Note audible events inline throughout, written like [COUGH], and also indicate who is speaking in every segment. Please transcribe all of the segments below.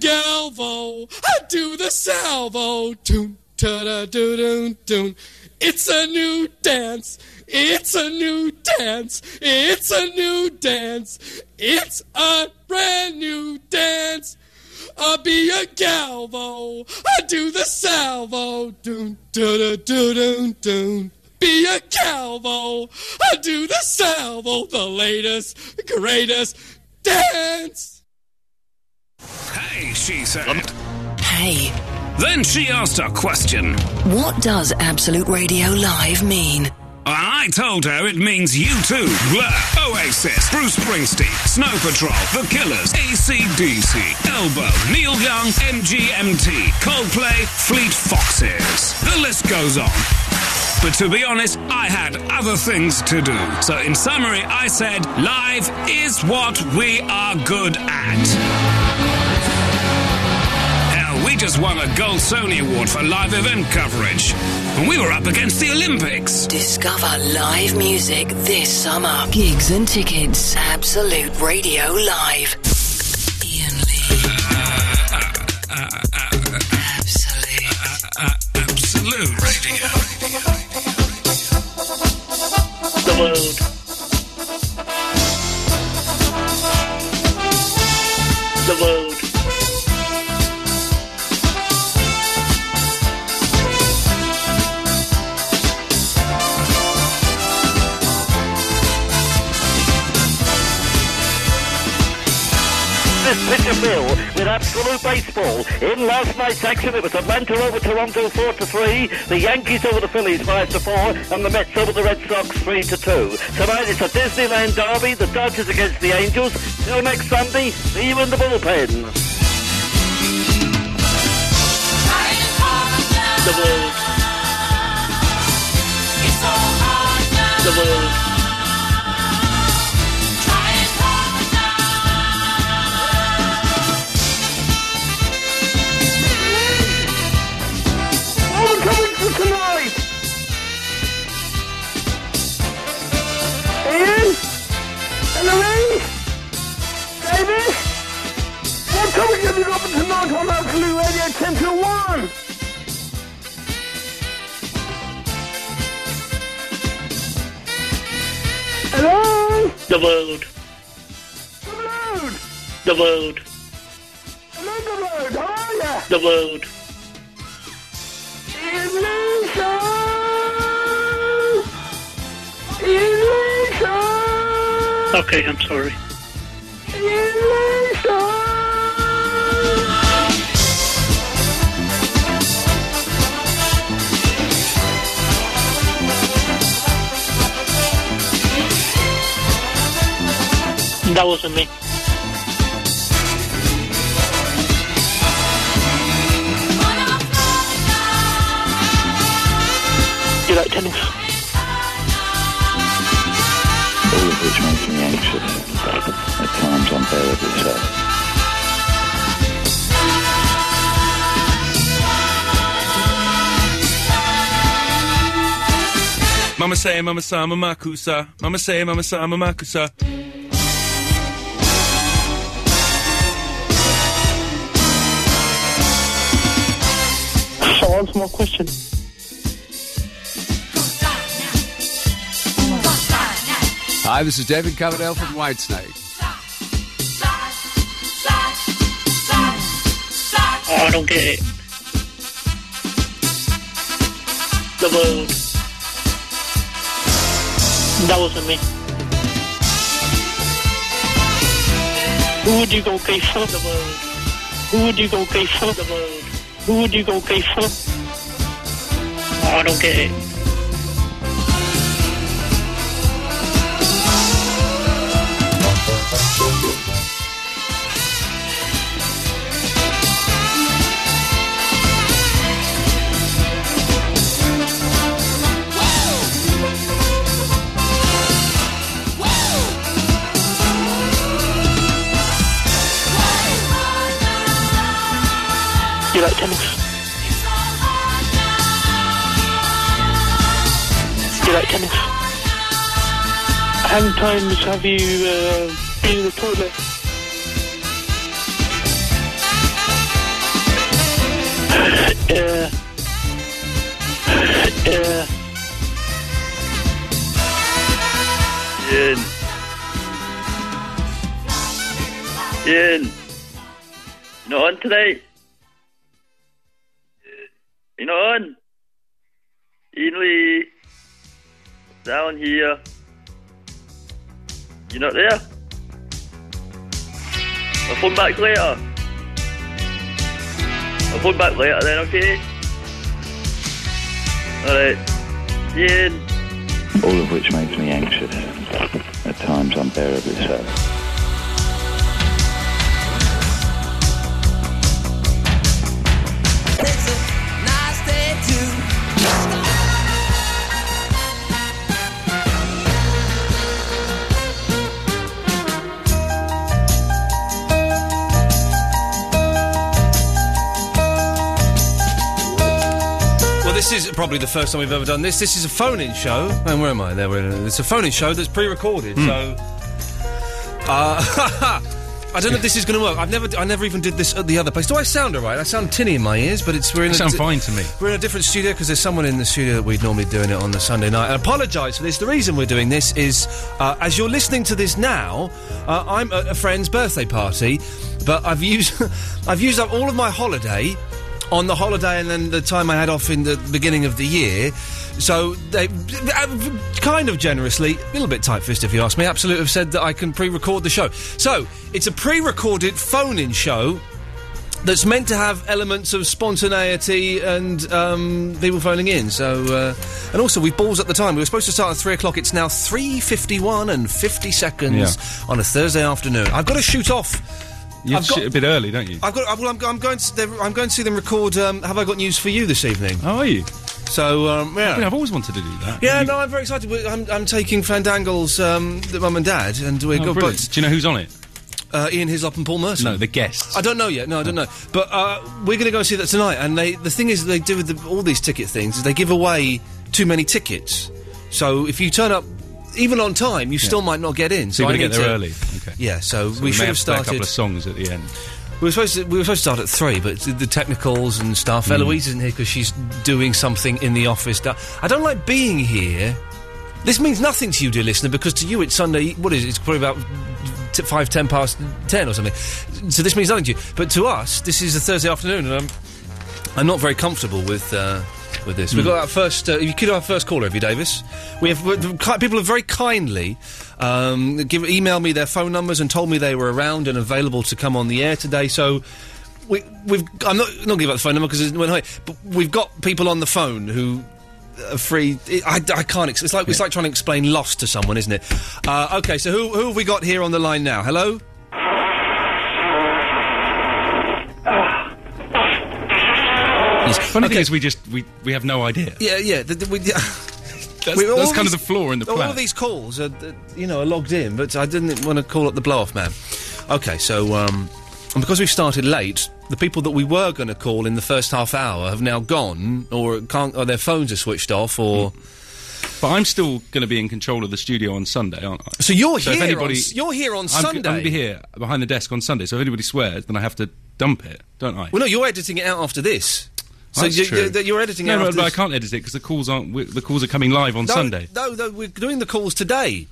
Speaker 1: galvo, I do the salvo. Toon, ta-da, doo doon, doon. It's a new dance. It's a new dance. It's a new dance. It's a brand new dance. I be a galvo. I do the salvo. Doon, da, da, doo doon, doon. Be a galvo. I do the salvo. The latest, greatest dance.
Speaker 2: Hey, she said.
Speaker 3: Hey,
Speaker 2: Then she asked a question.
Speaker 3: what does Absolute Radio Live mean?
Speaker 2: I told her it means you too. Blur, Oasis, Bruce Springsteen, Snow Patrol, The Killers, ACDC, Elbow, Neil Young, MGMT, Coldplay, Fleet Foxes. The list goes on. But to be honest, I had other things to do. So in summary, I said, live is what we are good at. Hell, we just won a Gold Sony Award for live event coverage. And we were up against the Olympics.
Speaker 3: Discover live music this summer. Gigs and tickets. Absolute Radio Live. Ian Lee. Absolute.
Speaker 2: Absolute Radio.
Speaker 4: Absolute. Absolute. This is Peter Mill with absolute baseball. In last night's action, it was Atlanta over Toronto four to three, the Yankees over the Phillies five to four, and the Mets over the Red Sox three to two. Tonight it's a Disneyland derby. The Dodgers against the Angels. Till next Sunday, see you in the bullpen. The world. The world. Oh, we're coming for tonight. Ian, Emily, David, what topic have you got for tonight on Absolute Radio 10 to 1? Hello? The world. The world. The world. Hello, the world. How are you? The world. Okay, I'm sorry. That wasn't me. You like tennis?
Speaker 5: all of which makes me anxious. At times unbearably so.
Speaker 6: Mama say, Mama sa, Mama kusa. Mama say, Mama sa, Mama kusa.
Speaker 4: So answer my question.
Speaker 7: Hi, this is David Coverdale from Whitesnake.
Speaker 4: Oh, I don't get it. The world. That wasn't me. Who would you go gay for? The world. Who would you go gay for? The world. Who would you go gay for? Oh, I don't get it. You like tennis? You like tennis? How many times have you uh, been in the toilet?
Speaker 1: Yeah. Yeah. Ian. Ian. You not on tonight? You not on? Ian Lee. Down here. You not there? I'll phone back later. I'll phone back later then, okay? Alright. Ian.
Speaker 8: all of which makes me anxious. At times unbearably so.
Speaker 9: Well, this is probably the first time we've ever done this. This is a phone-in show. And where am I? There, we're in. It's a phone-in show that's pre-recorded. So, uh, [LAUGHS] I don't know if this is going to work. I've never, I never even did this at the other place. Do I sound all right? I sound tinny in my ears, but it's we're in.
Speaker 6: You
Speaker 9: a
Speaker 6: sound
Speaker 9: di-
Speaker 6: fine to me.
Speaker 9: We're in a different studio because there's someone in the studio that we'd normally doing it on the Sunday night. I apologise for this. The reason we're doing this is, uh, as you're listening to this now, uh, I'm at a friend's birthday party, but I've used, [LAUGHS] I've used up all of my holiday on the holiday and then the time I had off in the beginning of the year. So they, uh, kind of generously, a little bit tight-fisted if you ask me, Absolute have said that I can pre-record the show. So it's a pre-recorded phone-in show that's meant to have elements of spontaneity and um, people phoning in. So, uh, and also we balls up the time. We were supposed to start at three o'clock. It's now three fifty-one and fifty seconds on a Thursday afternoon. I've got to shoot off.
Speaker 6: You
Speaker 9: I've got-
Speaker 6: shit a bit early, don't you?
Speaker 9: I've got. I've- Well, I'm, go- I'm going. To, they're- I'm going to see them record. Um, have I got news for you this evening?
Speaker 6: How Oh, are you?
Speaker 9: So um, yeah.
Speaker 6: I mean, I've always wanted to do that.
Speaker 9: yeah,
Speaker 6: You-
Speaker 9: no, I'm very excited. We- I'm, I'm taking Fandangle's um, the mum and dad, and we've
Speaker 6: Oh,
Speaker 9: got
Speaker 6: brilliant.
Speaker 9: booked
Speaker 6: Do you know who's on it?
Speaker 9: uh, Ian Hislop and Paul Mercer.
Speaker 6: No, the guests.
Speaker 9: I don't know yet. No, I don't know. But uh, we're going to go and see that tonight. And they, the thing is, they do with the, all these ticket things is they give away too many tickets. So if you turn up even on time, you still might not get in.
Speaker 6: so
Speaker 9: So
Speaker 6: you
Speaker 9: I
Speaker 6: to get
Speaker 9: need
Speaker 6: there
Speaker 9: to-
Speaker 6: early. Okay.
Speaker 9: Yeah. So,
Speaker 6: So
Speaker 9: we,
Speaker 6: may
Speaker 9: should have
Speaker 6: to play a couple
Speaker 9: started.
Speaker 6: of songs at the end.
Speaker 9: We were supposed to, we were supposed to start at three, but the, the technicals and stuff. Eloise isn't here because she's doing something in the office. Da- I don't like being here. This means nothing to you, dear listener, because to you it's Sunday. What is it? It's probably about t- five, ten past ten or something. So this means nothing to you, but to us, this is a Thursday afternoon, and I'm I'm not very comfortable with. Uh, with this, we've got our first. Uh, you could have our first caller, have you, Davis? We have we're- the ki- people have very kindly um, give, emailed me their phone numbers and told me they were around and available to come on the air today. So we, we've. I'm not not give up the phone number because we're not. But we've got people on the phone who are free. I, I can't. Ex- it's like it's like trying to explain loss to someone, isn't it? Uh, okay, so who who have we got here on the line now? Hello. Yes.
Speaker 6: Funny thing
Speaker 9: Okay.
Speaker 6: is, we just we, we have no idea.
Speaker 9: Yeah, yeah. The, the, we,
Speaker 6: [LAUGHS]
Speaker 9: yeah.
Speaker 6: That's,
Speaker 9: We- all
Speaker 6: that's kind of
Speaker 9: these-
Speaker 6: the flaw in the
Speaker 9: all
Speaker 6: plan.
Speaker 9: these calls are, uh, you know, are logged in, but I didn't want to call up the blow-off man. Okay, so um, and because we started late, the people that we were going to call in the first half hour have now gone, or can't, or their phones are switched off, or
Speaker 6: Hmm. But I'm still going to be in control of the studio on Sunday, aren't I?
Speaker 9: so you're
Speaker 6: So if
Speaker 9: here.
Speaker 6: anybody-
Speaker 9: on, s- you're here on
Speaker 6: I'm,
Speaker 9: Sunday.
Speaker 6: I'm going to be here behind the desk on Sunday. So if anybody swears, then I have to dump it, don't I?
Speaker 9: Well, no, you're editing it out after this. So
Speaker 6: That's
Speaker 9: you,
Speaker 6: true.
Speaker 9: You're, you're editing it
Speaker 6: no,
Speaker 9: out
Speaker 6: no,
Speaker 9: after
Speaker 6: but I
Speaker 9: this.
Speaker 6: can't edit it because the calls aren't. we- The calls are coming live on
Speaker 9: no,
Speaker 6: Sunday.
Speaker 9: No, no, we're doing the calls today.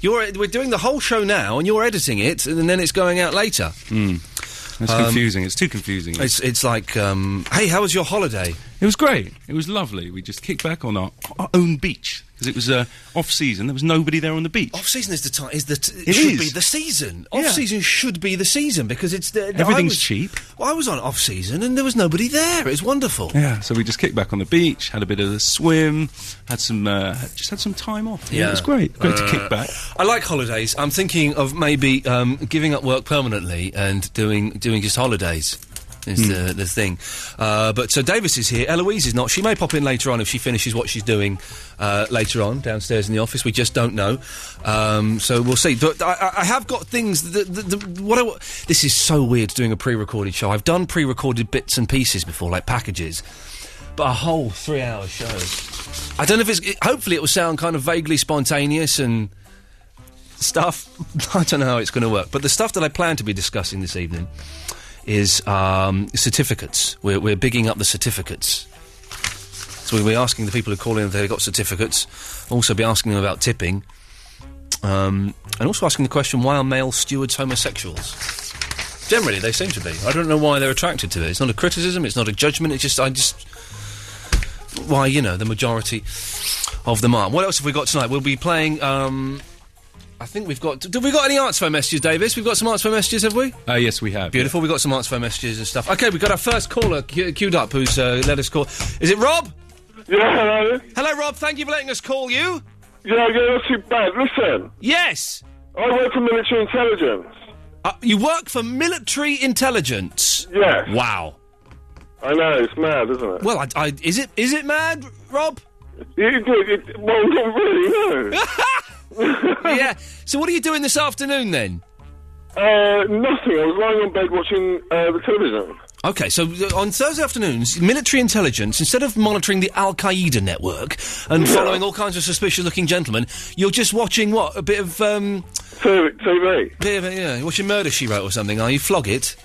Speaker 9: You're, we're doing the whole show now, and you're editing it, and then it's going out later.
Speaker 6: Hmm. It's
Speaker 9: Um,
Speaker 6: confusing. It's too confusing.
Speaker 9: It's, it's like, um, hey, how was your holiday?
Speaker 6: It was great. It was lovely. We just kicked back on our, our own beach because it was uh, off season. There was nobody there on the beach.
Speaker 9: Off season is the time. Is the t-
Speaker 6: It
Speaker 9: should
Speaker 6: is.
Speaker 9: be the season.
Speaker 6: Yeah.
Speaker 9: Off season should be the season because it's the, the- I
Speaker 6: Everything's
Speaker 9: was-
Speaker 6: cheap.
Speaker 9: Well, I was on off season and there was nobody there. It's wonderful.
Speaker 6: Yeah. So we just kicked back on the beach, had a bit of a swim, had some, uh, just had some time off. Yeah. It was great. Great to kick back.
Speaker 9: Uh, I like holidays. I'm thinking of maybe um, giving up work permanently and doing doing just holidays. Is
Speaker 6: Hmm.
Speaker 9: the, the thing, uh, but so Davis is here. Eloise is not. She may pop in later on if she finishes what she's doing uh, later on downstairs in the office. We just don't know, um, so we'll see. But I, I- I have got things. That, that, that, what I wa- this is so weird doing a pre-recorded show. I've done pre-recorded bits and pieces before, like packages, but a whole three-hour show. I don't know if it's. It, hopefully, it will sound kind of vaguely spontaneous and [LAUGHS] stuff. I don't know how it's going to work, but the stuff that I plan to be discussing this evening is um, certificates. We're, we're bigging up the certificates. So we'll be asking the people who call in if they've got certificates. Also, be asking them about tipping. Um, and also asking the question why are male stewards homosexuals? Generally, they seem to be. I don't know why they're attracted to it. It's not a criticism, it's not a judgment, it's just, I just. Why, you know, the majority of them are. What else have we got tonight? We'll be playing. Um, I think we've got. Have we got any answer phone messages, Davis? We've got some answer phone messages, have we?
Speaker 6: Uh, yes, we have.
Speaker 9: Beautiful. We've got some answer phone messages and stuff. Okay, we've got our first caller que- queued up who's uh, let us call. Is it Rob?
Speaker 10: Yeah, hello.
Speaker 9: Hello, Rob. Thank you for letting us call you.
Speaker 10: Yeah, yeah, not too bad. Listen.
Speaker 9: Yes.
Speaker 10: I work for military intelligence.
Speaker 9: Uh, you work for military intelligence?
Speaker 10: Yes.
Speaker 9: Wow.
Speaker 10: I know, it's mad, isn't it?
Speaker 9: Well, I, I, is it is it mad, Rob?
Speaker 10: It, it, it, well, not really, no.
Speaker 9: [LAUGHS] yeah. So, what are you doing this afternoon then?
Speaker 10: Uh, nothing. I was lying on bed watching uh, the television.
Speaker 9: Okay, so uh, on Thursday afternoons, military intelligence, instead of monitoring the Al Qaeda network and
Speaker 10: Yeah.
Speaker 9: following all kinds of suspicious looking gentlemen, you're just watching what? A bit of. Um,
Speaker 10: TV.
Speaker 9: Bit of, yeah, you're watching Murder She Wrote or something, are you? Flog it.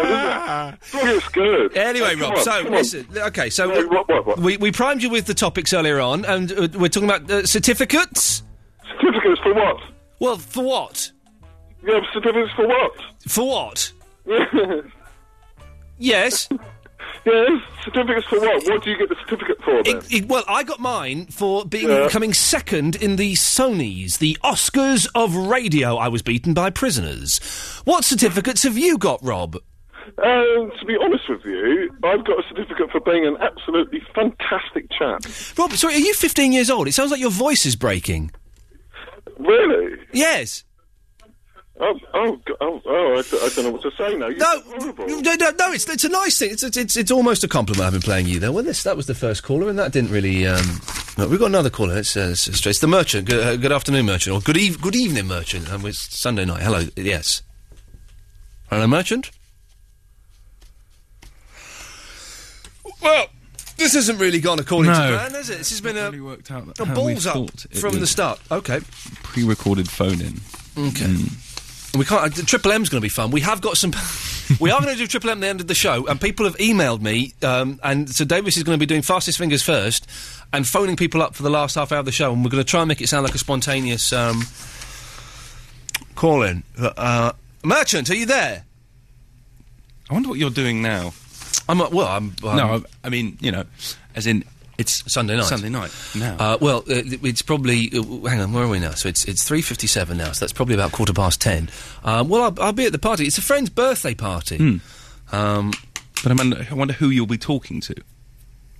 Speaker 10: It's good.
Speaker 9: Ah. Anyway,
Speaker 10: Come
Speaker 9: Rob,
Speaker 10: on,
Speaker 9: so
Speaker 10: come on.
Speaker 9: listen. Okay, so.
Speaker 10: Wait, what, what, what?
Speaker 9: We, we primed you with the topics earlier on, and uh, we're talking about uh, certificates.
Speaker 10: Certificates for what?
Speaker 9: Well, for what?
Speaker 10: Yeah, certificates for what?
Speaker 9: For
Speaker 10: [LAUGHS]
Speaker 9: what?
Speaker 10: yes.
Speaker 9: Yes.
Speaker 10: Certificates for what? What do you get the certificate for then?
Speaker 9: It- well, I got mine for being
Speaker 10: Yeah.
Speaker 9: coming second in the Sony's, the Oscars of radio. I was beaten by prisoners. What certificates have you got, Rob?
Speaker 10: Um, to be honest with you, I've got a certificate for being an absolutely fantastic chap.
Speaker 9: Rob, sorry, are you 15 years old? It sounds like your voice is breaking.
Speaker 10: Really?
Speaker 9: Yes.
Speaker 10: Oh, oh, go- oh, oh I, d- I don't know what to say now. You're
Speaker 9: No,
Speaker 10: Oh, horrible.
Speaker 9: no, no, no, it's, it's a nice thing. It's, it's, it's, it's almost a compliment I've been playing you there. Well, this that was the first caller, and that didn't really. Um, no, we've got another caller. It's, uh, it's, it's it's the merchant. Good, uh, good afternoon, merchant, or good eve- good evening, merchant. Um, it's Sunday night. Hello, yes. Hello, merchant. Well, this hasn't really gone according to
Speaker 6: No.
Speaker 9: plan, has it? This has been a,
Speaker 6: Really worked out
Speaker 9: a
Speaker 6: how we
Speaker 9: balls up
Speaker 6: thought it
Speaker 9: from the
Speaker 6: was.
Speaker 9: start. Okay.
Speaker 6: Pre-recorded phone-in. Hmm.
Speaker 9: Okay. We can't. Uh, Triple M's going to be fun. We have got some. [LAUGHS] we are going to do Triple M at the end of the show, and people have emailed me, um, and so Davis is going to be doing fastest fingers first, and phoning people up for the last half hour of the show, and we're going to try and make it sound like a spontaneous um, call in. Uh, uh, Merchant, are you there?
Speaker 6: I wonder what you're doing now.
Speaker 9: I'm uh, well. I'm, i
Speaker 6: no, I, I mean, you know, as in, it's
Speaker 9: Sunday night.
Speaker 6: Sunday night now.
Speaker 9: Uh, well, uh, th- it's probably. Uh, w- hang on, where are we now? So it's it's three fifty seven now. So that's probably about quarter past ten. Uh, well, I'll, I'll be at the party. It's a friend's birthday party. Um,
Speaker 6: Hmm. but I, wonder- I wonder who you'll be talking to.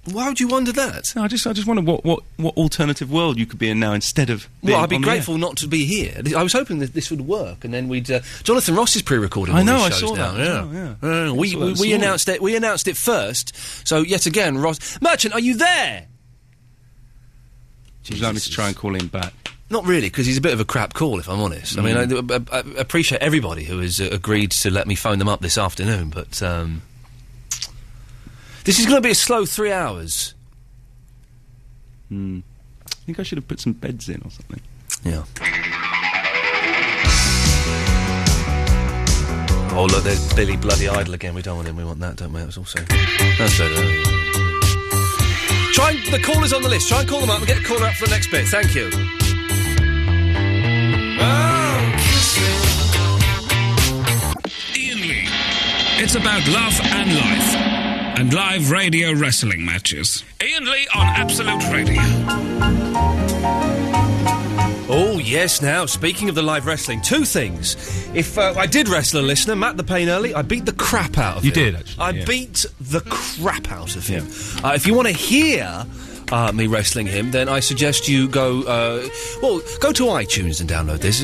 Speaker 9: why would you wonder that?
Speaker 6: No, I just, I just wonder what, what, what alternative world you could be in now instead of.
Speaker 9: Well,
Speaker 6: being
Speaker 9: I'd be
Speaker 6: on the air.
Speaker 9: grateful not to be here. Th- I was hoping that this would work, and then we'd. Uh, Jonathan Ross is pre-recording.
Speaker 6: I
Speaker 9: all
Speaker 6: know,
Speaker 9: these
Speaker 6: I
Speaker 9: shows
Speaker 6: saw
Speaker 9: now,
Speaker 6: that as
Speaker 9: Yeah.
Speaker 6: well, yeah.
Speaker 9: Uh, we
Speaker 6: I saw that
Speaker 9: we,
Speaker 6: this
Speaker 9: we
Speaker 6: morning.
Speaker 9: announced it. We announced it first. So yet again, Ross Merchant, are you there?
Speaker 6: Would you like me to try and call him back?
Speaker 9: Not really, because he's a bit of a crap call, if I'm honest. I mean,
Speaker 6: Mm.
Speaker 9: I, I, I appreciate everybody who has uh, agreed to let me phone them up this afternoon, but um, this is going to be a slow three hours.
Speaker 6: I think I should have put some beds in or something.
Speaker 9: Yeah. Oh look, there's Billy Bloody Idol again. We don't want him. We want that, don't we? That was also. That's it, uh, Try and, the callers on the list. Try and call them up and get a caller up for the next bit. Thank you.
Speaker 2: Ian Lee. It's about love and life and live radio wrestling matches. Ian Lee on Absolute Radio.
Speaker 9: Oh, yes, now, speaking of the live wrestling, two things. If uh, I did wrestle a listener, Matt the Pain early, I beat the crap out of
Speaker 6: You
Speaker 9: him.
Speaker 6: did, actually,
Speaker 9: I
Speaker 6: yeah.
Speaker 9: beat the crap out of him. Uh, if you want to hear. Uh, me wrestling him, then I suggest you go. Uh, well, go to iTunes and download this.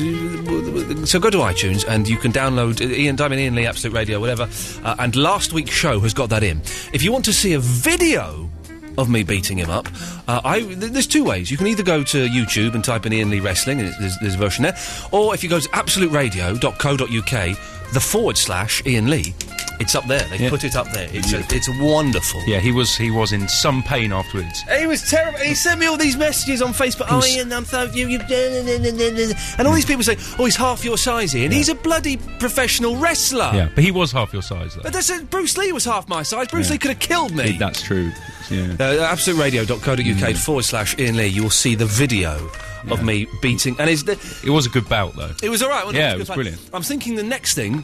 Speaker 9: So go to iTunes and you can download uh, Ian Diamond, Ian Lee, Absolute Radio, whatever. Uh, and last week's show has got that in. If you want to see a video of me beating him up. Uh, I, th- there's two ways. You can either go to YouTube and type in Ian Lee Wrestling, and it- there's, there's a version there, or if you go to absoluteradio.co.uk, the forward slash Ian Lee, It's up there. They
Speaker 6: Yeah.
Speaker 9: put it up there. It's, a, it's wonderful.
Speaker 6: Yeah, he was he was in some pain afterwards.
Speaker 9: He was terrible. He sent me all these messages on Facebook. Oh,
Speaker 6: was-
Speaker 9: Ian, I'm so you, you, and all these people say, "Oh, he's half your size, Ian. He's a bloody professional wrestler."
Speaker 6: yeah, but he was half your size though.
Speaker 9: But that's it. Bruce Lee was half my size. Bruce
Speaker 6: Yeah.
Speaker 9: Lee could have killed me.
Speaker 6: That's true. Yeah. Mm.
Speaker 9: Uh, absoluteradio.co.uk forward slash Ian Lee. You will see the video of me beating. And it's the,
Speaker 6: It was a good bout though.
Speaker 9: it was all right. wasn't
Speaker 6: Yeah, it
Speaker 9: It
Speaker 6: was
Speaker 9: good fun.
Speaker 6: brilliant.
Speaker 9: I'm thinking the next thing.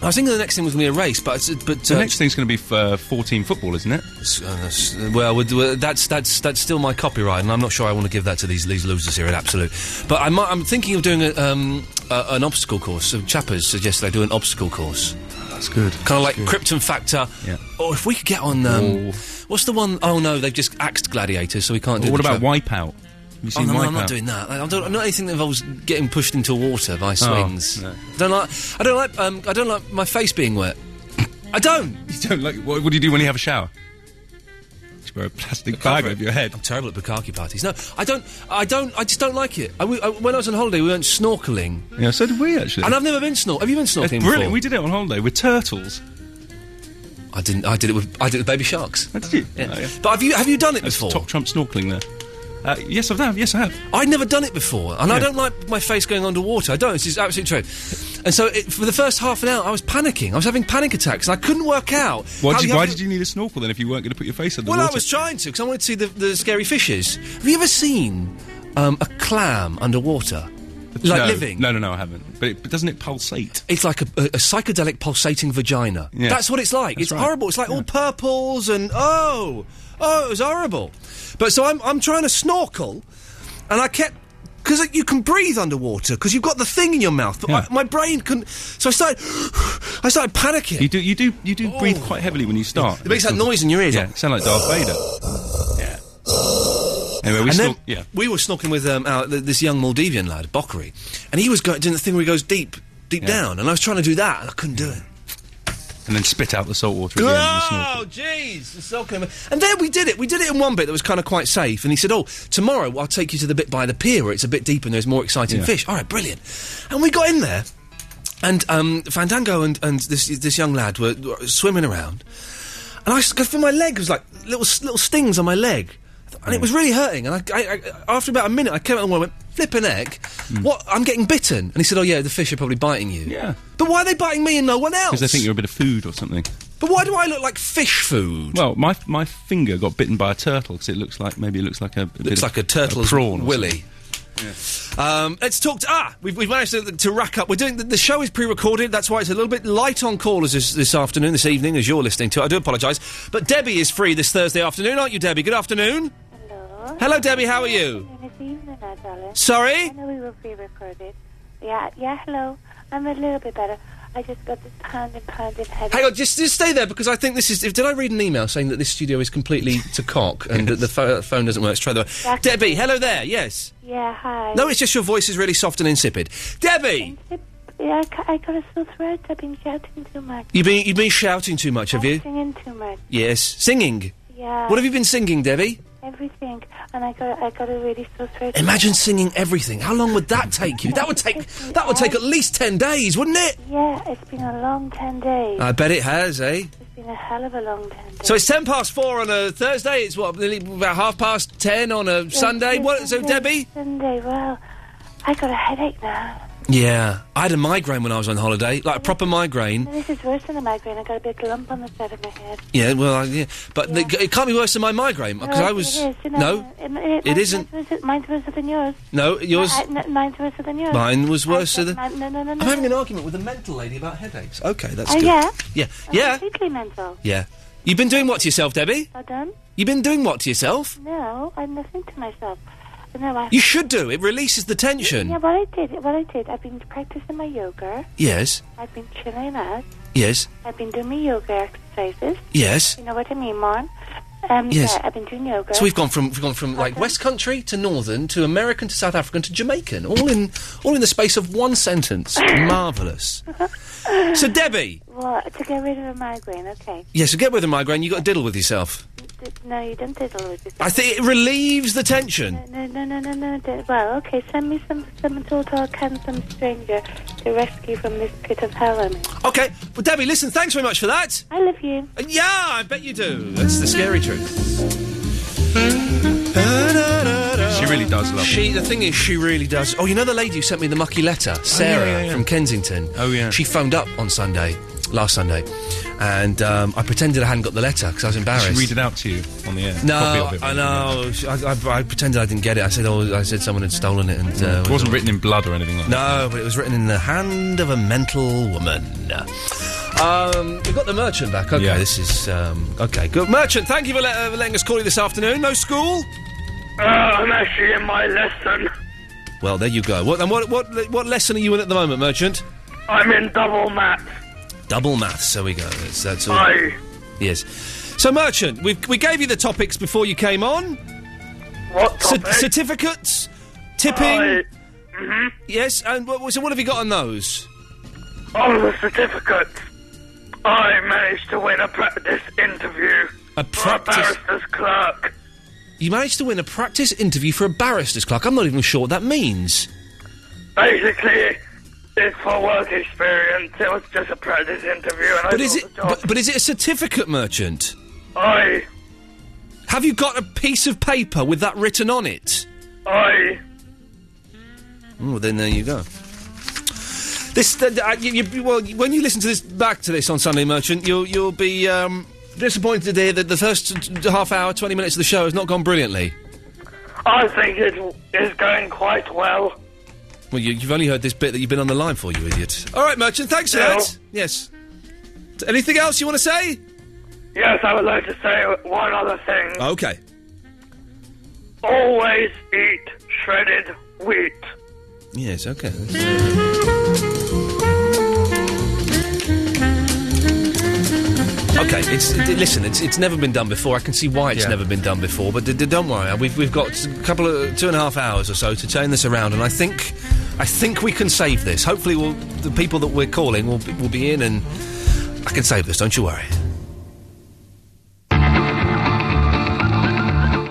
Speaker 9: I was thinking the next thing was going to be a race, but it's- but
Speaker 6: The
Speaker 9: uh,
Speaker 6: next thing's going to be uh, 14 football, isn't it?
Speaker 9: s- uh, s- well, with- with- that's that's that's still my copyright, and I'm not sure I want to give that to these, these losers here at Absolute. But I might, I'm thinking of doing a, um, a, an obstacle course. So Chappers suggested I do an obstacle course.
Speaker 6: That's good.
Speaker 9: kind of like Krypton Factor.
Speaker 6: Yeah.
Speaker 9: Or if we could get on, um,
Speaker 6: Or-
Speaker 9: what's the one oh no, they've just axed gladiators, so we can't do.
Speaker 6: what
Speaker 9: the
Speaker 6: about
Speaker 9: tra-
Speaker 6: Wipeout? Have you
Speaker 9: Oh,
Speaker 6: seen
Speaker 9: no, no,
Speaker 6: Wipeout?
Speaker 9: I'm not doing that. I don't, I'm not anything that involves getting pushed into water
Speaker 6: Oh.
Speaker 9: by swings.
Speaker 6: no.
Speaker 9: I don't like. I don't like. Um, I don't like my face being wet. I don't.
Speaker 6: [LAUGHS] You don't like. What, what do you do when you have a shower? Just wear a plastic bag over your head.
Speaker 9: I'm terrible at bukkake parties. No, I don't. I don't. I just don't like it. I, we- I- when I was on holiday, we went snorkeling,
Speaker 6: Yeah, so did we actually.
Speaker 9: and I've never been snorkeling. Have you been
Speaker 6: It's
Speaker 9: snorkeling?
Speaker 6: brilliant.
Speaker 9: Before?
Speaker 6: We did it on holiday with turtles.
Speaker 9: I didn't. I did it with. I did it with baby sharks.
Speaker 6: Oh, did you?
Speaker 9: Yeah.
Speaker 6: Oh, yeah.
Speaker 9: But have you have you done it
Speaker 6: That's
Speaker 9: before?
Speaker 6: top Trump snorkeling there. Uh, yes, I've done. Yes, I have.
Speaker 9: I'd never done it before, and I
Speaker 6: Yeah.
Speaker 9: don't like my face going underwater. I don't. This is absolute truth. And so, it, for the first half an hour, I was panicking. I was having panic attacks, and I couldn't work out.
Speaker 6: Why,
Speaker 9: how
Speaker 6: did you,
Speaker 9: have
Speaker 6: why
Speaker 9: to-
Speaker 6: did you need a snorkel then if you weren't going to put your face under
Speaker 9: Well,
Speaker 6: water?
Speaker 9: I was trying to because I wanted to see the, the scary fishes. Have you ever seen um, a clam underwater, like
Speaker 6: no,
Speaker 9: living?
Speaker 6: No, no, no, I haven't. But, it, but doesn't it pulsate?
Speaker 9: It's like a, a, a psychedelic pulsating vagina.
Speaker 6: Yeah.
Speaker 9: That's what it's like.
Speaker 6: That's
Speaker 9: it's
Speaker 6: right.
Speaker 9: horrible. It's like all purples and oh, oh, it was horrible. But so I'm I'm trying to snorkel, and I kept. Because you can breathe underwater because you've got the thing in your mouth, but
Speaker 6: Yeah.
Speaker 9: I, my brain couldn't. So I started, I started panicking.
Speaker 6: You do, you do, you do breathe
Speaker 9: Oh.
Speaker 6: quite heavily when you start.
Speaker 9: it makes that noise in your ears.
Speaker 6: Yeah,
Speaker 9: like-
Speaker 6: sound like Darth Vader. Yeah. Anyway, we
Speaker 9: and
Speaker 6: still.
Speaker 9: then
Speaker 6: Yeah.
Speaker 9: we were snorkeling with um, our, th- this young Maldivian lad, Bockery, and he was go- doing the thing where he goes deep, deep
Speaker 6: Yeah.
Speaker 9: down, and I was trying to do that, and I couldn't do it.
Speaker 6: And then spit out the salt water at the end of the
Speaker 9: Oh, jeez. the salt came- And there we did it. We did it in one bit that was kind of quite safe. And he said, Oh, tomorrow I'll take you to the bit by the pier where it's a bit deeper and there's more exciting
Speaker 6: Yeah.
Speaker 9: fish. All right, brilliant. And we got in there. And um, Fandango and, and this, this young lad were, were swimming around. And I s- cause for my leg was like little s- little stings on my leg. And it
Speaker 6: Mm.
Speaker 9: was really hurting. And I, I, I, after about a minute, I came out and went, flipping egg. What? I'm getting bitten. And he said, Oh, yeah, the fish are probably biting you.
Speaker 6: Mm. Yeah.
Speaker 9: But why are they biting me and no one else?
Speaker 6: Because they think you're a bit of food or something.
Speaker 9: But why do I look like fish food?
Speaker 6: Well, my my finger got bitten by a turtle because it looks like maybe it looks like a, a bit
Speaker 9: Looks
Speaker 6: of-
Speaker 9: like a turtle's
Speaker 6: prawn or
Speaker 9: willy. Um, let's talk to ah. We've, we've managed to, to rack up. We're doing the, the show is pre-recorded. That's why it's a little bit light on callers this, this afternoon, this evening, as you're listening to. it. I do apologise, but Debbie is free this Thursday afternoon, aren't you, Debbie? Good afternoon.
Speaker 11: Hello.
Speaker 9: Hello, Debbie. How are you?
Speaker 11: This evening, now, darling. I
Speaker 9: Sorry.
Speaker 11: know we were pre-recorded. Yeah, yeah. Hello. I'm a little bit better. I just got this pounding, pounding headache.
Speaker 9: Hang on, just, just stay there because I think this is. If, did I read an email saying that this studio is completely to cock and that the pho- phone doesn't work? Let's try the.
Speaker 11: That's-
Speaker 9: Debbie, hello there. Yes.
Speaker 11: Yeah. Hi.
Speaker 9: No, it's just your voice is really soft and insipid. Debbie,
Speaker 11: Yeah, I, ca- I got a sore throat. I've been shouting too much.
Speaker 9: you've been you've been shouting too much, have you?
Speaker 11: Singing too much.
Speaker 9: Yes, singing.
Speaker 11: Yeah.
Speaker 9: What have you been singing, Debbie?
Speaker 11: Everything. And I got, I got a really sore throat.
Speaker 9: Imagine singing everything. How long would that take you? That would take that would take at least ten days, wouldn't it?
Speaker 11: Yeah, it's been a long ten days.
Speaker 9: I bet it has, eh?
Speaker 11: it's been a hell of a long ten days.
Speaker 9: So it's ten past four on a Thursday. It's what nearly about half past ten on a
Speaker 11: Yeah,
Speaker 9: Sunday.
Speaker 11: yeah,
Speaker 9: What? So
Speaker 11: Sunday,
Speaker 9: Debbie?
Speaker 11: Sunday. Well, I got a headache now.
Speaker 9: Yeah, I had a migraine when I was on holiday, like a proper migraine.
Speaker 11: This is worse than a migraine. I got a big lump on the side of my head.
Speaker 9: Yeah, well, I, yeah, but
Speaker 11: Yeah.
Speaker 9: the- it can't be worse than my migraine because
Speaker 11: Well,
Speaker 9: I was
Speaker 11: it is, you know,
Speaker 9: no,
Speaker 11: it, it,
Speaker 9: it
Speaker 11: mine-
Speaker 9: isn't.
Speaker 11: Mine's worse, mine's worse than yours.
Speaker 9: no, yours.
Speaker 11: I, I, mine's worse than yours.
Speaker 9: Mine was
Speaker 11: I
Speaker 9: worse
Speaker 11: said
Speaker 9: than-
Speaker 11: mine- No, no, no, no.
Speaker 9: I'm having an argument with a mental lady about headaches. Okay, that's
Speaker 11: Oh,
Speaker 9: good.
Speaker 11: yeah?
Speaker 9: yeah,
Speaker 11: I'm
Speaker 9: yeah,
Speaker 11: Completely mental.
Speaker 9: yeah. You've been doing what to yourself, Debbie?
Speaker 11: I done?
Speaker 9: You've been doing what to yourself?
Speaker 11: No, I'm listening to myself. No, I.
Speaker 9: You should do. It releases the tension.
Speaker 11: yeah, what I did, what I did, I've been practicing my yoga.
Speaker 9: Yes,
Speaker 11: I've been chilling out.
Speaker 9: yes,
Speaker 11: I've been doing my yoga exercises.
Speaker 9: yes.
Speaker 11: You know what I mean, Mon? Um,
Speaker 9: Yes.
Speaker 11: Yeah, I've been doing yoga.
Speaker 9: So we've gone from we've gone from like West Country to Northern to American to South African to Jamaican, all in all in the space of one sentence. Marvelous. So Debbie,
Speaker 11: Well, to get rid of a migraine, okay.
Speaker 9: yes, to get rid of the migraine, you have got to diddle with yourself.
Speaker 11: d- no, you don't diddle with it.
Speaker 9: I think it relieves the tension.
Speaker 11: No, no, no, no, no. d- Well, okay, send me some, some sort or can some stranger to rescue from this pit of hell I'm in.
Speaker 9: Okay, well, Debbie, listen, thanks very much for that.
Speaker 11: I love you.
Speaker 9: Uh, Yeah, I bet you do. That's the scary truth. She really does love she, The thing is, she really does. Oh, you know the lady who sent me the mucky letter? Sarah
Speaker 6: Oh, yeah, yeah.
Speaker 9: from Kensington. Oh, yeah. She phoned up on Sunday, last Sunday, and um, I pretended I hadn't got the letter because I was embarrassed.
Speaker 6: She read it out to you on the air. Copy
Speaker 9: No,
Speaker 6: of it.
Speaker 9: I know. She- I, I, I pretended I didn't get it. I said, "Oh, I said someone had stolen it." And uh,
Speaker 6: It wasn't written in blood or anything like
Speaker 9: No, but it was written in the hand of a mental woman. Um, we've got the merchant back. Okay,
Speaker 6: Yeah.
Speaker 9: this is um, okay. Good merchant. Thank you for, let, uh, for letting us call you this afternoon. No school.
Speaker 12: Uh,
Speaker 10: Ah,
Speaker 12: I'm actually in my lesson.
Speaker 9: Well, there you go. What, and what, what, le- what lesson are you in at the moment, merchant?
Speaker 12: I'm in double maths.
Speaker 9: Double maths. There we go. That's, that's all.
Speaker 12: Aye.
Speaker 9: Yes. So, merchant, we we gave you the topics before you came on.
Speaker 12: What
Speaker 9: topic? certificates, tipping.
Speaker 12: Mm-hmm.
Speaker 9: Yes. And what, so, what have you got on those?
Speaker 10: Oh,
Speaker 12: On the certificate, I managed to win a practice interview.
Speaker 9: A practice.
Speaker 12: Barrister's clerk.
Speaker 9: You managed to win a practice interview for a barrister's clerk. I'm not even sure what that means.
Speaker 12: Basically, it's for work experience. It was just a practice interview, and I
Speaker 9: But is
Speaker 12: got
Speaker 9: it? But, but is it a certificate merchant?
Speaker 12: the- I,
Speaker 9: Have you got a piece of paper with that written on it?
Speaker 12: I,
Speaker 9: Oh, then there you go. This, th- th- I- you, you, well, when you listen to this back to this on Sunday Merchant, you'll you'll be um, disappointed to hear that the first t- half hour, twenty minutes of the show has not gone brilliantly.
Speaker 12: I think it is going quite well.
Speaker 9: Well, you, you've only heard this bit that you've been on the line for, you idiot. All right, merchant. Thanks for
Speaker 12: Yeah.
Speaker 9: that. Yes. T- Anything else you want to say?
Speaker 12: Yes, I would like to say one other thing.
Speaker 9: Okay.
Speaker 12: Always eat shredded wheat.
Speaker 9: Yes. Okay. Okay, it's d- listen. It's it's never been done before. I can see why it's never been done before. But d- d- don't worry, Uh, we've we've got a couple of two and a half hours or so to turn this around, and I think I think we can save this. Hopefully, we'll, the people that we're calling will be- will be in, and I can save this. Don't you worry.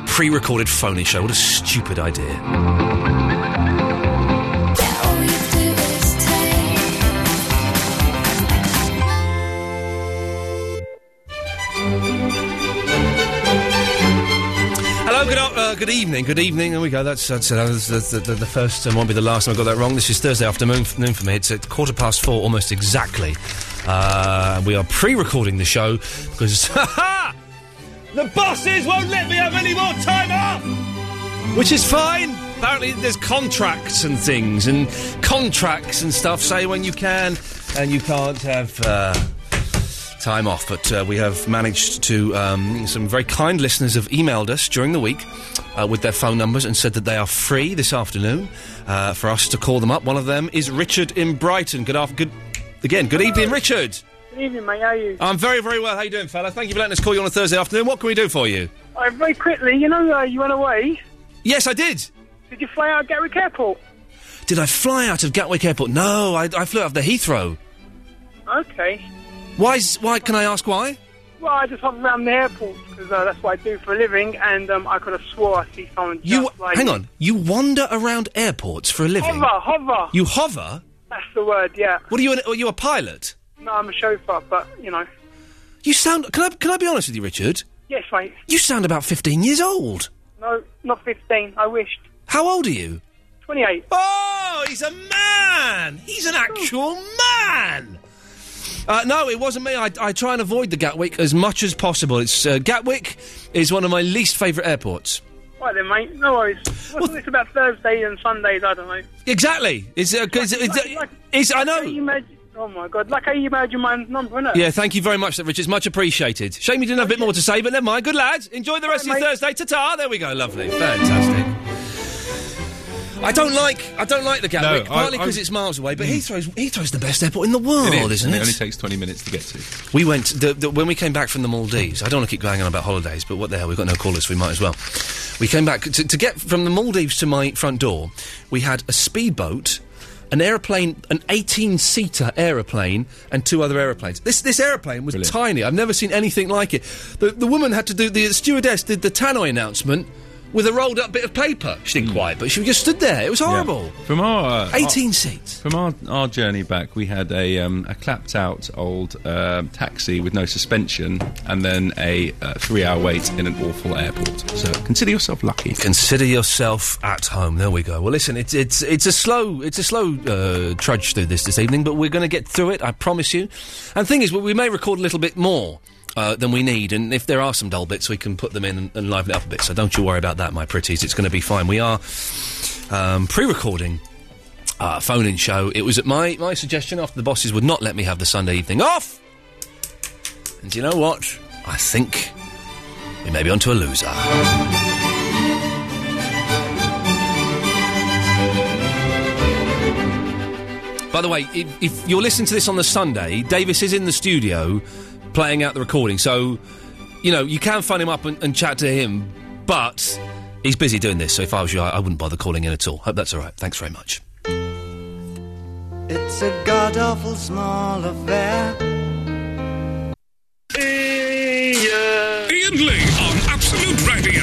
Speaker 9: Pre-recorded phony show. What a stupid idea. Hello, good, o- uh, good evening, good evening. There we go. That's, that's, uh, that's, that's the, the, the first and won't be the last time I got that wrong. This is Thursday afternoon f- noon for me. It's at quarter past four, almost exactly. Uh, we are pre-recording the show because [LAUGHS] the bosses won't let me have any more time off, which is fine. Apparently, there's contracts and things, and contracts and stuff say when you can and you can't have. Uh, time off, but uh, we have managed to. Um, some very kind listeners have emailed us during the week uh, with their phone numbers and said that they are free this afternoon uh, for us to call them up. One of them is Richard in Brighton. Good after. Good again. Good evening, Richard.
Speaker 13: Good evening, mate. How are you?
Speaker 9: I'm very, very well. How you doing, fella? Thank you for letting us call you on a Thursday afternoon. What can we do for you?
Speaker 13: Uh, very quickly, you know, uh, you went away.
Speaker 9: Yes, I did.
Speaker 13: Did you fly out of Gatwick Airport?
Speaker 9: Did I fly out of Gatwick Airport? No, I, I flew out of the Heathrow.
Speaker 13: Okay.
Speaker 9: Why? is- Why? Can I ask why?
Speaker 13: Well, I just hung round the airport because uh, that's what I do for a living, and um, I could have swore I see someone.
Speaker 9: You
Speaker 13: just like
Speaker 9: hang on. You wander around airports for a living.
Speaker 13: Hover, hover.
Speaker 9: You hover.
Speaker 13: That's the word. Yeah.
Speaker 9: What are you? An, are you a pilot?
Speaker 13: No, I'm a chauffeur, but you know.
Speaker 9: You sound. Can I? Can I be honest with you, Richard?
Speaker 13: Yes, mate.
Speaker 9: You sound about fifteen years old.
Speaker 13: No, not 15. I wished.
Speaker 9: How old are you?
Speaker 13: 28.
Speaker 9: Oh, he's a man. He's an actual man. Uh, no, it wasn't me. I, I try and avoid the Gatwick as much as possible. It's uh, Gatwick is one of my least favourite airports.
Speaker 13: Right then, mate. No worries. What's all this about Thursdays and Sundays? I don't know.
Speaker 9: Exactly. It's, uh, 'cause it's, it's- I know.
Speaker 13: Like you emailed- oh my god! Like I emailed you my number, innit?
Speaker 9: yeah, thank you very much, Richard. It's much appreciated. Shame you didn't have a bit more to say, but never mind. Good lad. Enjoy the rest of your Thursday. Ta-ta. There we go. Lovely. Fantastic. I don't like I don't like the Gatwick,
Speaker 6: No, I-
Speaker 9: partly
Speaker 6: I-
Speaker 9: because it's miles away, but Heathrow's Heathrow's the best airport in the world,
Speaker 6: It is,
Speaker 9: isn't
Speaker 6: and
Speaker 9: it?
Speaker 6: It only takes 20 minutes to get to.
Speaker 9: We went the, the, when we came back from the Maldives. I don't want to keep going on about holidays, but what the hell? We've got no callers. We might as well. We came back to, to get from the Maldives to my front door. We had a speedboat an aeroplane, an 18 seater aeroplane, and two other aeroplanes. This this aeroplane was tiny. I've never seen anything like it. The, the woman had to do, the stewardess did the tannoy announcement with a rolled up bit of paper. She didn't quite, but she just stood there. It was horrible.
Speaker 6: From our uh,
Speaker 9: 18
Speaker 6: our-
Speaker 9: seats.
Speaker 6: From our, our journey back, we had a um, a clapped out old um taxi with no suspension, and then a uh, three hour wait in an awful airport. So consider yourself lucky.
Speaker 9: Consider yourself at home. There we go. Well, listen, it's it's it's a slow it's a slow uh, trudge through this this evening, but we're going to get through it. I promise you. And the thing is, we- we may record a little bit more uh, than we need, and if there are some dull bits, we can put them in and, and liven it up a bit. So don't you worry about that, my pretties. It's going to be fine. We are um, pre-recording uh, phone-in show. It was at my my suggestion after the bosses would not let me have the Sunday evening off. And you know what? I think we may be onto a loser. By the way, i- if you're listening to this on the Sunday, Davis is in the studio playing out the recording. So, you know, you can phone him up and, and chat to him, but he's busy doing this. So if I was you, I, I wouldn't bother calling in at all. Hope that's all right. Thanks very much.
Speaker 14: It's a god awful small affair.
Speaker 2: Ian Lee on Absolute Radio.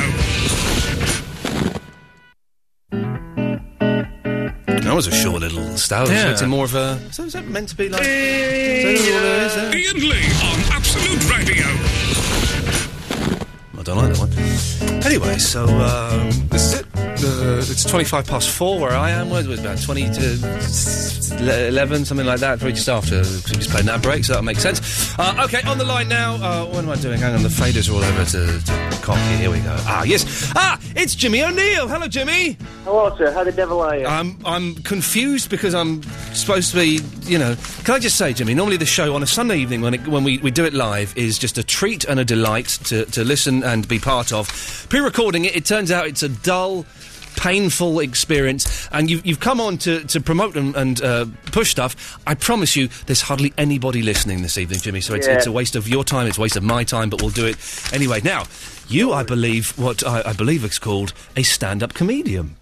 Speaker 9: That was a short little stout.
Speaker 2: Yeah.
Speaker 9: It's more of a. So is that meant to be like?
Speaker 2: Ian Lee on Absolute Radio.
Speaker 9: I don't like that one. Anyway, so um, this is it. Uh, it's 25 past four where I am. Where was it? About 20 to s- le- 11, something like that. Probably just after. 'cause we just played that break, so that makes sense. Uh, okay, on the line now. Uh, what am I doing? Hang on, the faders are all over to, to cock here. Here we go. Ah, yes. Ah, it's Jimmy O'Neill. Hello, Jimmy. Um,
Speaker 15: Hello, sir. How the devil are you?
Speaker 9: I'm I'm confused because I'm supposed to be, you know. Can I just say, Jimmy? Normally, the show on a Sunday evening when it, when we, we do it live is just a treat and a delight to, to listen and be part of. Pre-recording it, it turns out it's a dull, painful experience. And you've you've come on to, to promote and, and uh, push stuff. I promise you, there's hardly anybody listening this evening, Jimmy. So it's,
Speaker 15: Yeah.
Speaker 9: it's a waste of your time. It's a waste of my time. But we'll do it anyway. Now, you, I believe, what I, I believe is called a stand-up comedian.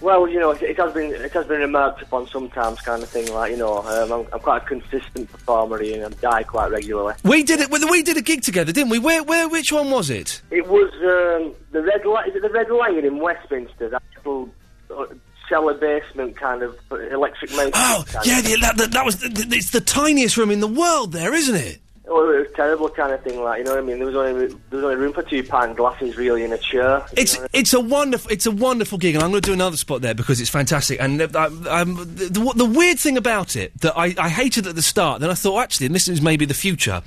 Speaker 15: Well, you know, it, it has been it has been remarked upon sometimes, kind of thing. Like you know, um, I'm, I'm quite a consistent performer, and I die quite regularly.
Speaker 9: We did it. We did a gig together, didn't we? Where, where, which one was it?
Speaker 15: It was um, the red light. Is it the red lion in Westminster? That little uh, cellar basement kind of uh, electric mountain. Oh,
Speaker 9: Yeah, the, that, that, that was. The, the- it's the tiniest room in the world, there, isn't it?
Speaker 15: Oh, it was terrible, kind of thing. Like you know what I mean? There was only there was only room for two pint glasses, really, in a chair. you
Speaker 9: It's
Speaker 15: know?
Speaker 9: it's a wonderful it's a wonderful gig, and I'm going to do another spot there because it's fantastic. And uh, I, I'm, the, the, the weird thing about it that I, I hated at the start, then I thought actually, and this is maybe the future,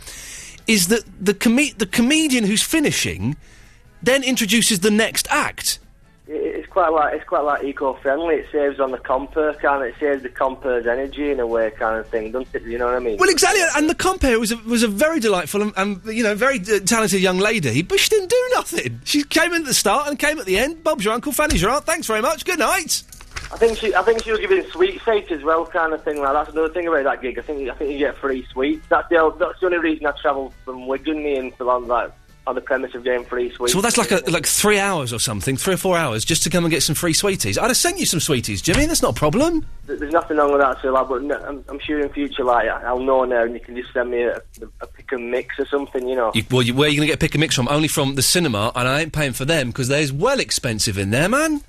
Speaker 9: is that the com- the comedian who's finishing then introduces the next act.
Speaker 15: It- It's quite like it's quite like eco-friendly. It saves on the compere, kind of. It saves the compere's energy in a way, kind of thing, doesn't it? You know what I mean?
Speaker 9: Well, exactly. And the compere was a, was a very delightful and, and you know very uh, talented young lady, but she didn't do nothing. She came in at the start and came at the end. Bob's your uncle, Fanny's your aunt. Thanks very much. Good night.
Speaker 15: I think she, I think she was giving sweet fate as well, kind of thing. Like that's another thing about that gig. I think I think you get free sweets. That's the o- that's the only reason I travelled from Wigan me and on like on the premise of getting free sweets.
Speaker 9: So that's like a, like three hours or something, three or four hours, just to come and get some free sweeties. I'd have sent you some sweeties, Jimmy. That's not a problem.
Speaker 15: Th- There's nothing wrong with that, so like, but no, I'm, I'm sure in future, like I- I'll know now, and you can just send me a, a pick and mix or something, you know.
Speaker 9: You, well, you, where are you going to get pick and mix from? Only from the cinema, and I ain't paying for them because they're well expensive in there, man.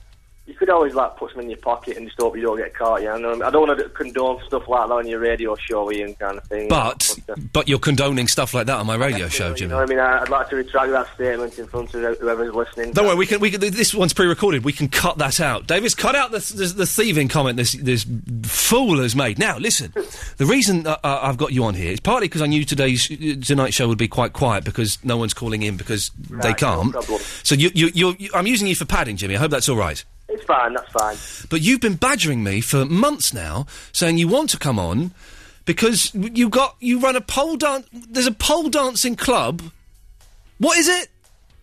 Speaker 15: You could always like put some in your pocket and just hope you don't get caught. Yeah, I, know. I don't want to condone stuff like that on your radio show, Ian, kind of thing.
Speaker 9: But
Speaker 15: uh,
Speaker 9: but you're condoning stuff like that on my radio show,
Speaker 15: you
Speaker 9: Jimmy.
Speaker 15: know what I mean? I- I'd like to retract that statement in front of whoever's listening.
Speaker 9: Don't worry, we can. We can, this one's pre-recorded. We can cut that out. Davis, cut out the the, the thieving comment this this fool has made. Now, listen. the reason uh, uh, I've got you on here is partly because I knew today's tonight's show would be quite quiet because no one's calling in because they
Speaker 15: Right, no
Speaker 9: can't.
Speaker 15: problem.
Speaker 9: so you, you, you're, you, I'm using you for padding, Jimmy. I hope that's all right.
Speaker 15: It's fine. That's fine.
Speaker 9: But you've been badgering me for months now, saying you want to come on because you got you run a pole dance. There's a pole dancing club. What is it?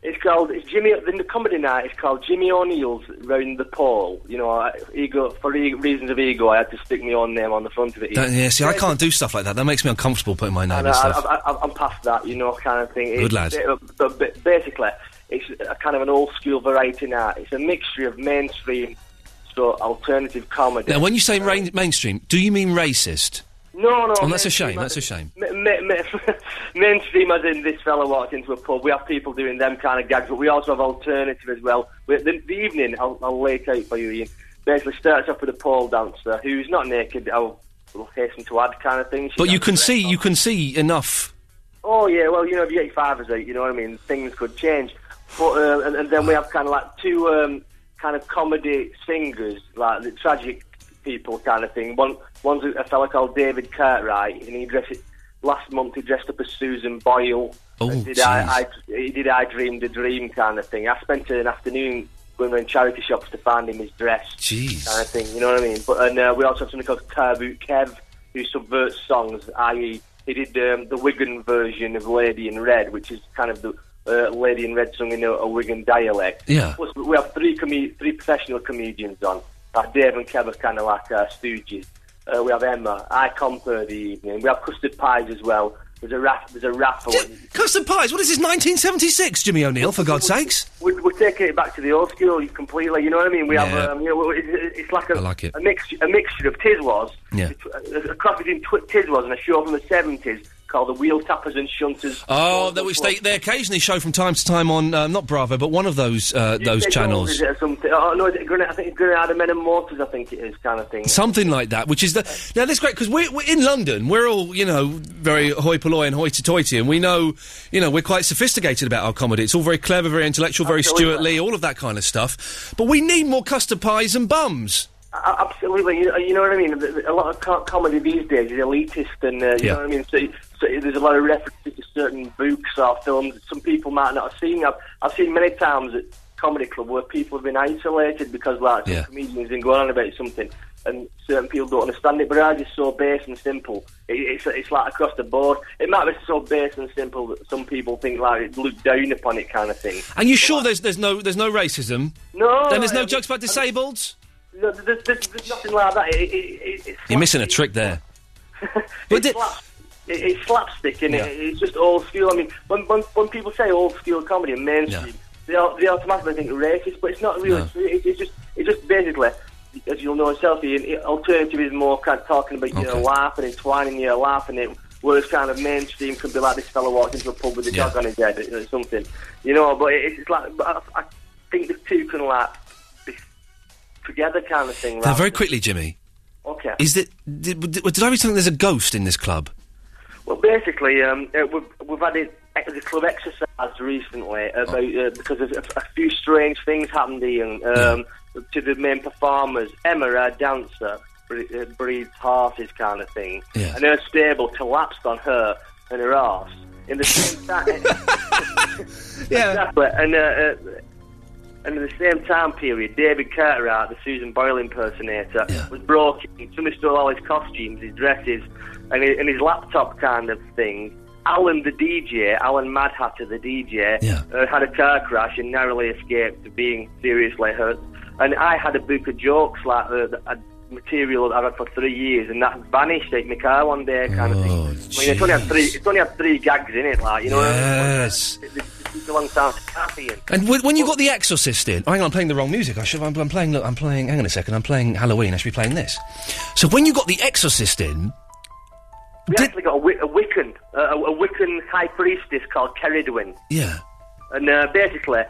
Speaker 15: It's called it's Jimmy. In the comedy night, it's called Jimmy O'Neill's round the pole. You know, I, ego for e- reasons of ego, I had to stick my own name on the front of it.
Speaker 9: Don't, yeah, see, I
Speaker 15: Yeah,
Speaker 9: can't do stuff like that. That makes me uncomfortable putting my name
Speaker 15: And
Speaker 9: and
Speaker 15: I,
Speaker 9: stuff.
Speaker 15: I, I, I'm past that, you know, kind of thing.
Speaker 9: Good lad.
Speaker 15: It's, but, but basically, it's a kind of an old school variety night. It's a mixture of mainstream so alternative comedy.
Speaker 9: Now, when you say rain- mainstream, do you mean racist?
Speaker 15: No, no.
Speaker 9: Oh, that's a shame.
Speaker 15: mainstream
Speaker 9: That's a
Speaker 15: as-
Speaker 9: shame.
Speaker 15: ma- ma- [LAUGHS] ma- Mainstream, as in this fella walked into a pub. We have people doing them kind of gags, but we also have alternative as well. We, the, the evening, I'll, I'll lay it out for you, Ian. Basically, starts off with a pole dancer who's not naked. I'll, will hasten to add, kind of thing. She
Speaker 9: But you
Speaker 15: dances
Speaker 9: can
Speaker 15: around.
Speaker 9: see, you can see enough.
Speaker 15: Oh yeah, well you know if you get your fivers out, you know what I mean. Things could change, but uh, and, and then we have kind of like two um, kind of comedy singers, like the tragic people kind of thing. One one's a, a fella called David Cartwright, and he dressed last month. He dressed up as Susan Boyle.
Speaker 9: Oh,
Speaker 15: and did
Speaker 9: jeez.
Speaker 15: I, I he did I dreamed a dream kind of thing. I spent an afternoon going around charity shops to find him his dress
Speaker 9: Jeez.
Speaker 15: kind of thing. You know what I mean? But and uh, we also have something called Taboo Kev, who subverts songs. I.e., he did um, the Wigan version of Lady in Red, which is kind of the uh, Lady in Red sung in a, a Wigan dialect.
Speaker 9: Yeah.
Speaker 15: Plus, we have three com- three professional comedians on. Like Dave and Kev are kind of like uh, stooges. Uh, we have Emma. I compare the evening. We have custard pies as well. There's a raff- there's a raffle.
Speaker 9: Custard pies. What is this? 1976, Jimmy O'Neill. For God's sakes.
Speaker 15: We're, we're taking it back to the old school completely. You know what I mean? We
Speaker 9: Yeah.
Speaker 15: have, um, you know, it- it- it's like a,
Speaker 9: I like it.
Speaker 15: a, mix, a mixture of Tiswas,
Speaker 9: Yeah.
Speaker 15: a, a cross between tw- Tiswas and a show from the seventies called the Wheel Tappers and Shunters.
Speaker 9: Oh, that which they, they occasionally show from time to time on um, not Bravo, but one of those uh, those
Speaker 15: They don't,
Speaker 9: channels.
Speaker 15: is it, or something? Oh no, is it Grenada, I think it's Grenada Men and Mortars. I think it is kind of thing.
Speaker 9: Something like that, which is the now that's great because we're, we're in London. We're all you know very hoi polloi and hoity toity, and we know you know we're quite sophisticated about our comedy. It's all very clever, very intellectual, very Stuart Lee, all of that kind of stuff. But we need more custard pies and bums.
Speaker 15: A- Absolutely, you, you know what I mean. The- the- A lot of co- comedy these days is elitist, and uh, you
Speaker 9: Yeah.
Speaker 15: know what I mean. So, so there's a lot of references to certain books or films that some people might not have seen. I've, I've seen many times at comedy club where people have been isolated because like some
Speaker 16: Yeah.
Speaker 15: comedians been going on about something, and certain people don't understand it. But ours is so base and simple. It, it's it's like across the board. It might be so base and simple that some people think like it look down upon it kind of thing.
Speaker 9: And you sure there's there's no there's no racism?
Speaker 15: No,
Speaker 9: Then there's no
Speaker 15: I-
Speaker 9: jokes about disabled.
Speaker 15: No, there's, there's, there's nothing like that. It, it, it, it's
Speaker 9: You're missing a trick there.
Speaker 15: it's, slap, it, it's slapstick, and
Speaker 9: Yeah.
Speaker 15: it, it's just old school. I mean, when, when, when people say old school comedy and mainstream, they, au- they automatically think racist, but it's not really
Speaker 9: No.
Speaker 15: true. It, it's just it's just basically, as you'll know yourself, Ian, it, alternative is more kind of talking about your
Speaker 9: Okay.
Speaker 15: life and entwining your life and it. Whereas kind of mainstream can be like this fellow walked into a pub with a
Speaker 9: Yeah.
Speaker 15: dog on his head or something, you know. But it, it's like but I, I think the two can like be together kind of thing.
Speaker 9: Now,
Speaker 15: rather
Speaker 9: very
Speaker 15: than-
Speaker 9: quickly, Jimmy,
Speaker 15: okay.
Speaker 9: is that did, did, did I read something? There's a ghost in this club.
Speaker 15: Well, basically, um, uh, we've, we've had it, the club exercised recently about uh, because of a, a few strange things happened, Ian, um, to the main performers. Emma, our dancer, bre- uh, breathes horses kind of thing,
Speaker 9: Yeah.
Speaker 15: and her stable collapsed on her and her arse in the same time.
Speaker 9: yeah,
Speaker 15: exactly. And uh, uh, and at the same time period, David Cartwright, the Susan Boyle impersonator, was broken. Somebody stole all his costumes, his dresses, and his, and his laptop kind of thing. Alan the DJ, Alan Mad Hatter the DJ, uh, had a car crash and narrowly escaped being seriously hurt. And I had a book of jokes like uh, that I'd- material that I've had for three years, and that vanished out my car one day, kind of thing. I mean, it's only had three. It's only had three gags in it, like you know.
Speaker 9: Yes.
Speaker 15: It, it, it's a long time to copy it.
Speaker 9: And w- when you got The Exorcist in, oh, hang on, I'm playing the wrong music. I should. I'm, I'm playing. Look, I'm playing. Hang on a second. I'm playing Halloween. I should be playing this. So when you got The Exorcist in,
Speaker 15: We actually got a, Wi- a Wiccan, a, a Wiccan high priestess called Keridwin.
Speaker 9: yeah,
Speaker 15: And uh, basically,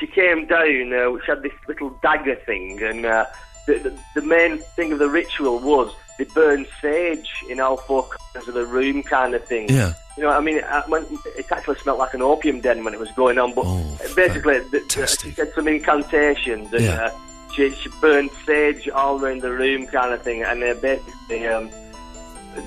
Speaker 15: she came down, uh, she had this little dagger thing, and uh, the, the, the main thing of the ritual was they burned sage in all four corners of the room, kind of thing.
Speaker 9: Yeah.
Speaker 15: You know, I mean, uh, when, it actually smelled like an opium den when it was going on, but basically, the, the, she did some incantations, and
Speaker 9: Oh, Yeah.
Speaker 15: uh, she, she burned sage all around the room, kind of thing, and uh, basically. Um,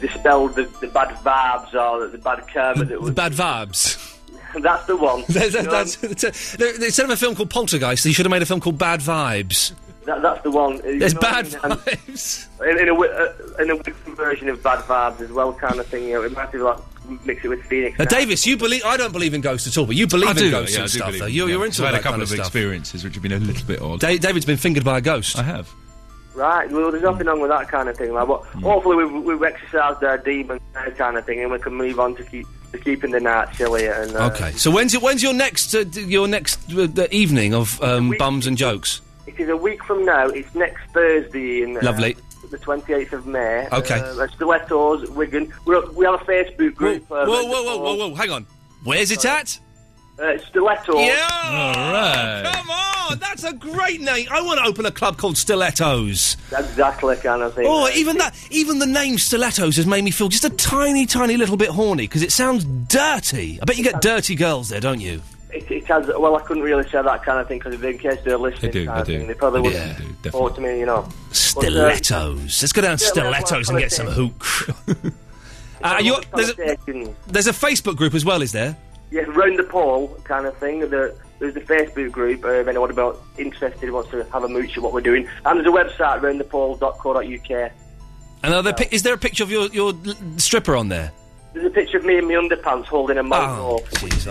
Speaker 15: Dispelled the, the bad vibes or the bad karma that was. [LAUGHS]
Speaker 9: the bad vibes. [LAUGHS]
Speaker 15: That's the one.
Speaker 9: That-
Speaker 15: You
Speaker 9: that-
Speaker 15: know,
Speaker 9: that's- that's- there- Instead of a film called Poltergeist, they should have made a film called Bad Vibes. Uh,
Speaker 15: That, that's the one.
Speaker 9: There's bad
Speaker 15: vibes. In, in a wi- uh, in a Wiccan version of bad vibes as well, kind of thing. You know, it might be like mix it with Phoenix.
Speaker 9: Now, Davis, you believe? I don't believe in ghosts at all, but you believe
Speaker 6: I
Speaker 9: in
Speaker 6: do,
Speaker 9: ghosts
Speaker 6: yeah, I
Speaker 9: and
Speaker 6: do
Speaker 9: stuff.
Speaker 6: believe
Speaker 9: Though.
Speaker 6: in
Speaker 9: You're, you're
Speaker 6: ghosts.
Speaker 9: into
Speaker 6: I've had
Speaker 9: that
Speaker 6: a couple
Speaker 9: kind
Speaker 6: of
Speaker 9: stuff.
Speaker 6: experiences which have been a little bit odd.
Speaker 9: Da- David's been fingered by a ghost. I
Speaker 6: have.
Speaker 15: Right, well, there's nothing wrong with that kind of thing. Like, but
Speaker 9: Mm.
Speaker 15: hopefully we've, we've exercised our demons that kind of thing, and we can move on to keep to keeping the night chilly. And uh,
Speaker 9: Okay. So when's it? When's your next? Uh, d- your next uh, the evening of um, bums and jokes?
Speaker 15: It is a week from now. It's next Thursday. In, uh,
Speaker 9: Lovely.
Speaker 15: the 28th of May.
Speaker 9: Okay.
Speaker 15: Uh, that's Stilettos, Wigan. We're, we have a Facebook group. Whoa,
Speaker 9: whoa, whoa, whoa, whoa, whoa, hang on. Where's it at?
Speaker 15: Uh, Stilettos.
Speaker 9: Yeah! Come on! That's a great name. I want to open a club called Stilettos.
Speaker 15: Exactly, kind of thing.
Speaker 9: Oh, even that, even the name Stilettos has made me feel just a tiny, tiny little bit horny because it sounds dirty. I bet you get dirty girls there, don't you?
Speaker 15: It, it has. Well, I couldn't really say that kind of thing because in case they're listening,
Speaker 9: They do,
Speaker 15: kind of
Speaker 9: they do.
Speaker 15: thing, they probably
Speaker 9: Yeah,
Speaker 15: wouldn't
Speaker 9: they do,
Speaker 15: talk to me, you know. uh,
Speaker 9: Stilettos. Let's go down to
Speaker 15: Yeah, well,
Speaker 9: Stilettos
Speaker 15: well,
Speaker 9: and get some hook. uh, you, there's, a,
Speaker 15: But, uh,
Speaker 9: there's a Facebook group as well, is there?
Speaker 15: yeah, round the pole kind of thing. The, there's the Facebook group uh, if anyone about interested wants to have a mooch at what we're doing, and there's a website roundthepole.co.uk.
Speaker 9: And are there, pi- is there a picture of your, your l- stripper on there?
Speaker 15: There's a picture of me in my underpants holding a manhole.
Speaker 9: Oh, jeez,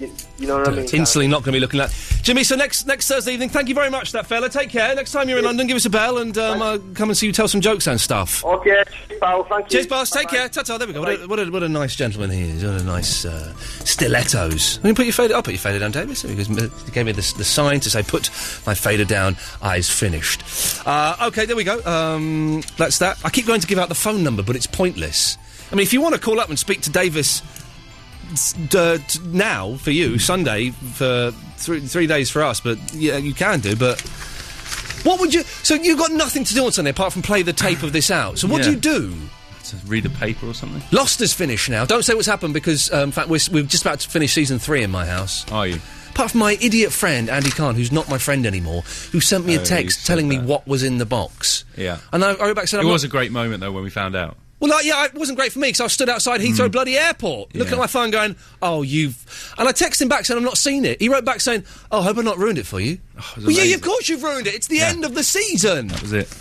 Speaker 15: you, you know what I mean?
Speaker 9: It's instantly not going to be looking like Jimmy. So next next Thursday evening, thank you very much, for that fella. Take care. Next time you're in London, give us a bell and um, uh, come and see you tell some jokes and stuff.
Speaker 12: Oh,
Speaker 15: Okay, pal, thank you.
Speaker 9: Cheers, boss. Take care. Ta-ta. There we go. What a, what, a, what a nice gentleman he is. What a nice uh, stilettos. I mean, put your fader. I'll put your fader down, Davis. He gives me- he gave me this, the sign to say, "Put my fader down. Eyes finished." Uh, okay, there we go. Um, that's that. I keep going to give out the phone number, but it's pointless. I mean, if you want to call up and speak to Davis s- d- uh, t- now for you Sunday for three, three days for us, but yeah, you can do. But what would you? So you've got nothing to do on Sunday apart from play the tape of this out. So what do
Speaker 6: Yeah.
Speaker 9: you do?
Speaker 6: To read a paper or something.
Speaker 9: Lost is finished now. Don't say what's happened because, um, in fact, we're, s- we're just about to finish season three in my house.
Speaker 6: Are you?
Speaker 9: Apart from my idiot friend Andy Khan, who's not my friend anymore, who sent me
Speaker 6: Oh,
Speaker 9: a
Speaker 6: you
Speaker 9: text
Speaker 6: said
Speaker 9: telling me what was in the box.
Speaker 6: Yeah.
Speaker 9: And I, I wrote back and said,
Speaker 6: it
Speaker 9: I'm
Speaker 6: was
Speaker 9: not-
Speaker 6: a great moment though when we found out.
Speaker 9: well, no, yeah, it wasn't great for me because I stood outside
Speaker 6: Hmm.
Speaker 9: Heathrow bloody airport, looking at my phone, going, "Oh, you've." And I texted him back saying, "I've not seen it." He wrote back saying, "Oh, hope I've not ruined it for you."
Speaker 6: Oh, was
Speaker 9: well, yeah,
Speaker 6: amazing.
Speaker 9: of course you've ruined it. It's the end of the season.
Speaker 6: That was it.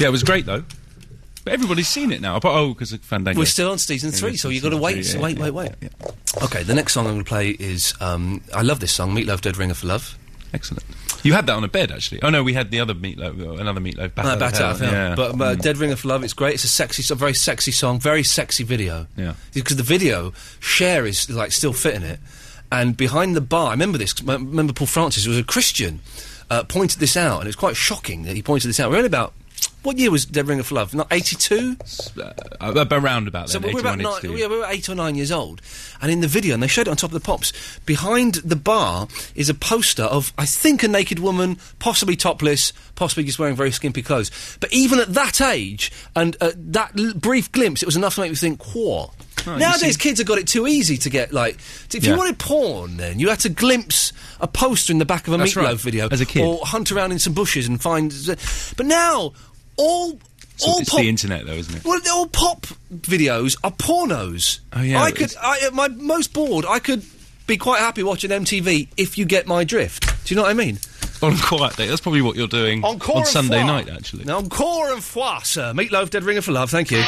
Speaker 6: Yeah, it was great though. But everybody's seen it now. Apart, oh, because of Fandango.
Speaker 9: We're still on season
Speaker 6: Yeah,
Speaker 9: three,
Speaker 6: we're
Speaker 9: so
Speaker 6: still
Speaker 9: you got to
Speaker 6: season
Speaker 9: wait,
Speaker 6: three,
Speaker 9: so
Speaker 6: yeah,
Speaker 9: wait,
Speaker 6: yeah.
Speaker 9: wait, wait, Okay, the next song I'm going to play is um, I love this song, Meatloaf Dead Ringer for Love.
Speaker 6: Excellent. You had that on a bed actually. Oh no, we had the other meatloaf, another meatloaf batter.
Speaker 9: Uh, Bat Out of Hell.
Speaker 6: Yeah. Mm.
Speaker 9: But uh, Dead Ringer for Love, it's great. It's a sexy, so- very sexy song, very sexy video.
Speaker 6: Yeah.
Speaker 9: Because the video, Cher is like still fitting it. And behind the bar, I remember this, 'cause I remember Paul Francis, who was a Christian, uh, pointed this out, and it's quite shocking that he pointed this out. We're only about, what year was Dead Ringer for Love? Not 82?
Speaker 6: Uh, about round about
Speaker 9: So
Speaker 6: then.
Speaker 9: we were about
Speaker 6: 81,
Speaker 9: nine,
Speaker 6: 82.
Speaker 9: yeah, we were eight or nine years old, and in the video, and they showed it on top of the pops. Behind the bar is a poster of, I think, a naked woman, possibly topless, possibly just wearing very skimpy clothes. But even at that age and uh, that l- brief glimpse, it was enough to make me think, "Whoa!"
Speaker 6: Oh, you
Speaker 9: Nowadays,
Speaker 6: see-
Speaker 9: kids have got it too easy to get like. t- If
Speaker 6: Yeah.
Speaker 9: you wanted porn, then you had to glimpse a poster in the back of a
Speaker 6: That's
Speaker 9: meatloaf
Speaker 6: right,
Speaker 9: video
Speaker 6: as a kid.
Speaker 9: or hunt around in some bushes and find. But now, all
Speaker 6: So
Speaker 9: all
Speaker 6: it's
Speaker 9: pop
Speaker 6: the internet though, isn't it?
Speaker 9: well, all pop videos are pornos.
Speaker 6: Oh, yeah,
Speaker 9: I
Speaker 6: but
Speaker 9: could. I, at my most bored, I could be quite happy watching MTV if you get my drift. Do you know what I mean?
Speaker 6: On quiet day. That's probably what you're doing
Speaker 9: Encore
Speaker 6: on
Speaker 9: and
Speaker 6: Sunday
Speaker 9: foie.
Speaker 6: night actually.
Speaker 9: Now, encore and foie, sir. Meatloaf, dead ringer for love. Thank you.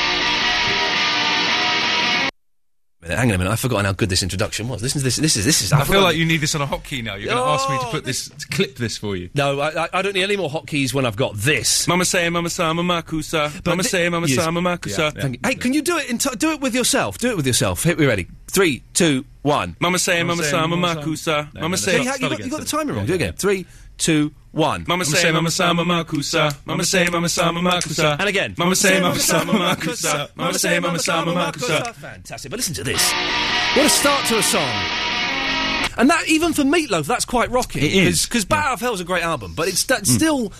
Speaker 9: Minute, Hang on a minute. I've forgotten how good this introduction was. Listen to this. This is this is.
Speaker 6: I
Speaker 9: I've
Speaker 6: feel
Speaker 9: forgotten-
Speaker 6: like you need this on a hotkey now. You're going to ask me to put this, to clip this for you.
Speaker 9: No, I, I, I don't need any more hotkeys when I've got this.
Speaker 6: Mama say, mama say, mama kusa. Mama say, mama say, mama kusa.
Speaker 9: Thank you. Hey, can you do it? In t- do it with yourself. Do it with yourself. Hit me ready. Three, two, one.
Speaker 6: Mama say, mama say, mama kusa. Mama say,
Speaker 9: You, you, got, you got the timer wrong. Do it again. Three, two, one.
Speaker 6: Mama say, mama say, mama kusa. Mama say, mama say, mama kusa.
Speaker 9: And again.
Speaker 6: Mama say, mama say, mama kusa. Mama say, mama say, mama kusa.
Speaker 9: Fantastic. But listen to this. What a start to a song. And that, even for Meatloaf, that's quite rocking.
Speaker 6: It is.
Speaker 9: Because Bat Out of Hell's a great album, but it's that's
Speaker 6: Mm.
Speaker 9: still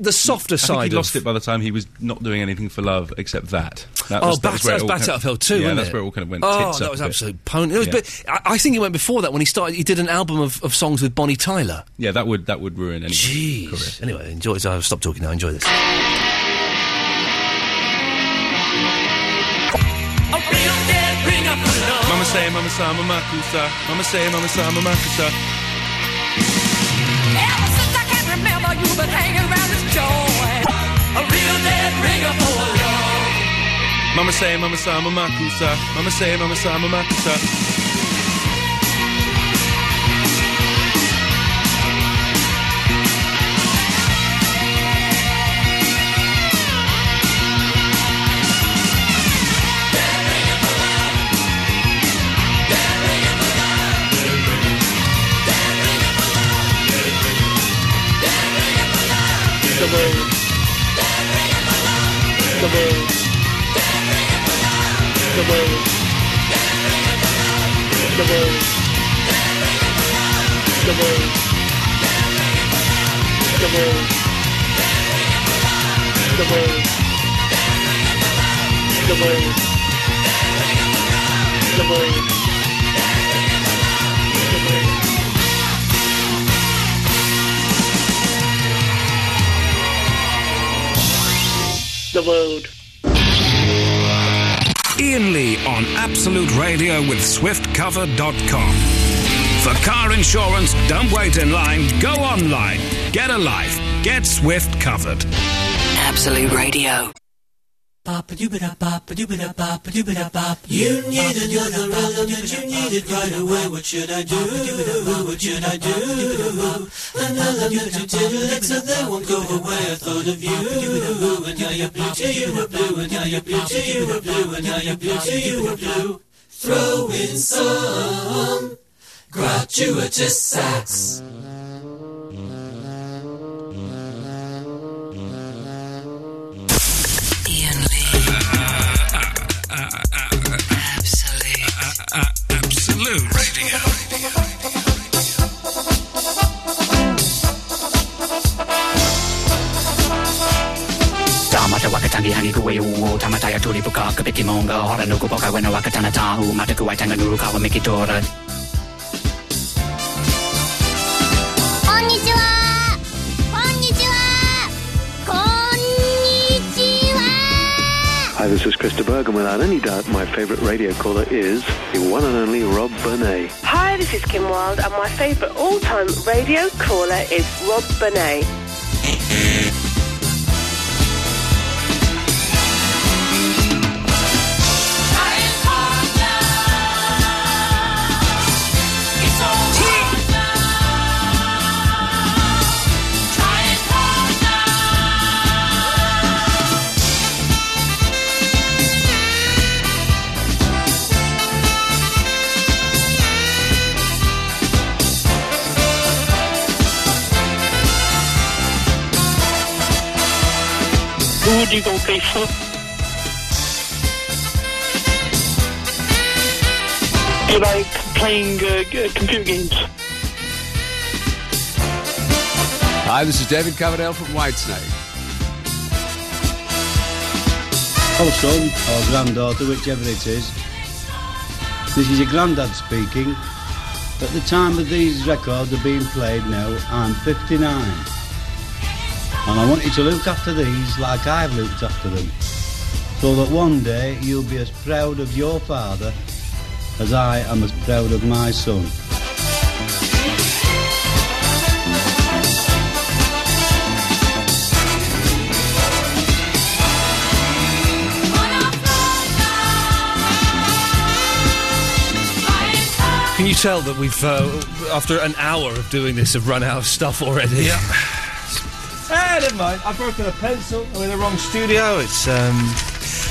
Speaker 9: the softer
Speaker 6: I
Speaker 9: side
Speaker 6: think he
Speaker 9: of
Speaker 6: lost it by the time he was not doing anything for love except that. that
Speaker 9: oh,
Speaker 6: was, that
Speaker 9: Bat-
Speaker 6: was
Speaker 9: that's
Speaker 6: where it all
Speaker 9: Bat
Speaker 6: kind
Speaker 9: Out of Hell too.
Speaker 6: Yeah,
Speaker 9: isn't
Speaker 6: that's
Speaker 9: it?
Speaker 6: where it all kind of went.
Speaker 9: Oh,
Speaker 6: tits
Speaker 9: that
Speaker 6: up
Speaker 9: was
Speaker 6: a bit.
Speaker 9: absolute pony. It was,
Speaker 6: Yeah.
Speaker 9: but I, I think he went before that when he started. He did an album of, of songs with Bonnie Tyler.
Speaker 6: Yeah, that would that would ruin any
Speaker 9: Jeez. Anyway, enjoy. I'll stop talking now. Enjoy this.
Speaker 6: Mama say, mama say, mama kusa. Mama say, mama say, mama kusa. Mama say, mama say, mama kusa. Mama say, mama say, mama kusa.
Speaker 12: Dead
Speaker 13: world. The world. The world. The world. The world. The world. The world. The world.
Speaker 17: The world.
Speaker 2: Ian Lee on Absolute Radio with swiftcover.com. For car insurance, don't wait in line, go online. Get a life. Get Swift covered.
Speaker 18: Absolute Radio.
Speaker 1: You needed your neurologist, you needed right away. What should I do? What should I do? And I love you to tittle it so they won't go away. I thought of you, and now you're blue till you were blue, and now you're blue till you were blue, and now you're blue till you were blue. Throw in some gratuitous sax.
Speaker 2: Absolute Radio.
Speaker 19: Tamata wakatangi hangi kuwe uo Tamata ya tulipuka kapiki monga Hora nuku poka wena wakatana tahu Mata kuwai tanga nuru kawa mikitora
Speaker 20: こんにちはこんにちはこんにちは
Speaker 21: Hi, this is Krista Berg, and without any doubt, my favourite radio caller is the one and only Rob Burnet.
Speaker 22: Hi, this is Kim Wilde, and my favourite all-time radio caller is Rob Bonet.
Speaker 13: Who do you think so? Do you like playing uh, g- uh, computer games?
Speaker 7: Hi, this is David Coverdale from Whitesnake.
Speaker 23: Oh, son, or granddaughter, whichever it is. This is your granddad speaking. At the time of these records are being played now, I'm 59. And I want you to look after these like I've looked after them. So that one day you'll be as proud of your father as I am as proud of my son.
Speaker 9: Can you tell that we've, uh, after an hour of doing this, have run out of stuff already? [LAUGHS] Yeah. ah, never mind. I've broken a pencil. I'm in the wrong studio. It's, um...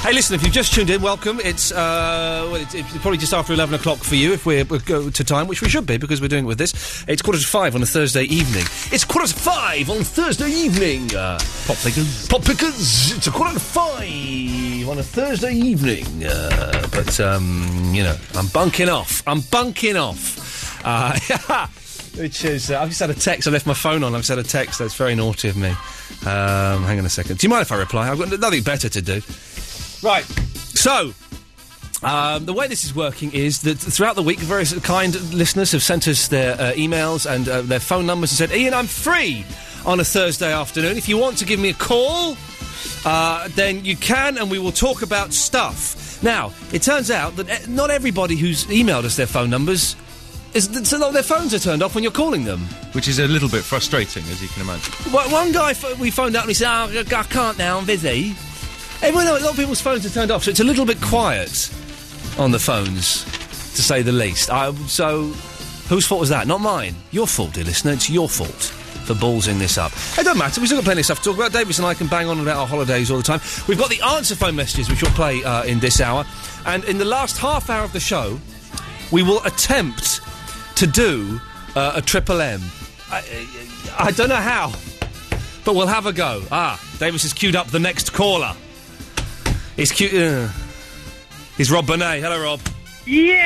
Speaker 9: Hey, listen, if you've just tuned in, welcome. It's, uh, well, it's, it's probably just after 11 o'clock for you if we're, we go to time, which we should be because we're doing it with this. It's quarter to five on a Thursday evening. It's quarter to five on Thursday evening. Uh, pop pickers. Pop pickers. It's a quarter to five on a Thursday evening. Uh, but, um, you know, I'm bunking off. I'm bunking off. Uh, [LAUGHS] Which is, uh, I've just had a text. I left my phone on. I've just had a text. That's very naughty of me. Um, hang on a second. Do you mind if I reply? I've got nothing better to do. Right. So, um, the way this is working is that throughout the week, various kind listeners have sent us their uh, emails and uh, their phone numbers and said, Ian, I'm free on a Thursday afternoon. If you want to give me a call, uh, then you can, and we will talk about stuff. Now, it turns out that eh, not everybody who's emailed us their phone numbers is so that their phones are turned off when you're calling them.
Speaker 24: Which is a little bit frustrating, as you can imagine.
Speaker 9: Well, one guy ph- we phoned up and he said, oh, I- I can't now, I'm busy. Everyone, a lot of people's phones are turned off, so it's a little bit quiet on the phones, to say the least. I, so, whose fault was that? Not mine. Your fault, dear listener. It's your fault for ballsing this up. It doesn't matter. We've still got plenty of stuff to talk about. Davis and I can bang on about our holidays all the time. We've got the answer phone messages, which we'll play uh, in this hour. And in the last half hour of the show, we will attempt to do uh, a triple M. I, I I don't know how, but we'll have a go. Ah, Davis has queued up the next caller. It's cute. Uh, it's Rob Bonet. Hello, Rob.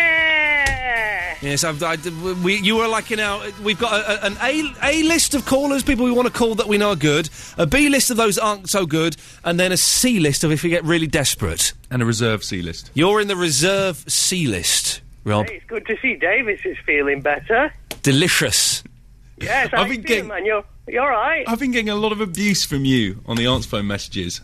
Speaker 4: Yeah!
Speaker 9: Yes, I've, I, we, you were like in our. We've got a, a- an A A list of callers, people we want to call that we know are good. A B list of those aren't so good, and then a C list of if we get really desperate.
Speaker 6: And a reserve C list.
Speaker 9: You're in the reserve C list, Rob.
Speaker 4: Hey, it's good to see Davis is feeling better.
Speaker 9: Delicious.
Speaker 4: Yes, I've been getting... man. You're, you're all right.
Speaker 6: I've been getting a lot of abuse from you on the answer phone messages.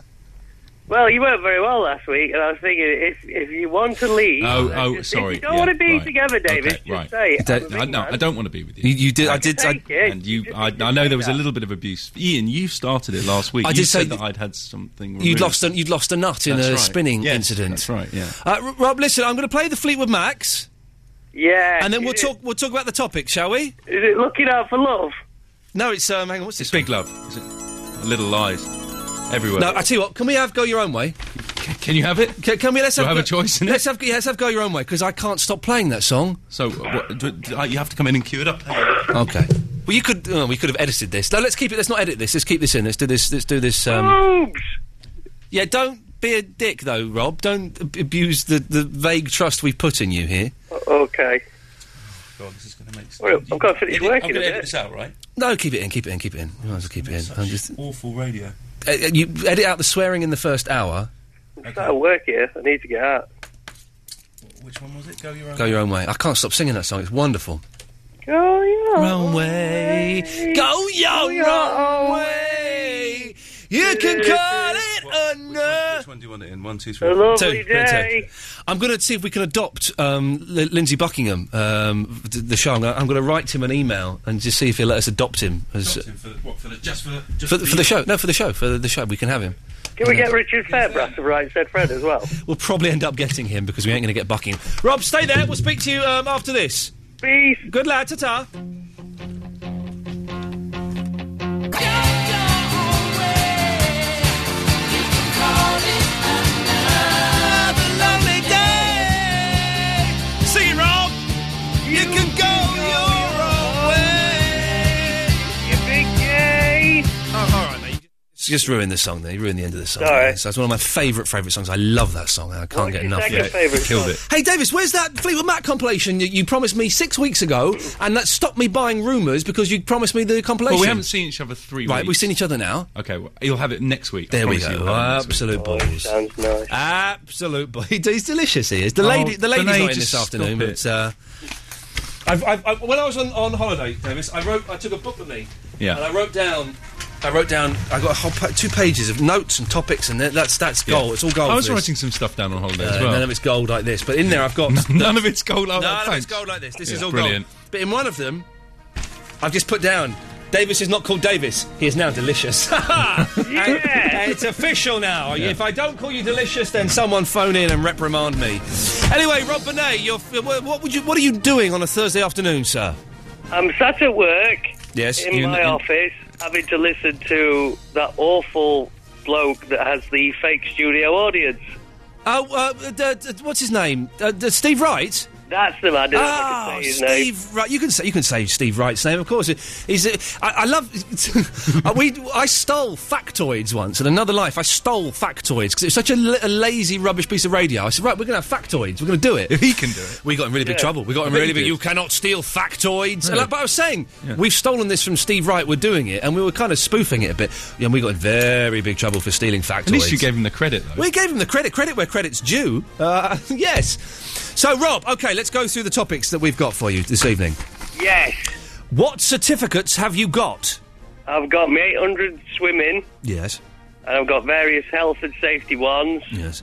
Speaker 4: Well, you weren't very well last week, and I was thinking if if you want to leave,
Speaker 6: Oh, oh,
Speaker 4: just-
Speaker 6: sorry.
Speaker 4: If you don't
Speaker 6: Yeah,
Speaker 4: want to be
Speaker 6: right.
Speaker 4: together, Davis,
Speaker 6: Okay,
Speaker 4: just
Speaker 6: right.
Speaker 4: say.
Speaker 6: I,
Speaker 4: I'm
Speaker 6: don't-
Speaker 4: a
Speaker 6: I-
Speaker 4: big
Speaker 6: no,
Speaker 4: man.
Speaker 6: I don't want to be with you.
Speaker 9: You, you did. I did. I,
Speaker 4: Take it.
Speaker 6: and you, I, I know there was a little bit of abuse. Ian, you started it last week.
Speaker 9: I
Speaker 6: You
Speaker 9: did say
Speaker 6: said
Speaker 9: th-
Speaker 6: that I'd had something.
Speaker 9: You'd
Speaker 6: removed.
Speaker 9: lost a, you'd lost a nut in
Speaker 6: That's
Speaker 9: a
Speaker 6: right.
Speaker 9: spinning
Speaker 6: Yes,
Speaker 9: incident.
Speaker 6: That's right. Yeah.
Speaker 9: Uh, R- Rob, listen, I'm going to play the Fleetwood Max.
Speaker 4: Yeah.
Speaker 9: And then we'll talk. We'll talk about the topic, shall we? Is
Speaker 4: it looking out for love?
Speaker 9: No, it's um. Hang on, what's this?
Speaker 6: Big love. Is it? Little lies. Everywhere.
Speaker 9: No, I tell you what. Can we have go your own way?
Speaker 6: Can you have it?
Speaker 9: Can, we? Let's
Speaker 6: Do I
Speaker 9: have,
Speaker 6: have
Speaker 9: go-
Speaker 6: a choice in it?
Speaker 9: let's have. yeah, Let's have go your own way because I can't stop playing that song.
Speaker 6: So what, do, do, uh, you have to come in and queue it up.
Speaker 9: Okay. Well, you could. Oh, we could have edited this. No, let's keep it. Let's not edit this. Let's keep this in. Let's do this. Let's do this. Um, Yeah, don't be a dick though, Rob. Don't ab- abuse the, the vague trust we put in you here.
Speaker 4: Okay.
Speaker 6: Oh, God, this is going to make.
Speaker 4: Well, I'm going to finish
Speaker 6: I'm
Speaker 4: working.
Speaker 6: going to
Speaker 4: a
Speaker 6: edit
Speaker 4: bit.
Speaker 6: this out, right?
Speaker 9: No, keep it in. Keep it in. Keep it in. You might as well keep it in. I'm just.
Speaker 6: Awful radio.
Speaker 9: Uh, uh, you edit out the swearing in the first hour.
Speaker 4: I'm starting work here. I need to get out.
Speaker 6: Which one was it? Go your own.
Speaker 9: Go your own way. I can't stop singing that song. It's wonderful.
Speaker 4: Go your
Speaker 9: own way. Go your, own way. You can cut it under.
Speaker 6: Which one do you want it in? One, two,
Speaker 9: Two,
Speaker 6: three.
Speaker 9: three, two. I'm going to see if we can adopt um, L- Lindsay Buckingham, um, the, the show. I'm going, to, I'm going to write him an email and just see if he'll let us adopt him as
Speaker 6: Two For the, what, for the, just for the, just
Speaker 9: for, the, for the show. No, for the show. For the, the show, we can have him.
Speaker 4: Can we get Richard Fairbrass of Right Said Fred as well?
Speaker 9: We'll probably end up getting him because we ain't going to get Buckingham. Rob, stay there. We'll speak to you um, after this.
Speaker 4: Peace.
Speaker 9: Good lad. Ta ta. See, Rob,
Speaker 25: you can go your own way.
Speaker 4: You big gay.
Speaker 9: Oh, all right, mate. It's just ruined the song there. You ruined the end of the song.
Speaker 4: Sorry.
Speaker 9: So it's one of my favourite, favourite songs. I love that song. I can't get enough
Speaker 4: second
Speaker 9: of it.
Speaker 4: favourite Killed song? it.
Speaker 9: Hey, Davis, where's that Fleetwood Mac compilation that you promised me six weeks ago and that stopped me buying rumours because you promised me the compilation?
Speaker 6: Well, we haven't seen each other three
Speaker 9: Right,
Speaker 6: weeks.
Speaker 9: we've seen each other now.
Speaker 6: Okay, well, you'll have it next week. I
Speaker 9: There we
Speaker 6: promise you
Speaker 9: go.
Speaker 6: you'll have it next week. Ah.
Speaker 9: Absolute balls.
Speaker 4: Oh, Sounds nice.
Speaker 9: Absolute balls. [LAUGHS] He's delicious, he is. The
Speaker 6: Oh,
Speaker 9: lady, the lady's
Speaker 6: Danae,
Speaker 9: not in
Speaker 6: just
Speaker 9: this
Speaker 6: stop
Speaker 9: afternoon,
Speaker 6: it.
Speaker 9: but. Uh, I've, I've, i when I was on, on holiday, Davis, I wrote. I took a book with me,
Speaker 6: Yeah.
Speaker 9: and I wrote down. I wrote down. I got a whole pa- two pages of notes and topics, and that- that's that's
Speaker 6: Yeah.
Speaker 9: gold. It's all gold.
Speaker 6: I was
Speaker 9: for this.
Speaker 6: writing some stuff down on holiday
Speaker 9: Uh,
Speaker 6: as well.
Speaker 9: None of it's gold like this, but in there I've
Speaker 6: [LAUGHS]
Speaker 9: got
Speaker 6: none of it's gold like
Speaker 9: none
Speaker 6: that,
Speaker 9: of it's
Speaker 6: thanks.
Speaker 9: gold like this. This
Speaker 6: Yeah,
Speaker 9: is all
Speaker 6: brilliant.
Speaker 9: gold. But in one of them, I've just put down. Davis is not called Davis. He is now delicious. [LAUGHS] yeah, it's official now. If I don't call you delicious, then someone phone in and reprimand me. Anyway, Rob Bonet, you're, f- wh- what would you? What are you doing on a Thursday afternoon, sir?
Speaker 4: I'm sat at work.
Speaker 9: Yes,
Speaker 4: In
Speaker 9: you-
Speaker 4: my
Speaker 9: in-
Speaker 4: office, having to listen to that awful bloke that has the fake studio audience.
Speaker 9: Oh, uh, d- d- what's his name? Uh, d- Steve Wright.
Speaker 4: That's the man. I don't know if I
Speaker 9: Oh,
Speaker 4: can say his name.
Speaker 9: Steve Wright. You can say you can say Steve Wright's name, of course. He's. uh, I, I love. [LAUGHS] uh, we. I stole factoids once in another life. I stole factoids because it was such a, la- a lazy, rubbish piece of radio. I said, right, we're going to have factoids. We're going to do it. If
Speaker 6: he can do it,
Speaker 9: we got in really big
Speaker 6: Yeah.
Speaker 9: trouble. We got
Speaker 6: I
Speaker 9: in
Speaker 6: bet
Speaker 9: really
Speaker 6: you
Speaker 9: big.
Speaker 6: did.
Speaker 9: You cannot steal factoids.
Speaker 6: Really?
Speaker 9: Like, but I was saying, we've stolen this from Steve Wright. We're doing it, and we were kind of spoofing it a bit, and we got in very big trouble for stealing factoids.
Speaker 6: At least you gave him the credit, though.
Speaker 9: We gave him the credit, credit where credit's due. Uh, [LAUGHS] yes. So, Rob, okay, let's go through the topics that we've got for you this evening.
Speaker 4: Yes,
Speaker 9: What certificates have you got?
Speaker 4: I've got my 800 swimming,
Speaker 9: Yes.
Speaker 4: and I've got various health and safety ones.
Speaker 9: Yes.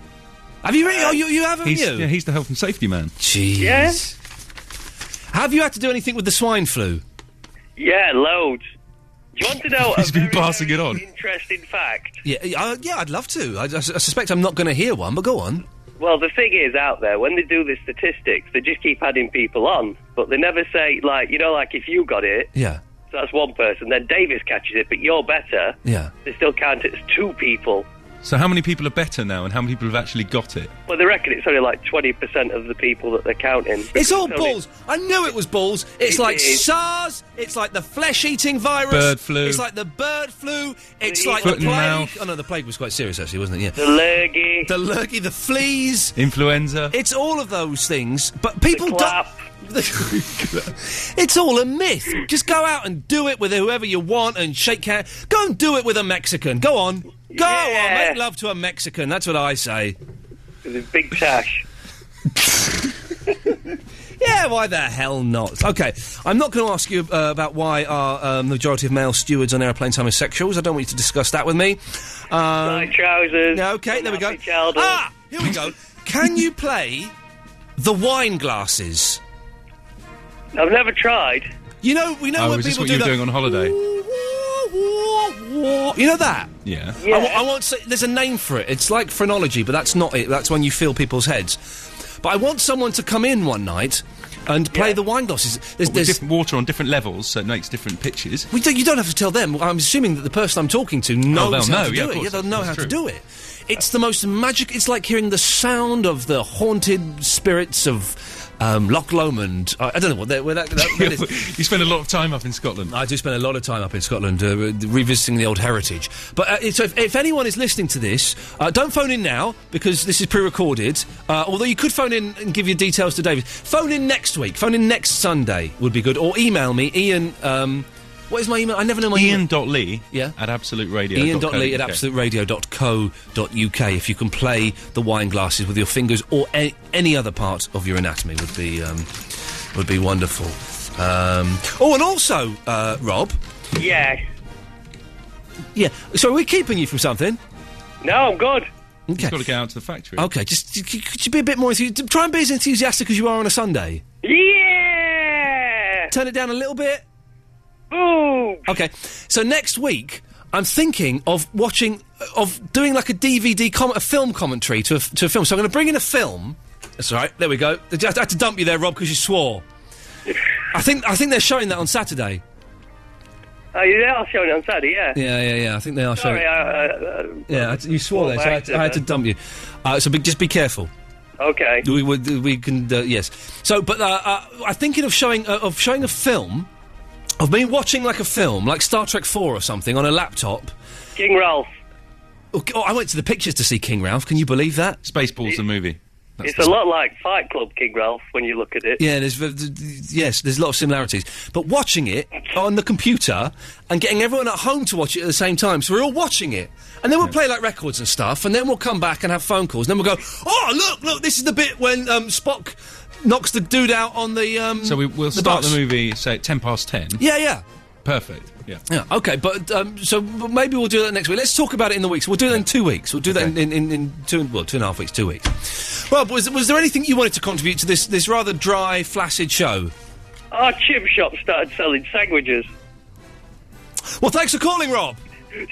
Speaker 9: Have you really? Oh, you, you haven't,
Speaker 6: He's,
Speaker 9: you?
Speaker 6: yeah, he's the health and safety man.
Speaker 9: Jeez.
Speaker 4: Yes.
Speaker 9: Have you had to do anything with the swine flu?
Speaker 4: Yeah, loads. Do you want
Speaker 6: [LAUGHS]
Speaker 4: to know Oh, a
Speaker 9: He's been passing it on.
Speaker 4: interesting fact?
Speaker 9: Yeah, uh, yeah, I'd love to. I, I s- I suspect I'm not going to hear one, but go on.
Speaker 4: Well, the thing is, out there, when they do the statistics, they just keep adding people on, but they never say, like, you know, like if you got it,
Speaker 9: Yeah.
Speaker 4: so that's one person, then Davis catches it, but you're better.
Speaker 9: Yeah.
Speaker 4: They still count it as two people.
Speaker 6: So how many people are better now, and how many people have actually got it?
Speaker 4: Well, they reckon it's only like 20% of the people that they're counting.
Speaker 9: It's all
Speaker 4: Only-
Speaker 9: balls. I knew it was balls. It's
Speaker 4: It
Speaker 9: like
Speaker 4: is.
Speaker 9: SARS. It's like the flesh-eating virus.
Speaker 6: Bird flu.
Speaker 9: It's like the bird flu. It's
Speaker 4: The
Speaker 9: like the
Speaker 4: Foot and
Speaker 9: plague.
Speaker 6: mouth.
Speaker 9: Oh no, the plague was quite serious actually, wasn't it? Yeah.
Speaker 4: The lurgy.
Speaker 9: The lurgy. The fleas.
Speaker 6: Influenza.
Speaker 9: It's all of those things. But people don't. [LAUGHS] It's all a myth. Just go out and do it with whoever you want and shake hands. Go and do it with a Mexican. Go on. Go
Speaker 4: Yeah.
Speaker 9: on. Make love to a Mexican. That's what I say.
Speaker 4: With a big tash.
Speaker 9: [LAUGHS] Yeah, why the hell not? Okay, I'm not going to ask you uh, about why our um, majority of male stewards on airplanes are homosexuals. I don't want you to discuss that with me. Um,
Speaker 4: Tight trousers.
Speaker 9: Okay, there we go. Ah, here we go. Can you play the wine glasses?
Speaker 4: I've never tried.
Speaker 9: You know, we know
Speaker 6: oh,
Speaker 9: when
Speaker 6: is this
Speaker 9: people
Speaker 6: what
Speaker 9: do
Speaker 6: you were
Speaker 9: that.
Speaker 6: doing on holiday?
Speaker 9: Oh, You know that?
Speaker 6: Yeah.
Speaker 9: I, wa- I want. s- There's a name for it. It's like phrenology, but that's not it. That's when you feel people's heads. But I want someone to come in one night and play the wine glasses. There's,
Speaker 6: With
Speaker 9: there's
Speaker 6: different water on different levels, so it makes different pitches. Oh,
Speaker 9: We don't, you don't have to tell them. I'm assuming that the person I'm talking to
Speaker 6: they'll
Speaker 9: knows how
Speaker 6: know,
Speaker 9: to
Speaker 6: yeah,
Speaker 9: do
Speaker 6: of
Speaker 9: it.
Speaker 6: course,
Speaker 9: yeah, they'll know
Speaker 6: that's
Speaker 9: how to
Speaker 6: true.
Speaker 9: do it. It's the most magic. It's like hearing the sound of the haunted spirits of um, Loch Lomond. I, I don't know what that, where that, that,
Speaker 6: [LAUGHS]
Speaker 9: that is.
Speaker 6: You spend a lot of time up in Scotland.
Speaker 9: I do spend a lot of time up in Scotland uh, re- revisiting the old heritage. But uh, so if, if anyone is listening to this, uh, don't phone in now because this is pre-recorded. Uh, although you could phone in and give your details to David. Phone in next week. Phone in next Sunday would be good. Or email me, Ian. Um, what is my email? I never know my email.
Speaker 6: Ian.lee
Speaker 9: yeah.
Speaker 6: at Absolute Radio.
Speaker 9: Ian.Lee at absoluteradio.co.uk. If you can play the wine glasses with your fingers or a- any other part of your anatomy, would be um, would be wonderful. Um, oh, and also, uh, Rob.
Speaker 4: Yeah.
Speaker 9: Yeah. So are we keeping you from something?
Speaker 4: No, I'm good.
Speaker 9: Okay.
Speaker 6: You've got to get out to the factory.
Speaker 9: Okay. Just c- c- could you be a bit more enthusiastic? Try and be as enthusiastic as you are on a Sunday.
Speaker 4: Yeah.
Speaker 9: Turn it down a little bit.
Speaker 4: Ooh.
Speaker 9: Okay. So next week, I'm thinking of watching, of doing like a DVD, com- a film commentary to a, f- to a film. So I'm going to bring in a film. That's all right. There we go. I just had to dump you there, Rob, because you swore. I think I think they're showing that on Saturday.
Speaker 4: Oh, you are showing it on Saturday, yeah.
Speaker 9: Yeah, yeah, yeah. I think they are showing.
Speaker 4: Sorry, I, uh, I,
Speaker 9: yeah, I t- you swore there, so I had to, I had to dump you. Uh, so be, just be careful.
Speaker 4: I, okay.
Speaker 9: We, would we can uh, yes. So, but uh, uh, I'm thinking of showing uh, of showing a film of me watching like a film, like Star Trek Four or something, on a laptop.
Speaker 4: King Ralph.
Speaker 9: Oh, g- oh, I went to the pictures to see King Ralph. Can you believe that?
Speaker 6: Spaceballs the movie.
Speaker 4: it's a lot like Fight Club, King Ralph, when you look at it.
Speaker 9: Yeah, there's v- d- d- yes, there's a lot of similarities. But watching it on the computer and getting everyone at home to watch it at the same time, so we're all watching it, and then we'll play like records and stuff, and then we'll come back and have phone calls, and then we'll go, oh look, look, this is the bit when um, Spock knocks the dude out on the um,
Speaker 6: So we, we'll
Speaker 9: the
Speaker 6: start
Speaker 9: bus.
Speaker 6: the movie, say, at 10 past 10.
Speaker 9: Yeah, yeah.
Speaker 6: Perfect. Yeah.
Speaker 9: Yeah, okay, but um, so maybe we'll do that next week. Let's talk about it in the weeks. We'll do that in two weeks. We'll do that in, in, in two, well, two and a half weeks, two weeks. Well, was, was there anything you wanted to contribute to this, this rather dry, flaccid show?
Speaker 4: Our chip shop started selling sandwiches.
Speaker 9: Well, thanks for calling, Rob.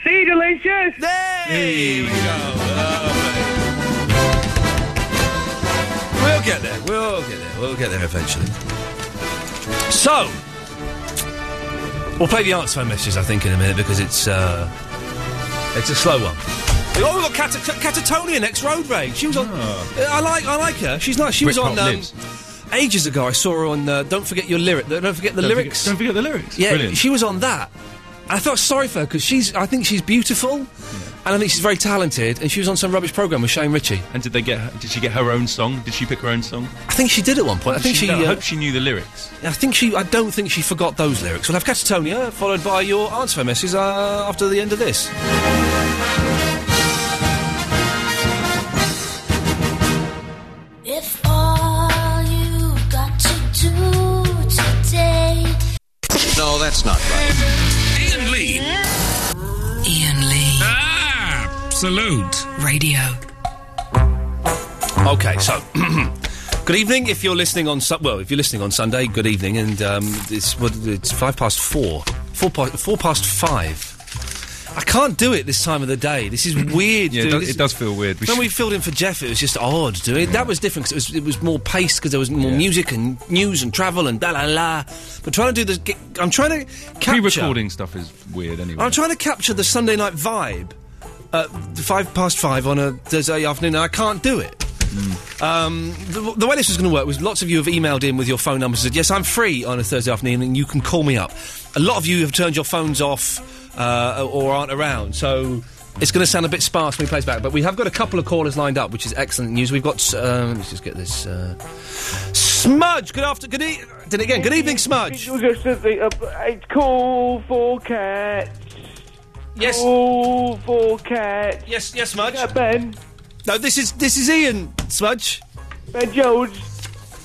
Speaker 4: See you, delicious.
Speaker 9: Hey, we go. We'll get there. We'll get there. We'll get there eventually. So, we'll play the answer phone messages, I think, in a minute because it's uh, it's a slow one. Oh, we got Cat- Catatonia next road rage. She was on. Uh, I like I like her. She's nice. She was
Speaker 6: Britpop
Speaker 9: on um,
Speaker 6: lives.
Speaker 9: ages ago. I saw her on. Uh, don't forget your lyric. Don't forget the
Speaker 6: Don't forget-
Speaker 9: lyrics.
Speaker 6: don't forget the lyrics.
Speaker 9: Yeah,
Speaker 6: Brilliant.
Speaker 9: she was on that. I felt sorry for her because she's. I think she's beautiful, and I think she's very talented. And she was on some rubbish program with Shane Ritchie.
Speaker 6: And did they get? her- Did she get her own song? Did she pick her own song?
Speaker 9: I think she did at one point. I
Speaker 6: Did
Speaker 9: think she.
Speaker 6: know- I
Speaker 9: uh,
Speaker 6: hope she knew the lyrics.
Speaker 9: I think she. I don't think she forgot those lyrics. We'll have Catatonia followed by your answer messages uh, after the end of this.
Speaker 26: If all you've got to do today.
Speaker 7: No, that's not right.
Speaker 2: Ian Lee.
Speaker 3: Ian Lee.
Speaker 2: Absolute
Speaker 3: Radio.
Speaker 9: Okay, so [CLEARS THROAT] good evening. If you're listening on su- well, if you're listening on Sunday, good evening. And um, it's what it's five past four, four past four past five. I can't do it this time of the day. This is weird.
Speaker 6: Yeah, it does-
Speaker 9: dude. This
Speaker 6: it
Speaker 9: is-
Speaker 6: does feel weird. We
Speaker 9: when
Speaker 6: should-
Speaker 9: we filled in for Jeff, it was just odd. Dude. It- That was different 'cause it was it was more paced because there was more music and news and travel and da la la. But trying to do this, get, I'm trying to capture.
Speaker 6: Pre-recording stuff is weird anyway.
Speaker 9: I'm trying to capture the Sunday night vibe uh, five past five on a Thursday afternoon, and I can't do it.
Speaker 6: Mm.
Speaker 9: Um, the, the way this was going to work was lots of you have emailed in with your phone numbers and said, Yes, I'm free on a Thursday afternoon, and you can call me up. A lot of you have turned your phones off uh, or aren't around, so it's going to sound a bit sparse when we play back, but we have got a couple of callers lined up, which is excellent news. We've got, um, let's just get this. Uh, Smudge, good afternoon. Good e- did it again. Good evening, Smudge.
Speaker 1: Just a thing, uh, it's call for cats.
Speaker 9: Yes.
Speaker 1: Call for cats.
Speaker 9: Yes, yes, Smudge.
Speaker 1: ben.
Speaker 9: No, this is this is Ian Smudge.
Speaker 1: Ben Jones.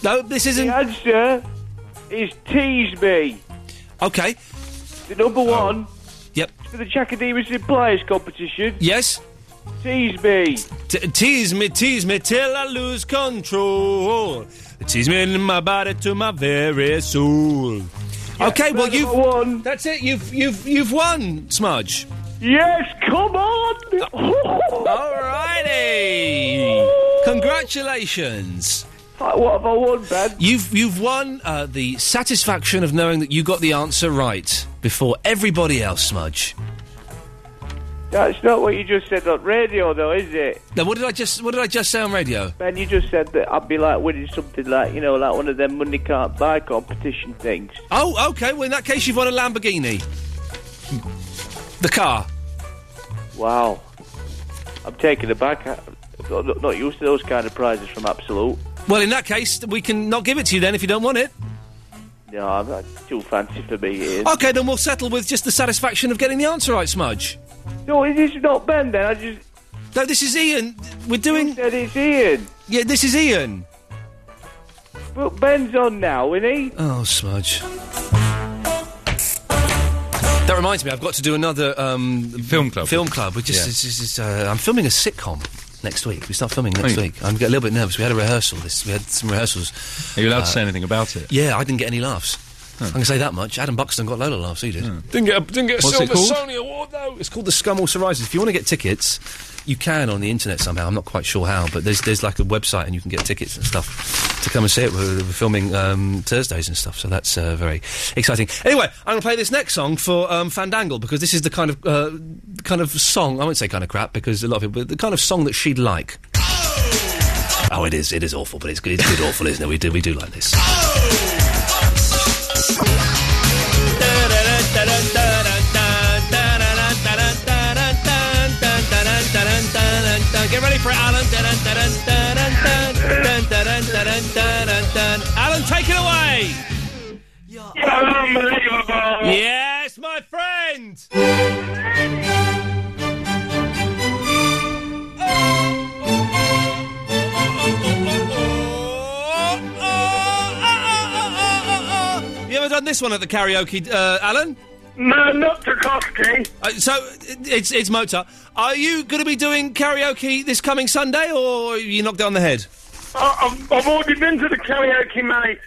Speaker 9: No, this isn't.
Speaker 1: The answer is tease me.
Speaker 9: Okay. Oh.
Speaker 1: The number one.
Speaker 9: Yep.
Speaker 1: For the Chacademus in Players competition.
Speaker 9: Yes.
Speaker 1: Tease me.
Speaker 9: T- tease me, tease me till I lose control. Tease me in my body to my very soul. okay, well you've won. That's it. You've you've you've won, Smudge.
Speaker 1: Yes, come on.
Speaker 9: [LAUGHS] Alrighty. Congratulations.
Speaker 1: What have I won, Ben?
Speaker 9: You've you've won uh, the satisfaction of knowing that you got the answer right before everybody else, Smudge.
Speaker 1: That's not what you just said on radio, though, is it?
Speaker 9: Now, what did I just what did I just say on radio?
Speaker 1: Ben, you just said that I'd be like winning something like, you know, like one of them money can't buy competition things.
Speaker 9: Oh, okay. Well, in that case, you've won a Lamborghini. The car.
Speaker 1: Wow. I'm taking it back. I'm not, not used to those kind of prizes from Absolute.
Speaker 9: Well, in that case, we can not give it to you then if you don't want it.
Speaker 1: No, I'm not too fancy for me. It is.
Speaker 9: Okay, then we'll settle with just the satisfaction of getting the answer right, Smudge.
Speaker 1: No, this is not Ben. Then I just.
Speaker 9: No, this is Ian. We're doing.
Speaker 1: You said it's Ian.
Speaker 9: Yeah, this is Ian.
Speaker 1: But Ben's on now, isn't he?
Speaker 9: Oh, Smudge. That reminds me, I've got to do another um, film club. Film club. Which is,
Speaker 6: Yeah.
Speaker 9: is- is- is, uh, I'm filming a sitcom next week. We start filming next
Speaker 6: Oh, yeah.
Speaker 9: week. I'm getting a little bit nervous. We had a rehearsal. This we had some rehearsals.
Speaker 6: Are you allowed to
Speaker 9: Uh,
Speaker 6: say anything about it?
Speaker 9: Yeah, I didn't get any laughs.
Speaker 6: Hmm.
Speaker 9: I can say that much. Adam Buxton got a load of laughs. He did. Didn't get a, didn't get
Speaker 6: a Hmm. What's it silver called?
Speaker 9: Sony Award though. It's called the Scum Also Rises. If you want to get tickets, you can on the internet somehow. I'm not quite sure how, but there's there's like a website and you can get tickets and stuff to come and see it. We're, we're filming um, Thursdays and stuff, so that's uh, very exciting. Anyway, I'm going to play this next song for um, Fandangle because this is the kind of uh, kind of song. I won't say kind of crap because a lot of people, but the kind of song that she'd like. Oh, it is. It is awful, but it's good. It's good awful, isn't it? We do. We do like this. Get ready for Alan. Alan, take it away.
Speaker 25: Unbelievable.
Speaker 9: Yes, my friend. You ever done this one at the karaoke, uh, Alan?
Speaker 12: No, not Tchaikovsky.
Speaker 9: Uh, so it- it's it's Mozart. Are you going to be doing karaoke this coming Sunday, or are you knocked down the head?
Speaker 12: I, I've, I've already been to the karaoke, mate.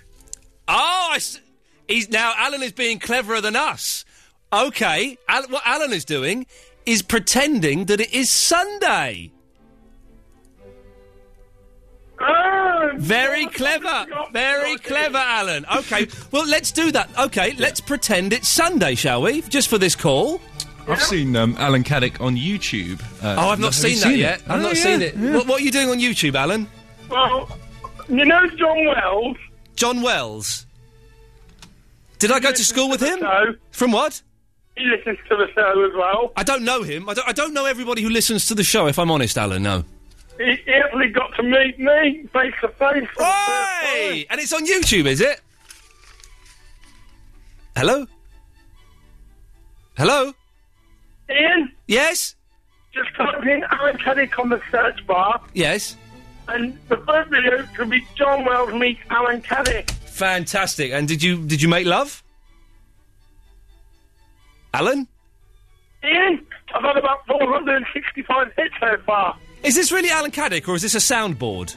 Speaker 9: Oh, I s- he's now Alan is being cleverer than us. Okay, Al- what Alan is doing is pretending that it is Sunday.
Speaker 12: Oh,
Speaker 9: Very clever, very clever, Alan. Okay, well let's do that. Okay, let's pretend it's Sunday, shall we? Just for this call.
Speaker 6: I've seen um, Alan Caddick on YouTube. Uh,
Speaker 9: oh, I've
Speaker 6: have
Speaker 9: not
Speaker 6: you
Speaker 9: seen that yet. I've
Speaker 6: Oh,
Speaker 9: not
Speaker 6: yeah,
Speaker 9: seen it.
Speaker 6: yeah.
Speaker 9: What, what are you doing on YouTube, Alan?
Speaker 12: Well, you know John Wells?
Speaker 9: John Wells. Did I go to school with him? From what?
Speaker 12: He listens to the show as well.
Speaker 9: I don't know him. I don't, I don't know everybody who listens to the show, if I'm honest, Alan, no.
Speaker 12: He, he actually got to meet me face to face. for the first
Speaker 9: Hey! And it's on YouTube, is it? Hello? Hello?
Speaker 12: time. Ian?
Speaker 9: Yes?
Speaker 12: Just type in Alan Caddick on the search bar,
Speaker 9: Yes?
Speaker 12: and the first video could be John Wells meets Alan Caddick.
Speaker 9: Fantastic. And did you did you make love? Alan?
Speaker 12: Ian, I've had about 465 hits so far.
Speaker 9: Is this really Alan Caddick or is this a soundboard?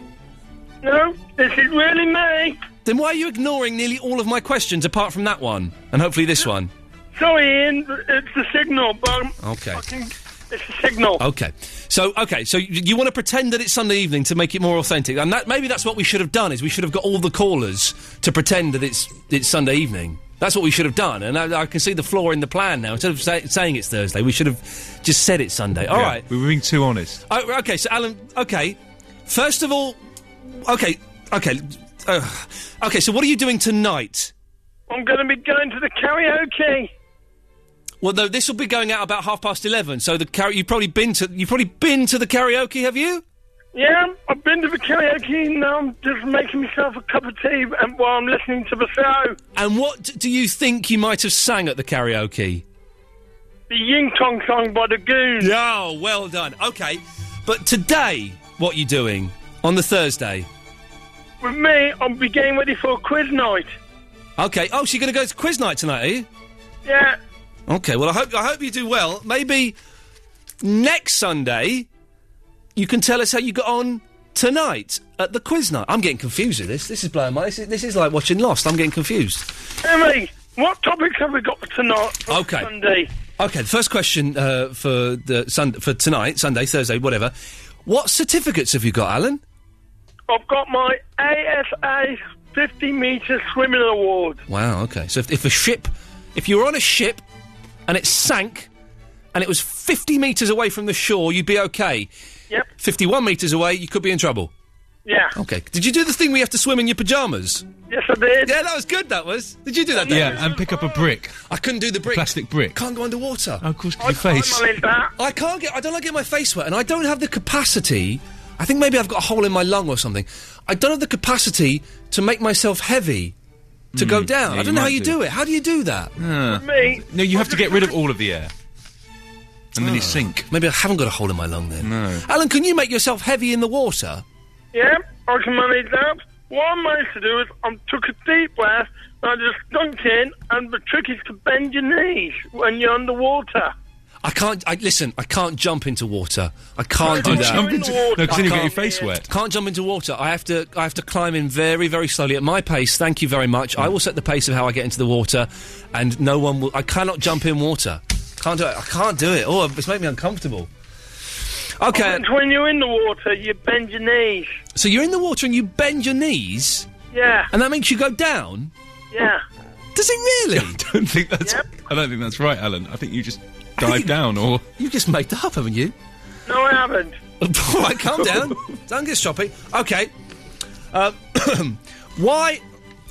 Speaker 12: No, this is really me.
Speaker 9: Then why are you ignoring nearly all of my questions apart from that one? And hopefully this one.
Speaker 12: Sorry, Ian, it's the signal, but
Speaker 9: Okay.
Speaker 12: it's the signal.
Speaker 9: Okay. So okay, so you, you want to pretend that it's Sunday evening to make it more authentic, and that maybe that's what we should have done is we should have got all the callers to pretend that it's it's Sunday evening. That's what we should have done. And I, I can see the flaw in the plan now. Instead of say, saying it's Thursday, we should have just said it's Sunday. All
Speaker 8: Yeah,
Speaker 9: right.
Speaker 8: We were being too honest.
Speaker 9: Oh, okay, so Alan. Okay, first of all, okay, okay, uh, okay. So what are you doing tonight?
Speaker 13: I'm going to be going to the karaoke.
Speaker 9: Well, though this will be going out about half past eleven. So the karaoke you've probably been to you've probably been to the karaoke, have you?
Speaker 13: Yeah, I've been to the karaoke and now I'm just making myself a cup of tea and while I'm listening to the show.
Speaker 9: And what d- do you think you might have sang at the karaoke?
Speaker 13: The Ying Tong song by the Goons.
Speaker 9: Yeah, well done. Okay, but today, what are you doing on the Thursday?
Speaker 13: With me, I'll be getting ready for a quiz night.
Speaker 9: Okay. Oh, so you're going to go to quiz night tonight, are you?
Speaker 13: Yeah,
Speaker 9: Okay, well, I hope I hope you do well. Maybe next Sunday you can tell us how you got on tonight at the quiz night. I'm getting confused with this. This is blowing my. This is, this is like watching Lost. I'm getting confused.
Speaker 13: Emily, what topics have we got for tonight? For
Speaker 9: Okay.
Speaker 13: Sunday.
Speaker 9: Okay, the first question uh, for the sun, for tonight, Sunday, Thursday, whatever. What certificates have you got, Alan?
Speaker 13: I've got my ASA 50 metre swimming award.
Speaker 9: Wow. Okay. So if, if a ship, if you were on a ship and it sank and it was 50 meters away from the shore, you'd be okay.
Speaker 13: Yep.
Speaker 9: 51 meters away, you could be in trouble.
Speaker 13: Yeah.
Speaker 9: Okay. Did you do the thing where you have to swim in your pajamas?
Speaker 13: Yes, I did.
Speaker 9: Yeah, that was good. That was. Did you do that?
Speaker 8: Yeah,
Speaker 9: Dave?
Speaker 8: and pick up a brick.
Speaker 9: I couldn't do the brick.
Speaker 8: plastic brick. Oh,
Speaker 9: Can't go underwater.
Speaker 8: of course, 'cause your face.
Speaker 9: I can't get. I don't like getting my face wet, and I don't have the capacity. I think maybe I've got a hole in my lung or something. I don't have the capacity to make myself heavy to go
Speaker 8: Mm,
Speaker 9: down.
Speaker 8: yeah,
Speaker 9: I don't
Speaker 8: you
Speaker 9: know how
Speaker 8: might
Speaker 9: you
Speaker 8: do.
Speaker 9: do it. How do you do that?
Speaker 8: Ah.
Speaker 13: Me?
Speaker 8: No, you have to get rid of all of the air. And then you sink.
Speaker 9: Oh. Maybe I haven't got a hole in my lung then.
Speaker 8: No.
Speaker 9: Alan, can you make yourself heavy in the water?
Speaker 13: Yeah, I can manage that. What I managed to do is I took a deep breath and I just dunked in, and the trick is to bend your knees when you're underwater.
Speaker 9: I can't. I, listen, I can't jump into water. I can't do
Speaker 8: Oh,
Speaker 9: that.
Speaker 8: jump into- no, 'cause then you'll
Speaker 9: I
Speaker 8: get your
Speaker 9: can't-
Speaker 8: face wet.
Speaker 9: Can't jump into water. I have to. I have to climb in very, very slowly at my pace. Thank you very much.
Speaker 8: Mm.
Speaker 9: I will set the pace of how I get into the water, and no one will. I cannot jump in water. Can't do it. I can't do it. Oh, it's making me uncomfortable. Okay.
Speaker 13: And when you're in the water, you bend your knees.
Speaker 9: So you're in the water and you bend your knees,
Speaker 13: Yeah,
Speaker 9: and that makes you go down.
Speaker 13: yeah.
Speaker 9: Does it really? I
Speaker 8: don't think that's. I don't think that's right, Alan. I think you just dive down, or
Speaker 9: you just made that up, haven't you?
Speaker 13: No, I haven't.
Speaker 9: [LAUGHS] All right,
Speaker 13: [LAUGHS]
Speaker 9: calm down. Don't get stroppy. Okay. Uh, [CLEARS THROAT] why?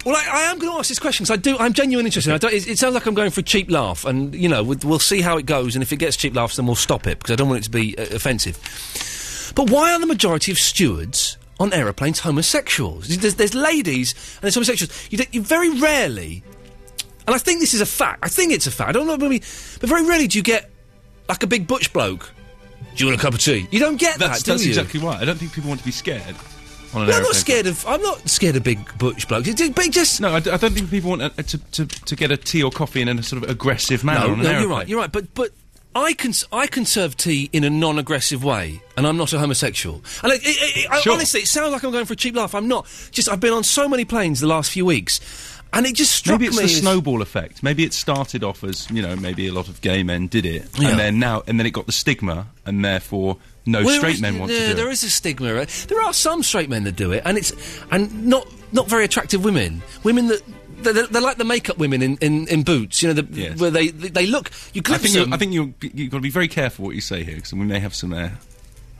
Speaker 9: Well, I, I am going to ask this question because I do. I'm genuinely interested. I don't, it, it sounds like I'm going for a cheap laugh, and you know, we'll, we'll see how it goes. And if it gets cheap laughs, then we'll stop it because I don't want it to be uh, offensive. But why are the majority of stewards on aeroplanes homosexuals? There's, there's ladies and there's homosexuals. You, don't- you very rarely, and I think this is a fact. I think it's a fact. I don't know, maybe, but very rarely do you get like a big butch bloke. Do you want a cup of tea? You don't get
Speaker 8: that's,
Speaker 9: that, do
Speaker 8: that's
Speaker 9: you?
Speaker 8: exactly right. I don't think people want to be scared. On an
Speaker 9: No, I'm
Speaker 8: aeroplane.
Speaker 9: not scared of. I'm not scared of big butch blokes. It did- But just
Speaker 8: no, I, d- I don't think people want uh, to, to to get a tea or coffee in a sort of aggressive manner.
Speaker 9: no,
Speaker 8: on an
Speaker 9: no, you're
Speaker 8: aeroplane.
Speaker 9: right. You're right. But but I can I can serve tea in a non-aggressive way, and I'm not a homosexual. And like, it, it, it, I-
Speaker 8: Sure.
Speaker 9: honestly, it sounds like I'm going for a cheap laugh. I'm not. Just I've been on so many planes the last few weeks, and it just struck
Speaker 8: Maybe it's
Speaker 9: me.
Speaker 8: the
Speaker 9: as-
Speaker 8: snowball effect. Maybe it started off as you know, maybe a lot of gay men did it,
Speaker 9: Yeah.
Speaker 8: and then now, and then it got the stigma, and therefore no
Speaker 9: Well, there
Speaker 8: straight
Speaker 9: is-
Speaker 8: men want
Speaker 9: there,
Speaker 8: to do
Speaker 9: There
Speaker 8: it.
Speaker 9: is a stigma. right? There are some straight men that do it, and it's and not not very attractive women. Women that. They're, they're- they're like the makeup women in, in, in boots, you know, the, where they, they they look. You
Speaker 8: I
Speaker 9: glimpse
Speaker 8: think, you,
Speaker 9: them.
Speaker 8: I think you you've got to be very careful what you say here, because we may have some uh,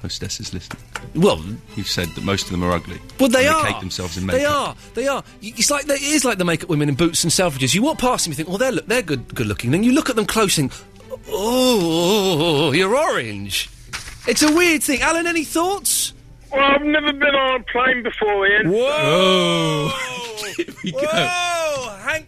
Speaker 8: hostesses listening.
Speaker 9: Well,
Speaker 8: you've said that most of them are ugly.
Speaker 9: Well, they
Speaker 8: and
Speaker 9: are.
Speaker 8: They cake themselves in makeup.
Speaker 9: They are. They are. Y- It's like they, it is like the makeup women in boots and Selfridges. You walk past them, you think, well, they're look, they're good, good looking. Then you look at them close, and think, oh, you're orange. It's a weird thing. Alan, any thoughts?
Speaker 13: Well, I've never been on a plane before, Ian.
Speaker 9: Whoa!
Speaker 8: Oh.
Speaker 9: [LAUGHS]
Speaker 8: we
Speaker 9: go. Whoa! Hang,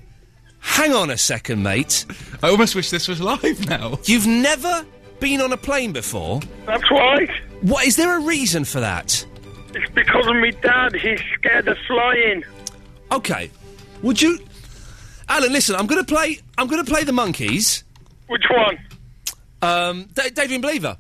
Speaker 9: hang on a second, mate.
Speaker 8: I almost wish this was live now.
Speaker 9: You've never been on a plane before.
Speaker 13: That's right.
Speaker 9: What is there a reason for that?
Speaker 13: It's because of me dad. He's scared of flying.
Speaker 9: Okay. Would you, Alan? Listen, I'm going to play. I'm going to play the monkeys.
Speaker 13: Which one?
Speaker 9: Um, da- Daydream Believer.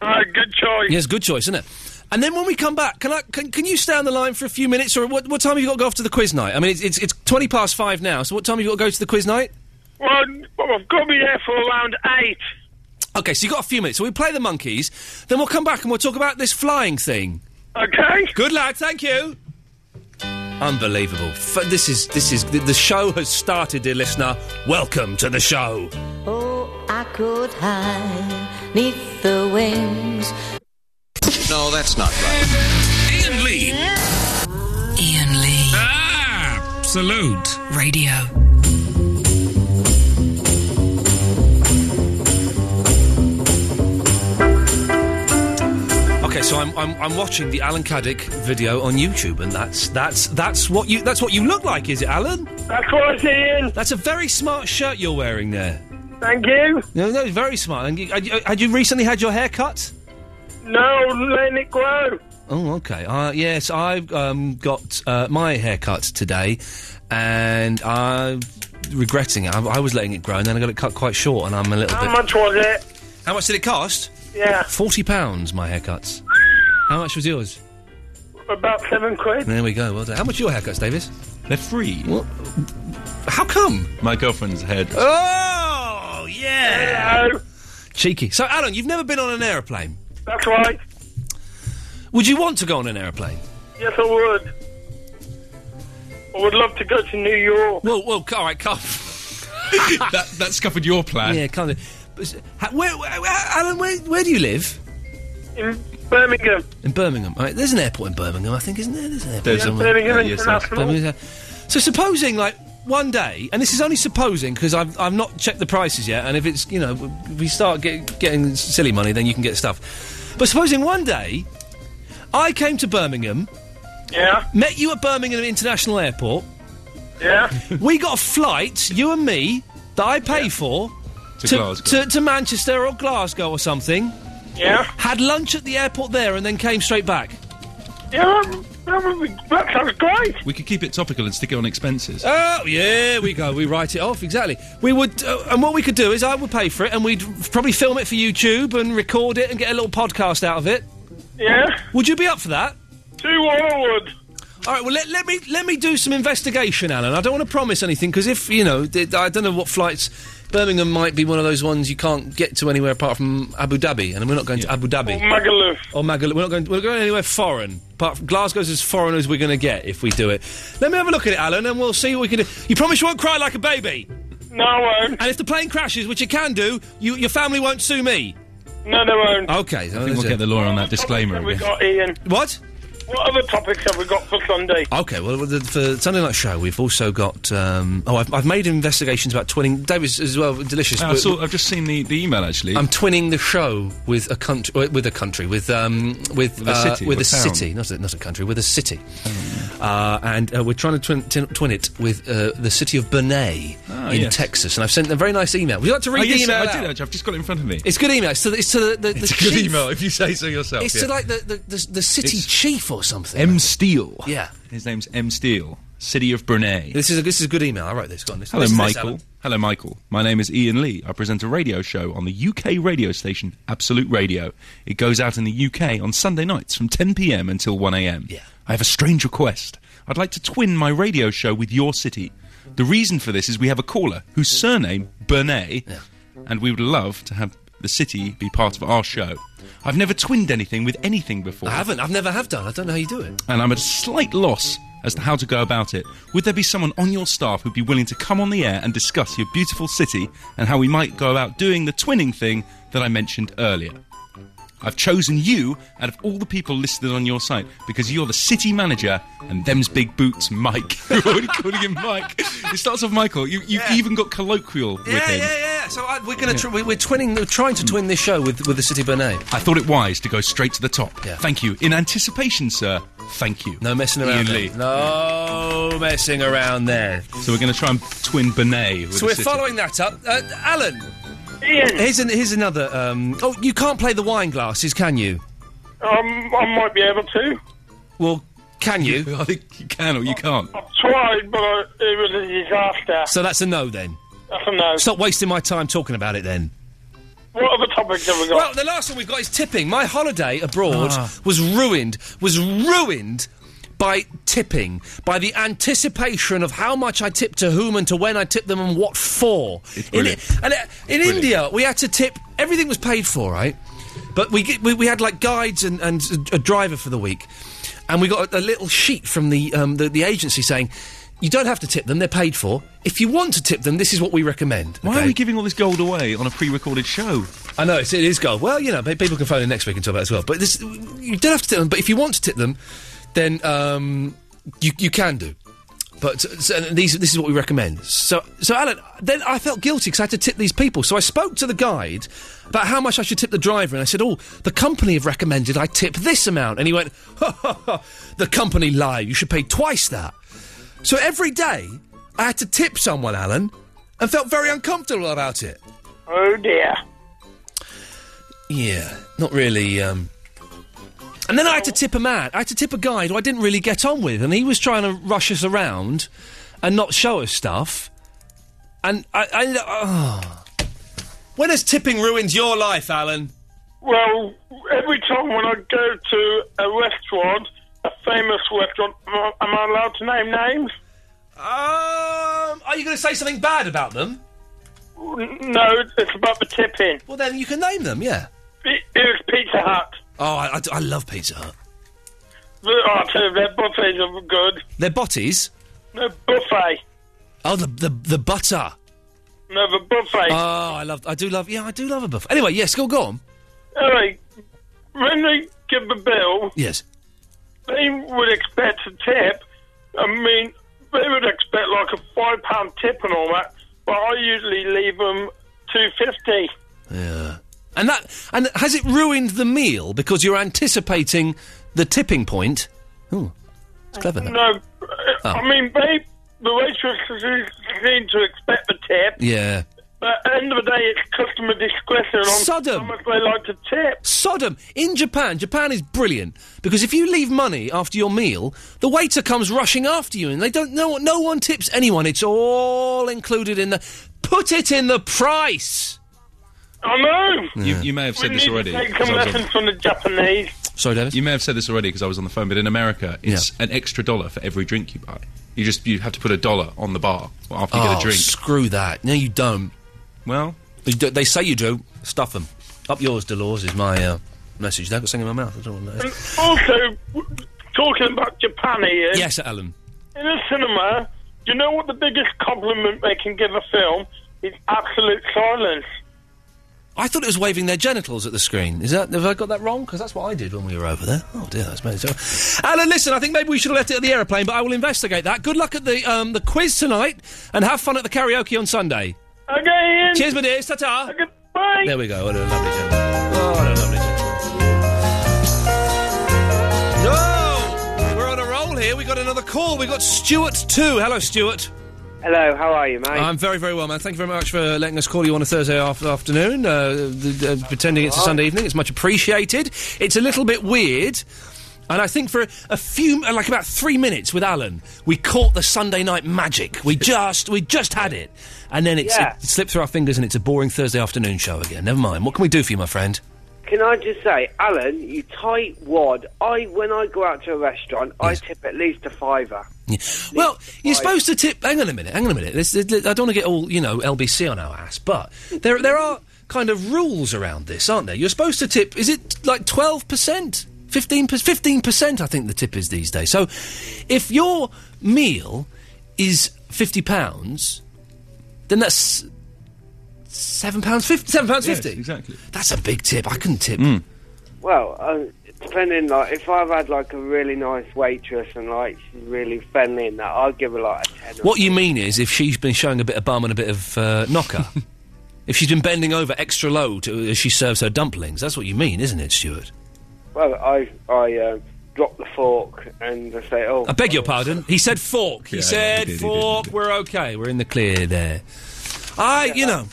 Speaker 13: Uh, good choice.
Speaker 9: Yes, good choice, isn't it? And then when we come back, can I can, can you stay on the line for a few minutes, or what, what time have you got to go off to the quiz night? I mean, it's, it's it's twenty past five now. So what time have you got to go to the quiz night?
Speaker 13: Well, I've got to be there for around eight.
Speaker 9: Okay, so you have got a few minutes. So we play the monkeys, then we'll come back and we'll talk about this flying thing.
Speaker 13: Okay.
Speaker 9: Good lad. Thank you. Unbelievable. F- this is this is the, the show has started, dear listener. Welcome to the show.
Speaker 10: Oh, I could hide neath the wings.
Speaker 2: No, that's not right. Ian Lee.
Speaker 3: Ian Lee.
Speaker 2: Absolute.
Speaker 3: Radio.
Speaker 9: Okay, so I'm, I'm I'm watching the Alan Caddick video on YouTube, and that's that's that's what you that's what you look like, is it, Alan? That's what Ian. That's a very smart shirt you're wearing there.
Speaker 13: Thank you.
Speaker 9: No, no, very smart. And you- had you, had you recently had your hair cut?
Speaker 13: No, letting it grow.
Speaker 9: Oh, okay. Uh, yes, I've um, got uh, my hair cut today, and I'm regretting it. I, I was letting it grow, and then I got it cut quite short, and I'm a little
Speaker 13: How
Speaker 9: bit.
Speaker 13: much was it?
Speaker 9: How much did it cost?
Speaker 13: Yeah.
Speaker 9: Forty pounds. My haircuts. How much was yours?
Speaker 13: About seven quid.
Speaker 9: There we go. Well done. How much are your haircuts, Davis?
Speaker 6: They're free.
Speaker 9: What? How come?
Speaker 6: My girlfriend's head.
Speaker 9: Oh yeah. Hello. Cheeky. So, Alan, you've never been on an aeroplane.
Speaker 13: That's right.
Speaker 9: Would you want to go on an aeroplane?
Speaker 13: Yes, I would. I would love to go to New York.
Speaker 9: Well, well, all right, come.
Speaker 6: [LAUGHS] that, that scuppered your plan.
Speaker 9: Yeah, kind of. But s- ha- Where, where, where- Alan, where, where do you live?
Speaker 13: In Birmingham.
Speaker 9: In Birmingham. All right, there's an airport in Birmingham, I think, isn't there? There's an airport
Speaker 13: There's a-
Speaker 9: somewhere.
Speaker 13: Birmingham Yeah, yes, there's- International.
Speaker 9: Birmingham- So supposing, like, one day, and this is only supposing because I've, I've not checked the prices yet, and if it's, you know, if we start get, getting silly money, then you can get stuff. But supposing one day I came to Birmingham,
Speaker 13: yeah,
Speaker 9: met you at Birmingham International Airport,
Speaker 13: yeah,
Speaker 9: [LAUGHS] we got a flight, you and me, that I pay for
Speaker 6: To Glasgow.
Speaker 9: to, to Manchester or Glasgow or something.
Speaker 13: Yeah.
Speaker 9: Had lunch at the airport there and then came straight back.
Speaker 13: Yeah, that, that would be, that sounds great.
Speaker 6: We could keep it topical and stick it on expenses.
Speaker 9: Oh, yeah, we go. We write it off, exactly. We would, uh, and what we could do is I would pay for it and we'd probably film it for YouTube and record it and get a little podcast out of it.
Speaker 13: Yeah.
Speaker 9: Would you be up for that?
Speaker 13: Two Horwood.
Speaker 9: All right. Well, let, let me let me do some investigation, Alan. I don't want to promise anything because if you know, th- I don't know what flights. Birmingham might be one of those ones you can't get to anywhere apart from Abu Dhabi, and we're not going to Abu Dhabi
Speaker 13: Or Magaluf.
Speaker 9: or Magaluf. We're not going. We're going anywhere foreign. Apart from Glasgow's as foreign as we're going to get if we do it. Let me have a look at it, Alan, and we'll see what we can do. You promise you won't cry like a baby.
Speaker 13: No, I won't.
Speaker 9: And if the plane crashes, which it can do, you, your family won't sue me.
Speaker 13: No, they won't.
Speaker 9: Okay, so
Speaker 6: I think we'll get the lawyer on that disclaimer
Speaker 13: We
Speaker 6: again.
Speaker 13: got Ian.
Speaker 9: What?
Speaker 13: What other topics have we got for Sunday?
Speaker 9: Okay, well, the, for Sunday Night Show, we've also got. Um, oh, I've, I've made investigations about twinning. Davis as well, delicious.
Speaker 6: Uh, I
Speaker 9: but-
Speaker 6: saw, I've just seen the, the email actually.
Speaker 9: I'm twinning the show with a country, with a country, with um, with
Speaker 6: With a
Speaker 9: uh,
Speaker 6: city,
Speaker 9: with
Speaker 6: or
Speaker 9: a
Speaker 6: town. Oh.
Speaker 9: city, not a, not a country, with a city, uh, and uh, we're trying to twin, tin- twin it with uh, the city of Bernay
Speaker 6: Ah,
Speaker 9: in
Speaker 6: yes.
Speaker 9: Texas. And I've sent a very nice email. Would you like to read
Speaker 6: Oh,
Speaker 9: the
Speaker 6: yes,
Speaker 9: email?
Speaker 6: I
Speaker 9: out?
Speaker 6: did actually. I've just got it in front of me.
Speaker 9: It's a good email. It's to the, it's to the, the,
Speaker 6: It's
Speaker 9: the
Speaker 6: a good
Speaker 9: chief.
Speaker 6: email if you say so yourself.
Speaker 9: It's
Speaker 6: yeah.
Speaker 9: to like the the, the, the city chief or something.
Speaker 6: M. Steele.
Speaker 9: Yeah.
Speaker 6: His name's M. Steele, City of Brunei.
Speaker 9: This is a, this is a good email. I wrote this. Go on, listen-
Speaker 6: Hello,
Speaker 9: listen to this,
Speaker 6: Michael.
Speaker 9: Alan.
Speaker 6: Hello, Michael. My name is Ian Lee. I present a radio show on the UK radio station Absolute Radio. It goes out in the UK on Sunday nights from 10 p.m. until 1 a.m. Yeah. I have a strange request. I'd like to twin my radio show with your city. The reason for this is we have a caller whose surname Bernay, and we would love to have the city be part of our show. I've never twinned anything with anything before.
Speaker 9: I haven't. I've never have done. I don't know how you do it.
Speaker 6: and I'm at a slight loss as to how to go about it. Would there be someone on your staff who'd be willing to come on the air and discuss your beautiful city and how we might go about doing the twinning thing that I mentioned earlier? I've chosen you out of all the people listed on your site because you're the city manager and them's big boots, Mike. [LAUGHS] You're already calling him Mike. It starts off Michael. You, you even got colloquial with
Speaker 9: Yeah,
Speaker 6: him.
Speaker 9: yeah, yeah. So I, we're going to tr- we- we're twinning. We're trying to twin this show with with the city of Bernay.
Speaker 6: I thought it wise to go straight to the top. Thank you. In anticipation, sir, thank you.
Speaker 9: No messing
Speaker 6: around.
Speaker 9: No messing around there.
Speaker 6: So we're going to try and twin Bernay with
Speaker 9: So we're
Speaker 6: the city.
Speaker 9: following that up. Uh, Alan.
Speaker 13: Ian.
Speaker 9: Here's, an, here's another. Um, oh, you can't play the wine glasses, can you?
Speaker 13: Um, I might be able to.
Speaker 9: Well, can you?
Speaker 6: [LAUGHS] I think you can or you can't.
Speaker 13: Tried, but I, it was a disaster.
Speaker 9: So that's a no then.
Speaker 13: That's a no.
Speaker 9: Stop wasting my time talking about it then.
Speaker 13: What other topics have we got?
Speaker 9: Well, the last one we've got is tipping. My holiday abroad
Speaker 13: Ah.
Speaker 9: was ruined. Was ruined by tipping, by the anticipation of how much I tipped to whom and to when I tipped them and what for. In,
Speaker 6: brilliant.
Speaker 9: and uh, in India, we had to tip. Everything was paid for, right? But we get, we, we had like guides and, and a driver for the week. And we got a, a little sheet from the, um, the the agency saying. You don't have to tip them; they're paid for. If you want to tip them, this is what we recommend. Why are we
Speaker 6: giving all this gold away on a pre-recorded show?
Speaker 9: I know it's, it is gold. Well, you know, pe- people can phone in next week and talk about it as well. But this, you don't have to tip them. But if you want to tip them, then um, you you can do. But uh, so, and these this is what we recommend. So so Alan, then I felt guilty because I had to tip these people. So I spoke to the guide about how much I should tip the driver, and I said, "Oh, the company have recommended I tip this amount." And he went, [LAUGHS] ha, ha, ha, "The company lie. You should pay twice that." So every day I had to tip someone, Alan, and felt very uncomfortable about it.
Speaker 16: Oh dear.
Speaker 9: Yeah, not really. Um... And then I had to tip a man. I had to tip a guy who I didn't really get on with, and he was trying to rush us around and not show us stuff. And I, I oh. when has tipping ruined your life, Alan?
Speaker 13: Well, every time when I go to a restaurant, a famous restaurant, am I, am I allowed to name names?
Speaker 9: Um, are you going to say something bad about them?
Speaker 13: No, it's about the tipping.
Speaker 9: Well, then you can name them, yeah.
Speaker 13: It, it was Pizza Hut.
Speaker 9: Oh, I, I d- I love Pizza Hut.
Speaker 13: The, oh, I tell you, their buffets are good.
Speaker 9: Their botties.
Speaker 13: No buffet.
Speaker 9: Oh, the the the butter.
Speaker 13: No, the buffet.
Speaker 9: Oh, I love. I do love. Yeah, I do love a buffet. Anyway, yes, go go on.
Speaker 13: Anyway, when they give the bill,
Speaker 9: Yes.
Speaker 13: they would expect a tip. I mean, they would expect like a five pound tip and all that, but I usually leave them two fifty.
Speaker 9: Yeah. And that and has it ruined the meal because you're anticipating the tipping point? Oh, it's clever. Oh. That.
Speaker 13: No, uh, I mean, they the waitresses seem to expect the tip,
Speaker 9: Yeah.
Speaker 13: but at the end of the day, it's customer discretion on
Speaker 9: Sodom.
Speaker 13: how much they like to tip.
Speaker 9: Sodom in Japan. Japan is brilliant because if you leave money after your meal, the waiter comes rushing after you, and they don't know. No one tips anyone. It's all included in the. Put it in the price.
Speaker 13: I know.
Speaker 6: You, you may have said
Speaker 13: We
Speaker 6: this
Speaker 13: need
Speaker 6: already.
Speaker 13: to take
Speaker 6: 'cause
Speaker 13: some
Speaker 6: I was on-
Speaker 13: lessons from the Japanese.
Speaker 9: Sorry, Davis.
Speaker 6: You may have said this already because I was on the phone, but in America, it's an extra dollar for every drink you buy. You just you have to put a dollar on the bar after you
Speaker 9: oh,
Speaker 6: get a drink.
Speaker 9: Screw that. No, you don't.
Speaker 6: Well,
Speaker 9: they, do- they say you do. Stuff them. Up yours, Dolores, is my uh, message. They've got something in my mouth. I don't want that.
Speaker 13: Also, w- talking about Japan here.
Speaker 9: Yes, Alan.
Speaker 13: In a cinema, you know what the biggest compliment they can give a film is absolute silence.
Speaker 9: I thought it was waving their genitals at the screen. Is that have I got that wrong? Because that's what I did when we were over there. Oh dear, that's made it. Alan, listen, I think maybe we should have left it at the aeroplane, but I will investigate that. Good luck at the um, the quiz tonight, and have fun at the karaoke on Sunday.
Speaker 13: Okay, Ian.
Speaker 9: Cheers, my dears. Ta-ta.
Speaker 13: Goodbye.
Speaker 9: There we go. What a lovely gentleman. What a lovely gentleman. No, we're on a roll here. We got another call. We got Stuart too. Hello, Stuart. Uh,
Speaker 11: Hello, how are you, mate?
Speaker 9: I'm very, very well, man. Thank you very much for letting us call you on a Thursday af- afternoon, uh, the, uh, pretending it's a Sunday evening. It's much appreciated. It's a little bit weird. And I think for a, a few, uh, like about three minutes with Alan, we caught the Sunday night magic. We just, we just had it, and then it's,
Speaker 11: Yeah.
Speaker 9: it, slipped through our fingers, and it's a boring Thursday afternoon show again. Never mind. What can we do for you, my friend?
Speaker 11: Can I just say, Alan, you tight wad. I when I go out to a restaurant, I tip at least a fiver.
Speaker 9: Well, you're supposed to tip. Hang on a minute. Hang on a minute. This, this- I don't want to get all you know LBC on our ass, but there there are kind of rules around this, aren't there? You're supposed to tip. Is it like twelve percent, fifteen percent, fifteen percent? I think the tip is these days. So, if your meal is fifty pounds, then that's seven pounds fifty. Seven pounds fifty.
Speaker 6: exactly.
Speaker 9: That's a big tip. I couldn't tip.
Speaker 11: Well, uh, depending like if I've had like a really nice waitress and like she's really friendly and that, I'll give her like a ten.
Speaker 9: What you mean is if she's been showing a bit of bum and a bit of uh,
Speaker 11: [LAUGHS]
Speaker 9: knocker, if she's been bending over extra low to, as she serves her dumplings, that's what you mean, isn't it, Stuart?
Speaker 11: Well, I I uh, drop the fork and I say, oh,
Speaker 9: I beg your pardon. He said fork. He
Speaker 11: Yeah,
Speaker 9: said
Speaker 11: he did, he did, he
Speaker 9: fork. We're okay. We're in the clear there. I, you know,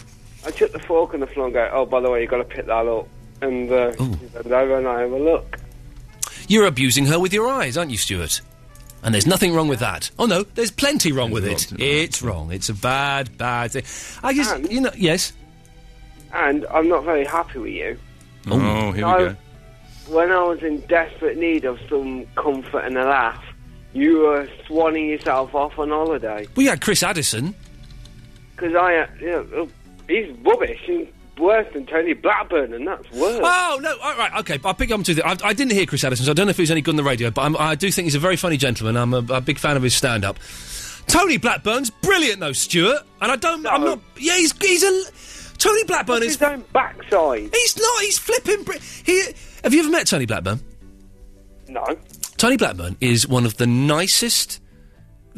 Speaker 11: I took the fork and the floor and go, oh, by the way, you got to pick that up. And uh, she bends over and I have a look.
Speaker 9: you're abusing her with your eyes, aren't you, Stuart? And there's nothing wrong with that. Oh no, there's plenty wrong with it. It's wrong. It's a bad, bad thing. I
Speaker 6: Ah,
Speaker 9: just, you know, yes.
Speaker 11: And I'm not very happy with you.
Speaker 6: Oh, here we
Speaker 11: No.
Speaker 6: go.
Speaker 11: When I was in desperate need of some comfort and a laugh, you were swanning yourself off on holiday.
Speaker 9: We had Chris Addison.
Speaker 11: Because I, uh, you know, he's rubbish. He worse than Tony Blackburn, and that's worse.
Speaker 9: Oh no! All right, okay. I'll pick up two. Things. I, I didn't hear Chris Addison, so I don't know if he was any good on the radio, but I'm, I do think he's a very funny gentleman. I'm a, a big fan of his stand-up. Tony Blackburn's brilliant, though, Stuart. And I don't. I'm not. Yeah, he's he's a Tony Blackburn is his
Speaker 11: own backside.
Speaker 9: He's not. He's flipping. Bri- he. Have you ever met Tony Blackburn?
Speaker 11: No.
Speaker 9: Tony Blackburn is one of the nicest,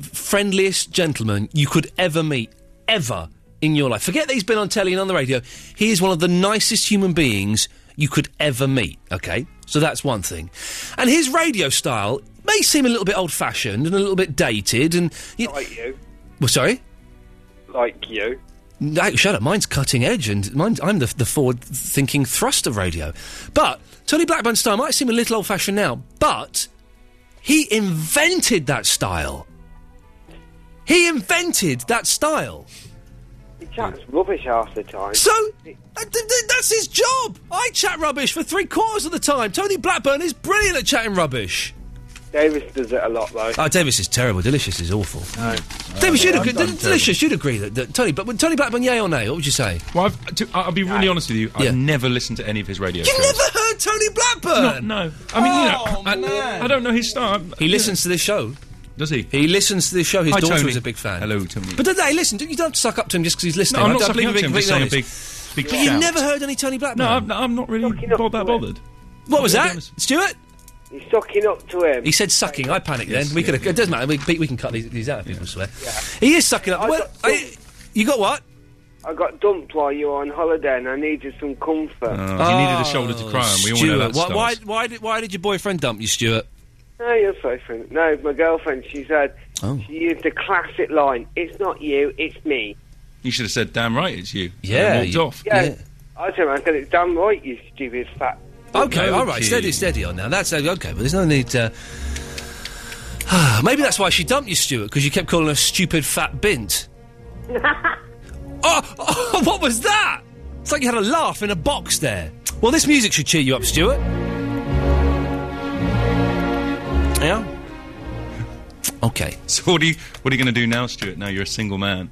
Speaker 9: friendliest gentlemen you could ever meet, ever in your life. Forget that he's been on telly and on the radio. He is one of the nicest human beings you could ever meet, okay? So that's one thing. And his radio style may seem a little bit old fashioned and a little bit dated and. You,
Speaker 11: Like you.
Speaker 9: well, sorry?
Speaker 11: Like you.
Speaker 9: No, shut up. Mine's cutting edge, and mine, I'm the, the forward thinking thrust of radio. But Tony Blackburn's style might seem a little old fashioned now, but he invented that style. He invented that style.
Speaker 11: He chats rubbish half the time.
Speaker 9: So, uh, th- th- that's his job. I chat rubbish for three quarters of the time. Tony Blackburn is brilliant at chatting rubbish.
Speaker 11: Davis does it a lot, though.
Speaker 9: Oh, Davis is terrible. Delicious is awful. Davis, you'd agree, Del- Delicious, you'd agree that, that Tony, but Tony Blackburn, yay or nay, what would you say?
Speaker 6: Well, I've, to, I'll be really honest with you. I've never listened to any of his radio.
Speaker 9: You
Speaker 6: shows.
Speaker 9: never heard Tony Blackburn?
Speaker 6: No, no. I mean, you know, I, I don't know his style.
Speaker 9: He listens to this show.
Speaker 6: Does he?
Speaker 9: He listens to this show. His
Speaker 6: Hi,
Speaker 9: daughter
Speaker 6: Tony.
Speaker 9: is a big fan.
Speaker 6: Hello, Tony.
Speaker 9: But don't, hey, listen, don't- you don't have to suck up to him just because he's listening.
Speaker 6: No, I'm
Speaker 9: I
Speaker 6: not
Speaker 9: don't
Speaker 6: sucking
Speaker 9: believe
Speaker 6: up
Speaker 9: you're
Speaker 6: to him, just saying
Speaker 9: being
Speaker 6: a big,
Speaker 9: completely
Speaker 6: big shout.
Speaker 9: honest. You E. never heard any Tony Blackburn?
Speaker 6: No, I'm, I'm not really bo- that bothered.
Speaker 9: What was that, Stuart?
Speaker 11: He's sucking up to him.
Speaker 9: He said sucking. I panicked
Speaker 11: Yes,
Speaker 9: then. We
Speaker 11: yeah,
Speaker 9: could. have It doesn't matter. We, we can cut these, these out if people swear. He is sucking up. well, I- you got what?
Speaker 11: I got dumped while you were on holiday, and I needed some comfort.
Speaker 9: Oh.
Speaker 6: Oh, he needed a shoulder to cry on. We all know that
Speaker 9: Stuart, why, why,
Speaker 6: starts.
Speaker 9: why, did, why did your boyfriend dump you, Stuart?
Speaker 11: No, you're so funny. No, my girlfriend. She said
Speaker 9: Oh.
Speaker 11: she used the classic line: "It's not you, it's me."
Speaker 6: You should have said, "Damn right, it's you."
Speaker 9: Yeah,
Speaker 6: and walked
Speaker 9: you-
Speaker 6: off.
Speaker 11: Yeah. I said, "I said it's damn right, you stupid fat."
Speaker 9: Okay,
Speaker 11: No,
Speaker 9: all right,
Speaker 11: gee.
Speaker 9: steady, steady on now. That's okay, but there's no need to. [SIGHS] Maybe that's why she dumped you, Stuart, because you kept calling her stupid fat bint. oh, oh, [LAUGHS] what was that? It's like you had a laugh in a box there. Well, this music should cheer you up, Stuart. Yeah. Okay.
Speaker 6: So what are you what are you going to do now, Stuart? Now you're a single man.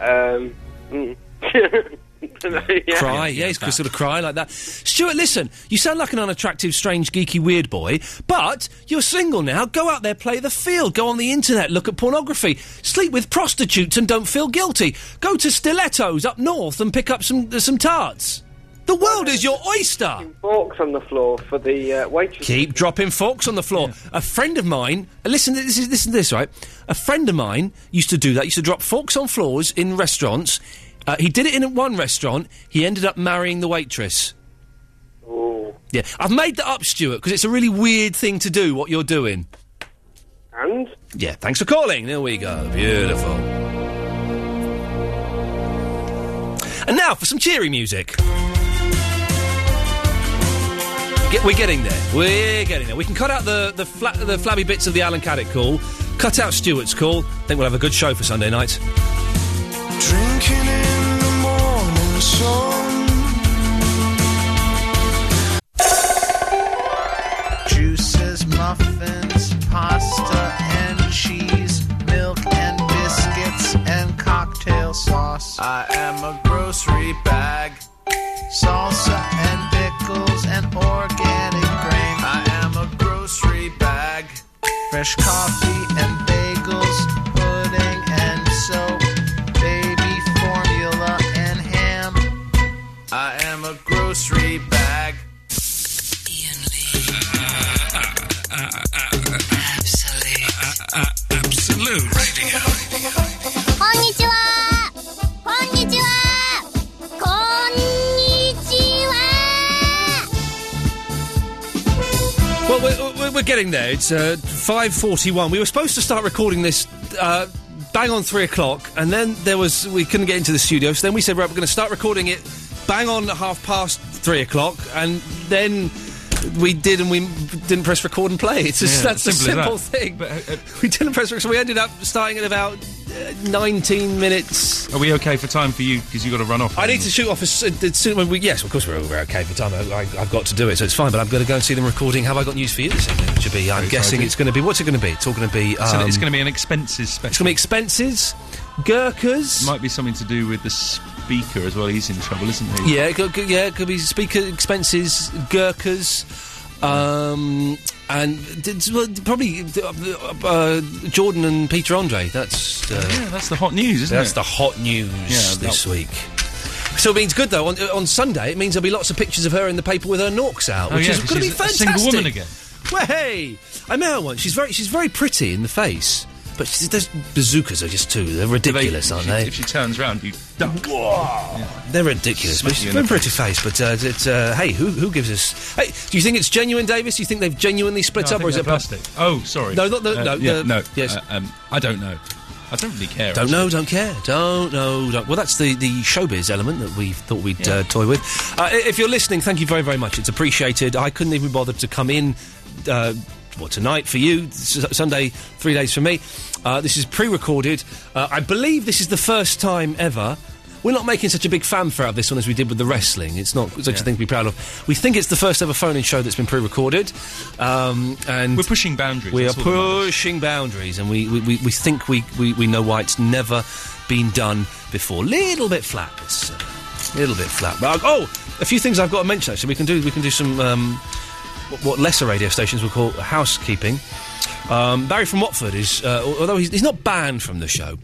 Speaker 11: Um. mm.
Speaker 10: [LAUGHS]
Speaker 11: yeah.
Speaker 9: Cry, yeah, he's sort of cry like that. Stuart, listen, you sound like an unattractive, strange, geeky, weird boy, but you're single now. Go out there, play the field, go on the internet, look at pornography, sleep with prostitutes, and don't feel guilty. Go to Stilettos up north and pick up some uh, some tarts. The world is your oyster.
Speaker 11: Forks on the floor for the uh, waitress.
Speaker 9: Keep dropping forks on the floor. A friend of mine, uh, listen, to this is listen to this, right? A friend of mine used to do that. Used to drop forks on floors in restaurants. Uh, he did it in one restaurant. He ended up marrying the waitress. Yeah, I've made that up, Stuart, because it's a really weird thing to do. What you're doing.
Speaker 11: And
Speaker 9: Yeah, thanks for calling. There we go. Beautiful. And now for some cheery music. Get, we're getting there. We're getting there. We can cut out the the, fla- the flabby bits of the Alan Caddick call, cut out Stewart's call. I think we'll have a good show for Sunday night.
Speaker 25: Drinking in the morning sun. Juices, muffins, pasta and cheese, milk and biscuits and cocktail sauce. I am a grocery bag. Salsa and pickles and organic grain. I am a grocery bag. Fresh coffee and bagels, pudding and soap, baby formula and ham. I am a grocery bag.
Speaker 2: Absolute Radio.
Speaker 26: こんにちはこんにちはこんにちは
Speaker 9: Well, we're, we're, we're getting there. It's uh, five forty-one. We were supposed to start recording this uh, bang on three o'clock, and then there was we couldn't get into the studio. So then we said, right, we're going to start recording it bang on at half past three o'clock, and then we did, and we didn't press record and play. It's just,
Speaker 6: Yeah,
Speaker 9: that's a
Speaker 6: simple
Speaker 9: simple
Speaker 6: as uh,
Speaker 9: thing. [LAUGHS] we didn't press record, so we ended up starting at about uh, nineteen minutes.
Speaker 6: Are we okay for time for you? Because you got to run off.
Speaker 9: I need to shoot off as, as soon. Well, we, yes, of course we're, we're okay for time. I, I, I've got to do it, so it's fine. But I'm going to go and see them recording. Have I got news for you this evening? Which would be, I'm guessing
Speaker 6: exciting.
Speaker 9: it's going to be. What's it going to be? It's all going to be.
Speaker 6: It's,
Speaker 9: um,
Speaker 6: going to be an expenses special.
Speaker 9: it's going to be expenses. Gurkhas.
Speaker 6: Might be something to do with the speaker as well. He's in trouble, isn't he?
Speaker 9: Yeah, it could, could- yeah, it could be speaker expenses, Gurkhas, um, and d- d- well, d- probably uh, uh, Jordan and Peter Andre. That's uh,
Speaker 6: Yeah, that's the hot news, isn't
Speaker 9: that's
Speaker 6: it?
Speaker 9: the hot news
Speaker 6: Yeah, that-
Speaker 9: this week. So it means good though. On, on Sunday, it means there'll be lots of pictures of her in the paper with her norks out,
Speaker 6: Oh,
Speaker 9: which
Speaker 6: yeah,
Speaker 9: is
Speaker 6: 'cause
Speaker 9: going to be
Speaker 6: she's a
Speaker 9: fantastic.
Speaker 6: single woman again.
Speaker 9: Well, hey, I met her once. She's very, she's very pretty in the face, but she's, those bazookas are just too. They're ridiculous, aren't they?
Speaker 6: If she turns round, you duck.
Speaker 9: They're ridiculous.
Speaker 6: Smack
Speaker 9: But
Speaker 6: you
Speaker 9: she's
Speaker 6: in the
Speaker 9: been pretty face, but uh, it's, uh, hey, who, who gives us? Hey, do you think it's genuine, Davis? Do you think they've genuinely split
Speaker 6: No, I
Speaker 9: up,
Speaker 6: think
Speaker 9: or is
Speaker 6: they're
Speaker 9: it plastic?
Speaker 6: plastic? Oh, sorry.
Speaker 9: No, not the-
Speaker 6: Uh,
Speaker 9: no,
Speaker 6: yeah,
Speaker 9: the-
Speaker 6: no.
Speaker 9: yes.
Speaker 6: uh, um, I don't know. I don't really care.
Speaker 9: Don't
Speaker 6: actually.
Speaker 9: know, don't care, don't know, don't. Well, that's the, the showbiz element that we thought we'd uh, toy with. Uh, i- if you're listening, thank you very, very much. It's appreciated. I couldn't even bother to come in, uh, well, tonight for you, s- Sunday, three days for me. Uh, this is pre recorded. Uh, I believe this is the first time ever. We're not making such a big fanfare out of this one as we did with the wrestling. It's not such a thing to be proud of. We think it's the first ever phone-in show that's been pre-recorded, um, and we're
Speaker 6: pushing boundaries.
Speaker 9: We are
Speaker 6: that's all that matters.
Speaker 9: pushing boundaries, and we, we, we, we think we, we, we know why it's never been done before. Little bit flat. It's a little bit flat. But, oh, a few things I've got to mention. Actually, we can do we can do some um, what, what lesser radio stations will call housekeeping. Um, Barry from Watford is, uh, al- although he's, he's not banned from the show.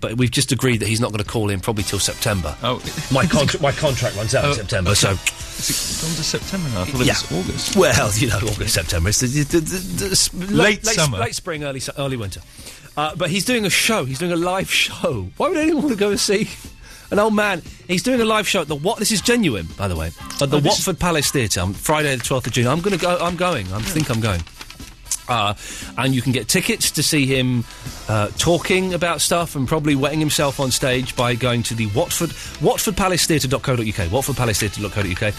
Speaker 9: But we've just agreed that he's not going to call in probably till September. Oh, my, contra- my contract runs out in
Speaker 6: Oh,
Speaker 9: September, so
Speaker 6: It's gone to September now. I thought it was August.
Speaker 9: well, you know, August, September. It's the, the, the, the, the sp-
Speaker 6: Late
Speaker 9: late,
Speaker 6: summer.
Speaker 9: late spring, early su- early winter. Uh, but he's doing a show. He's doing a live show. Why would anyone want to go and see an old man? He's doing a live show at the what? This is genuine, by the way, at the
Speaker 6: Oh, this is-
Speaker 9: Watford Palace Theatre on Friday the twelfth of June. I'm going to go. I'm going. I think I'm going. Uh, and you can get tickets to see him uh, talking about stuff and probably wetting himself on stage by going to the Watford WatfordPalaceTheatre.co.uk, WatfordPalaceTheatre.co.uk,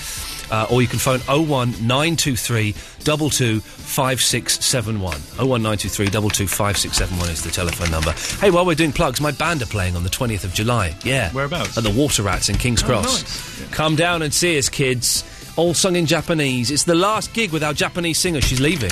Speaker 9: uh, or you can phone 01923 225671. 01923 225671 is the telephone number. Hey, while we're doing plugs, my band are playing on the 20th of July. Yeah. Whereabouts? At the Water Rats in King's
Speaker 6: Oh,
Speaker 9: Cross. Come down and see us, kids. All sung in Japanese. It's the last gig with our Japanese singer. She's leaving.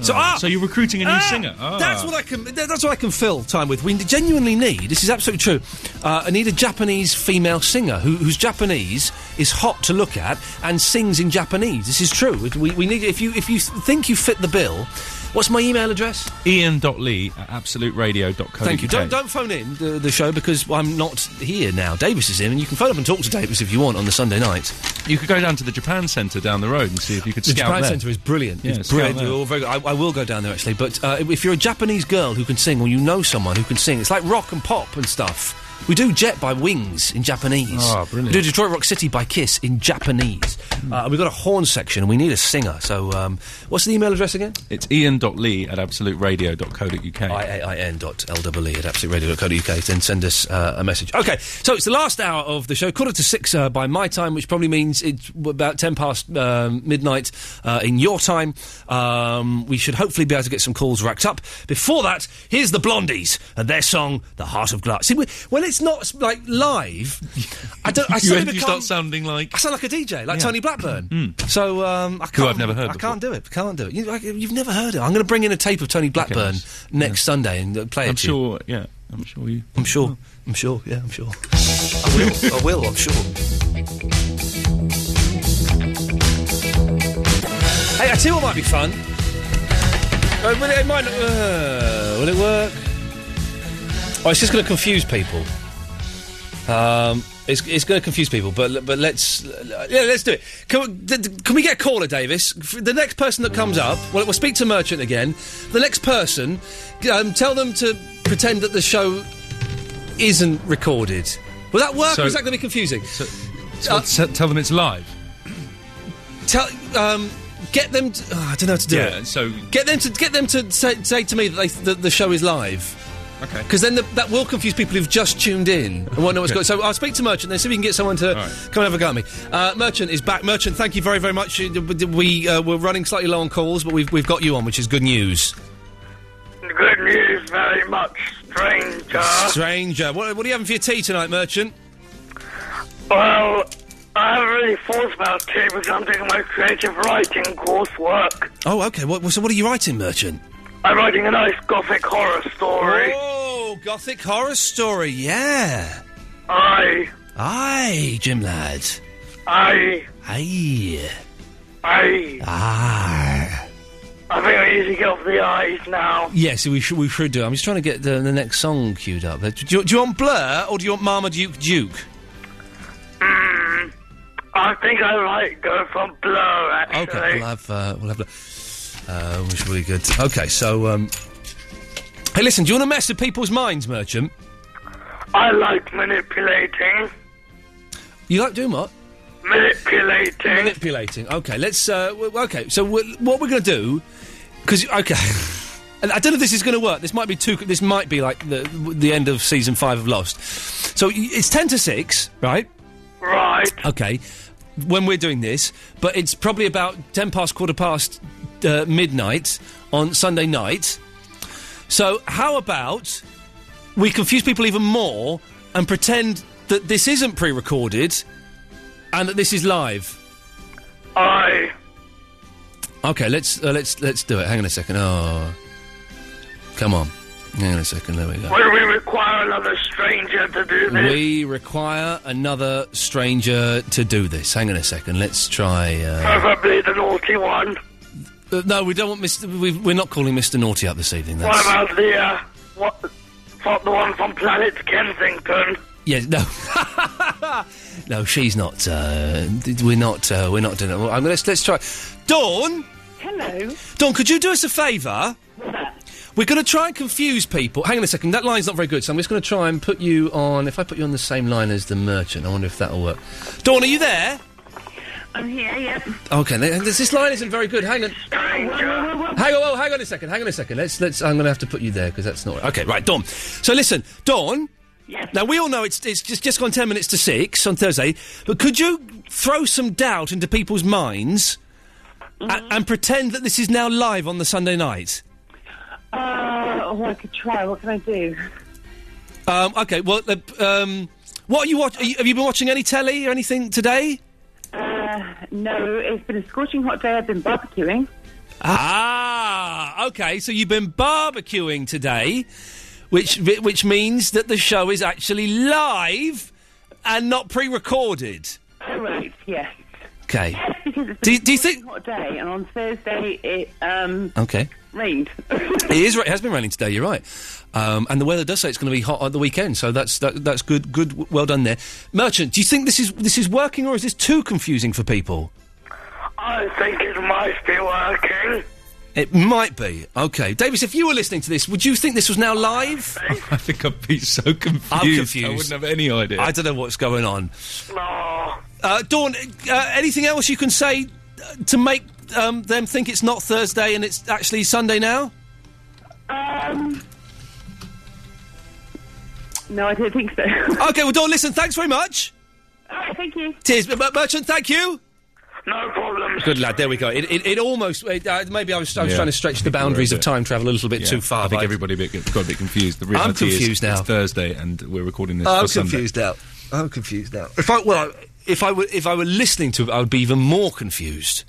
Speaker 9: So,
Speaker 6: Oh,
Speaker 9: ah,
Speaker 6: so you're recruiting a new
Speaker 9: Ah!
Speaker 6: singer. Ah.
Speaker 9: That's what I can. that- That's what I can fill time with. We genuinely need. This is absolutely true. Uh, I need a Japanese female singer who, who's Japanese, is hot to look at, and sings in Japanese. This is true. We, we need. If you if you think you fit the bill, what's my email address?
Speaker 6: Ian.lee at absoluteradio.co.uk.
Speaker 9: Thank you. Don't don't phone in the, the show because I'm not here now. Davis is in, and you can phone up and talk to Davis if you want on the Sunday night.
Speaker 6: You could go down to the Japan Centre down the road and see if you could
Speaker 9: The
Speaker 6: scout
Speaker 9: Japan
Speaker 6: there.
Speaker 9: Centre is brilliant.
Speaker 6: Yeah,
Speaker 9: it's
Speaker 6: scout
Speaker 9: brilliant.
Speaker 6: there.
Speaker 9: You're all very good. I, I will go down there actually. But uh, if you're a Japanese girl who can sing, or you know someone who can sing, it's like rock and pop and stuff. We do Jet by Wings in Japanese.
Speaker 6: Ah, brilliant.
Speaker 9: We do Detroit Rock City by Kiss in Japanese.
Speaker 6: Hmm.
Speaker 9: Uh, we've got a horn section and we need a singer. So, um, what's the email address again?
Speaker 6: It's ian.lee at absoluteradio.co.uk.
Speaker 9: IAIN dot LWE at absoluteradio.co.uk. Then send us uh, a message. Okay, so it's the last hour of the show, quarter to six uh, by my time, which probably means it's w- about ten past um, midnight uh, in your time. Um, we should hopefully be able to get some calls racked up. Before that, here's the Blondies and their song, The Heart of Glass. See, we- when it's not s- like live, I don't.
Speaker 6: [LAUGHS]
Speaker 9: I
Speaker 6: You
Speaker 9: suddenly
Speaker 6: end- you
Speaker 9: become,
Speaker 6: start sounding like.
Speaker 9: I sound like a DJ, like
Speaker 6: Yeah. Hmm.
Speaker 9: Tony Blackburn. So um, I can't,
Speaker 6: Who I've never heard
Speaker 9: I
Speaker 6: before.
Speaker 9: can't do it. Can't do it. You, I, you've never heard it. I'm going to bring in a tape of Tony Blackburn next Sunday and uh, play it.
Speaker 6: I'm
Speaker 9: to you.
Speaker 6: sure, yeah. I'm sure you.
Speaker 9: I'm sure. I'm sure. Yeah, I'm sure. I will. I will. I'm sure. Hey, I tell you what might be fun. Uh, will it, it might. not- Uh, will it work? Oh, it's just going to confuse people. Um, it's it's going to confuse people, but l- but let's l- yeah, let's do it. Can we, d- d- can we get a caller, Davis? F- The next person that comes up, well, we'll speak to Merchant again. The next person, g- um, tell them to pretend that the show isn't recorded. Will that work?
Speaker 6: So-
Speaker 9: or is that going to be confusing?
Speaker 6: So t- tell them it's live.
Speaker 9: [CLEARS THROAT] Tell um, get them. To, oh, I don't know how to do
Speaker 6: Yeah,
Speaker 9: it.
Speaker 6: so- [LAUGHS]
Speaker 9: get them to get them to say, say to me that, they, that the show is live.
Speaker 6: Okay.
Speaker 9: Because then the, that will confuse people who've just tuned in and
Speaker 6: [LAUGHS]
Speaker 9: won't know what's
Speaker 6: Okay.
Speaker 9: going. So I'll speak to Merchant then see if we can get someone to come and have a go at me. Uh, Merchant is back. Merchant, thank you very very much. Uh, We uh, we're running slightly low on calls, but we've we've got you on, which is good news.
Speaker 12: Good news very much, stranger.
Speaker 9: Stranger, what, what are you having for your tea tonight, Merchant?
Speaker 12: Well, I haven't really thought about tea because I'm doing my creative writing coursework.
Speaker 9: Oh, okay. What, so what are you writing, Merchant?
Speaker 12: I'm writing a nice gothic horror story.
Speaker 9: Oh, Gothic horror story, yeah.
Speaker 12: Aye.
Speaker 9: Aye, Jim lad.
Speaker 12: Aye.
Speaker 9: Aye.
Speaker 12: Aye.
Speaker 9: Ah.
Speaker 12: I think I need to get off the eyes now.
Speaker 9: Yes, we should, we should do. I'm just trying to get the, the next song queued up. Uh, Do you, do you want Blur or do you want Marmaduke Duke?
Speaker 12: Mm, I think I might go for Blur, actually.
Speaker 9: Okay, we'll have uh, we'll have the, uh, which will be good. Okay, so um, hey, listen, do you want to mess with people's minds, merchant?
Speaker 12: I like manipulating.
Speaker 9: You like doing what?
Speaker 12: Manipulating.
Speaker 9: Manipulating. Okay, let's. Uh, w- okay, so w- what we're going to do? Because okay, [LAUGHS] and I don't know if this is going to work. This might be too. This might be like the the end of season five of Lost. So y- it's ten to six, right?
Speaker 12: Right.
Speaker 9: Okay. When we're doing this, but it's probably about ten past quarter past uh, midnight on Sunday night. So how about we confuse people even more and pretend that this isn't pre-recorded and that this is live?
Speaker 12: Aye.
Speaker 9: Okay, let's uh, let's let's do it. Hang on a second. Oh, come on. Hang on a second. There we go.
Speaker 12: Will we require another stranger to do this?
Speaker 9: We require another stranger to do this. Hang on a second. Let's try.
Speaker 12: [LAUGHS]
Speaker 9: Uh...
Speaker 12: Probably the naughty one.
Speaker 9: uh, no, we don't want Mr. we we're not calling Mr. Naughty up this evening.
Speaker 12: What
Speaker 9: That's...
Speaker 12: about the, uh, what, what, the one from Planet Kensington?
Speaker 9: Yeah, no, [LAUGHS] no, she's not. Uh, th- we're not. Uh, we're not doing it. Well, I'm, let's let's try. Dawn.
Speaker 14: Hello.
Speaker 9: Dawn, could you do us a favour? We're going to try and confuse people. Hang on a second. That line's not very good, so I'm just going to try and put you on. If I put you on the same line as the merchant, I wonder if that'll work. Dawn, are you there?
Speaker 14: I'm here, yep.
Speaker 9: Okay. th- This, this line isn't very good. Hang on. Hang on, oh, hang on a second. Hang on a second. Let's let's. I'm going to have to put you there because that's not okay. Right, Dawn. So listen, Dawn. Now we all know it's it's just, just gone ten minutes to six on Thursday, but could you throw some doubt into people's minds a- and pretend that this is now live on the Sunday night?
Speaker 14: Uh, [LAUGHS] oh, I could try. What can I do?
Speaker 9: Um, okay. Well, uh, um, what are you watch? Are you, have you been watching any telly or anything today?
Speaker 14: Uh, no, it's been a scorching hot day. I've been barbecuing.
Speaker 9: Ah, okay. So you've been barbecuing today, which which means that the show is actually live and not pre-recorded.
Speaker 14: All right, yes.
Speaker 9: Okay.
Speaker 14: Because it's
Speaker 9: Do
Speaker 14: been
Speaker 9: you-
Speaker 14: a
Speaker 9: do you
Speaker 14: scorching hot day, and on Thursday it um,
Speaker 9: Okay.
Speaker 4: [LAUGHS]
Speaker 14: rained.
Speaker 9: It is. ra- It has been raining today. You're right. Um, and the weather does say it's going to be hot at the weekend. So that's that, that's good. Good. w- Well done there, merchant. Do you think this is this is working or is this too confusing for people?
Speaker 12: I think it might be working.
Speaker 9: It might be. Okay, Davis. If you were listening to this, would you think this was now [LAUGHS] live?
Speaker 6: I think I'd be so confused.
Speaker 9: I'm
Speaker 6: I
Speaker 9: confused.
Speaker 6: wouldn't have any idea.
Speaker 9: I don't know what's going on. Uh, Dawn, uh, anything else you can say uh, to make um, them think it's not Thursday and it's actually Sunday now?
Speaker 14: Um, no, I don't think so. [LAUGHS]
Speaker 9: okay, well, Dawn, listen, thanks very much.
Speaker 14: thank you.
Speaker 9: Cheers, M- M- Merchant, thank you.
Speaker 12: No problem.
Speaker 9: Good lad, there we go. It, it, it almost, it, uh, maybe I was, I was
Speaker 6: Yeah,
Speaker 9: trying to stretch
Speaker 6: I
Speaker 9: the
Speaker 6: think we're a
Speaker 9: boundaries of
Speaker 6: bit-
Speaker 9: time travel a little bit
Speaker 6: Yeah,
Speaker 9: too far.
Speaker 6: I think
Speaker 9: but-
Speaker 6: everybody bit, got a bit confused. The
Speaker 9: I'm
Speaker 6: reality is
Speaker 9: confused now.
Speaker 6: It's Thursday, and we're recording this.
Speaker 9: Oh, I'm
Speaker 6: for Sunday.
Speaker 9: confused now. I'm confused now. If I well, if I were if I were listening to it, I would be even more confused.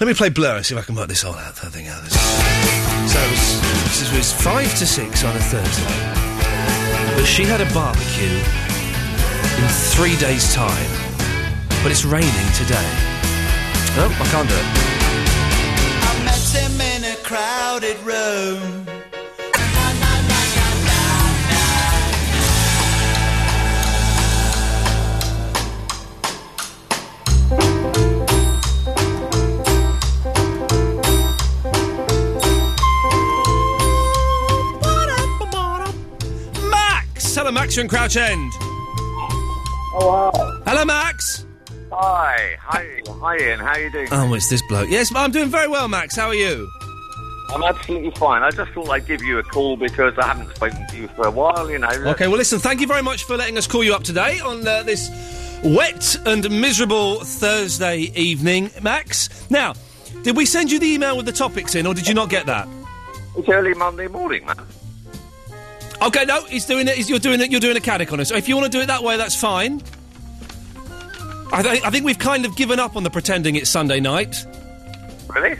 Speaker 9: Let me play Blur and see if I can work this whole out, thing out. This- So it was, this is- was five to six on a Thursday, but she had a barbecue in three days' time. But it's raining today. No, I can't do it.
Speaker 25: I met him in a crowded room.
Speaker 9: Max, hello, Max, you're in Crouch End.
Speaker 5: Hello.
Speaker 9: Hello, Max.
Speaker 5: Hi. Hi. Hi, Ian. How you doing?
Speaker 9: Oh, it's this bloke. Yes, I'm doing very well, Max. How are you?
Speaker 5: I'm absolutely fine. I just thought I'd give you a call because I haven't spoken to you for a while, you know.
Speaker 9: Okay, well, listen, thank you very much for letting us call you up today on uh, this wet and miserable Thursday evening, Max. Now, did we send you the email with the topics in, or did you not get that?
Speaker 5: It's early Monday morning, man.
Speaker 9: Okay, no, he's doing it. He's, you're doing it. You're doing a caddick on us. So if you want to do it that way, that's fine. I, th- I think we've kind of given up on the pretending it's Sunday night.
Speaker 5: Really?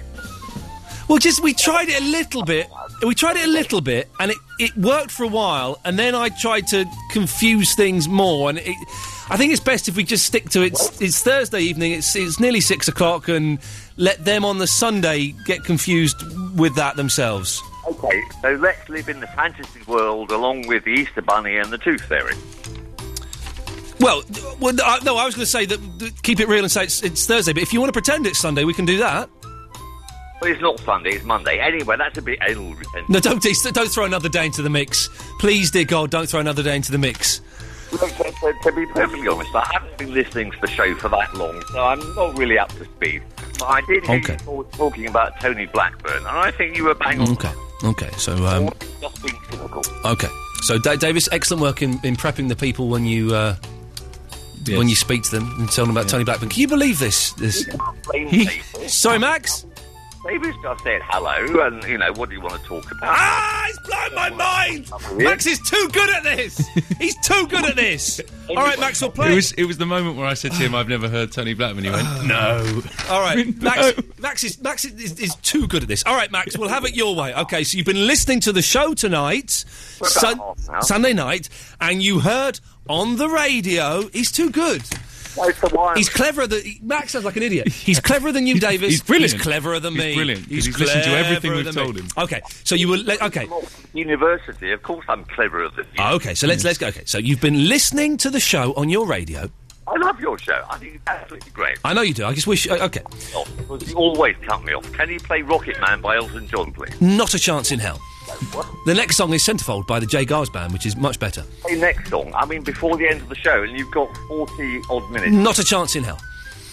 Speaker 9: Well, just we tried it a little bit. We tried it a little bit, and it it worked for a while, and then I tried to confuse things more. And it, I think it's best if we just stick to it's. It's Thursday evening. It's it's nearly six o'clock, and let them on the Sunday get confused with that themselves.
Speaker 5: Okay, so let's live in the fantasy world along with the Easter Bunny and the Tooth Fairy.
Speaker 9: Well, d- well I, no, I was going to say that, that keep it real and say it's, it's Thursday. But if you want to pretend it's Sunday, we can do that.
Speaker 5: Well, it's not Sunday, it's Monday. Anyway, that's a bit. ill-
Speaker 9: No, don't don't throw another day into the mix, please, dear God. Don't throw another day into the mix.
Speaker 5: Look, to, to- to be perfectly honest, I haven't been listening to the show for that long, so I'm not really up to speed. But I did hear
Speaker 9: Okay.
Speaker 5: you all talking about Tony Blackburn, and I think you were bang on.
Speaker 9: Okay, okay. So, um,
Speaker 5: Just being cynical.
Speaker 9: okay. So, da- Davis, excellent work in, in prepping the people when you uh, when you speak to them and tell them about Tony Blackburn. Can you believe this? This.
Speaker 5: Blame people.
Speaker 9: Sorry, Max.
Speaker 5: Davis just said hello, and you know what do you want to talk about?
Speaker 9: Ah, it's blown my mind. Max is too good at this. He's too good
Speaker 6: [LAUGHS]
Speaker 9: at this. All right, Max, we'll Oh, play. Oh.
Speaker 6: It was, it was the moment where I said to him, I've never heard Tony Blackman. He went, no. [LAUGHS]
Speaker 9: All right, Max. Max is Max is, is, is too good at this. All right, Max, we'll have it your way. Okay, so you've been listening to the show tonight,
Speaker 5: We're about
Speaker 9: Sun-
Speaker 5: half now.
Speaker 9: Sunday night, and you heard on the radio. He's too good. He's cleverer than Max. Sounds like
Speaker 6: [LAUGHS]
Speaker 9: an idiot. He's cleverer than you, Davis.
Speaker 6: he's brilliant.
Speaker 9: He's cleverer than
Speaker 6: He's
Speaker 9: me.
Speaker 6: brilliant, 'cause he's listened to everything
Speaker 9: cleverer
Speaker 6: we've
Speaker 9: than me.
Speaker 6: told him.
Speaker 9: Okay, so you were le- okay.
Speaker 5: University, of course, I'm cleverer than you.
Speaker 9: Ah, okay, so let's let's go. Okay, so you've been listening to the show on your radio.
Speaker 5: I love your show. I think it's absolutely great.
Speaker 9: I know you do. I just wish. Okay,
Speaker 5: Oh, because you always cut me off. Can you play Rocket Man by Elton John, please?
Speaker 9: not a chance in hell. The next song is Centerfold by the Jay Gars Band, which is much better.
Speaker 5: Play next song. I mean, before the end of the show, and you've got forty odd minutes.
Speaker 9: Not a chance in hell.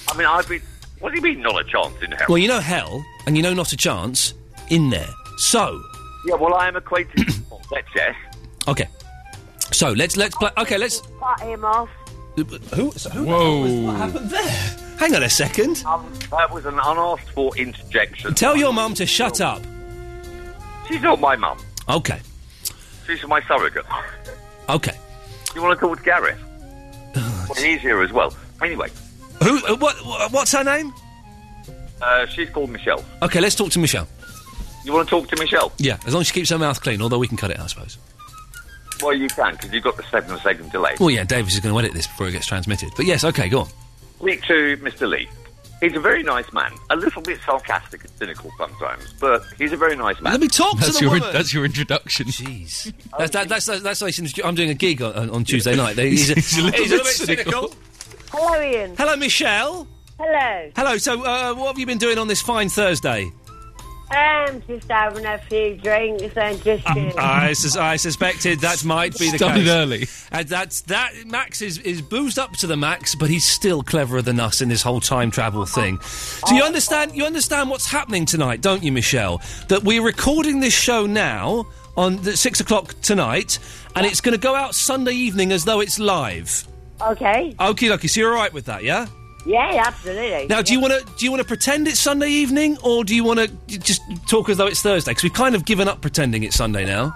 Speaker 5: I mean, I've been. What do you mean, not a chance in hell?
Speaker 9: Well, you know hell, and you know not a chance in there. So,
Speaker 5: Yeah, well, I am acquainted
Speaker 9: [COUGHS]
Speaker 5: with Paul Fletcher.
Speaker 9: okay. So let's let's play. Okay, let's.
Speaker 22: Cut him off.
Speaker 9: Who? So who Whoa! What happened there? Hang on a second.
Speaker 5: Um, that was an unasked for interjection.
Speaker 9: Tell your mum to shut up.
Speaker 5: She's not my mum.
Speaker 9: Okay.
Speaker 5: She's my surrogate.
Speaker 9: Okay.
Speaker 5: You want to call Gareth? well, he's here as well. Anyway,
Speaker 9: Oh, Who? uh, What? wh- What's her name?
Speaker 5: uh, she's called Michelle.
Speaker 9: Okay, let's talk to Michelle.
Speaker 5: You want to talk to Michelle?
Speaker 9: Yeah, as long as she keeps her mouth clean. Although we can cut it, I suppose.
Speaker 5: Well, you can, because you've got the seven second delay.
Speaker 9: Well, Oh, yeah, Davis is going to edit this before it gets transmitted. But yes, okay, go on.
Speaker 5: Speak to Mr. Lee. He's a very nice man. A little bit sarcastic and cynical sometimes, but he's a very nice man.
Speaker 9: Let me talk to
Speaker 6: That's
Speaker 9: the
Speaker 6: your,
Speaker 9: woman.
Speaker 6: that's your introduction. Jeez.
Speaker 9: [LAUGHS] That's that, that's that's that's nice. I'm doing a gig on, on
Speaker 6: [LAUGHS]
Speaker 9: Tuesday night.
Speaker 6: He's- he's a
Speaker 9: [LAUGHS]
Speaker 6: little bit
Speaker 22: Hello, Ian.
Speaker 9: Hello, Michelle.
Speaker 22: Hello.
Speaker 9: Hello. So, uh, what have you been doing on this fine Thursday?
Speaker 22: I'm Um, just having a few drinks and just.
Speaker 9: I, sus- I suspected that might be the
Speaker 6: Started
Speaker 9: case.
Speaker 6: early.
Speaker 9: And that's that. Max is is boozed up to the max, but he's still cleverer than us in this whole time travel thing. So you understand you understand what's happening tonight, don't you, Michelle? That we're recording this show now on the six o'clock tonight, and it's going to go out Sunday evening as though it's live.
Speaker 22: okay.
Speaker 9: Okay, dokie. So you're all right with that, yeah?
Speaker 22: Yeah, absolutely.
Speaker 9: Now, do you want to do you want to pretend it's Sunday evening, or do you want to just talk as though it's Thursday? Because we've kind of given up pretending it's Sunday now.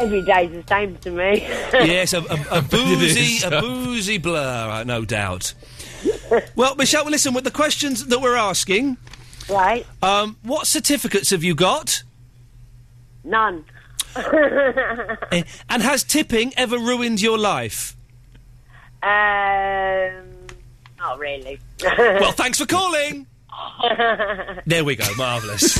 Speaker 22: Every day's the same to me. [LAUGHS]
Speaker 9: [LAUGHS] yes, a, a, a boozy,
Speaker 22: is.
Speaker 9: a boozy blur, uh,
Speaker 22: [LAUGHS]
Speaker 9: no doubt. well, Michelle, well, listen. With the questions that we're asking,
Speaker 22: right?
Speaker 9: Um, what certificates have you got?
Speaker 22: None. [LAUGHS]
Speaker 9: Eh, And has tipping ever ruined your life?
Speaker 22: Um, not really.
Speaker 9: well, thanks for
Speaker 10: [LAUGHS]
Speaker 9: calling. There we go.
Speaker 6: [LAUGHS]
Speaker 9: Marvelous.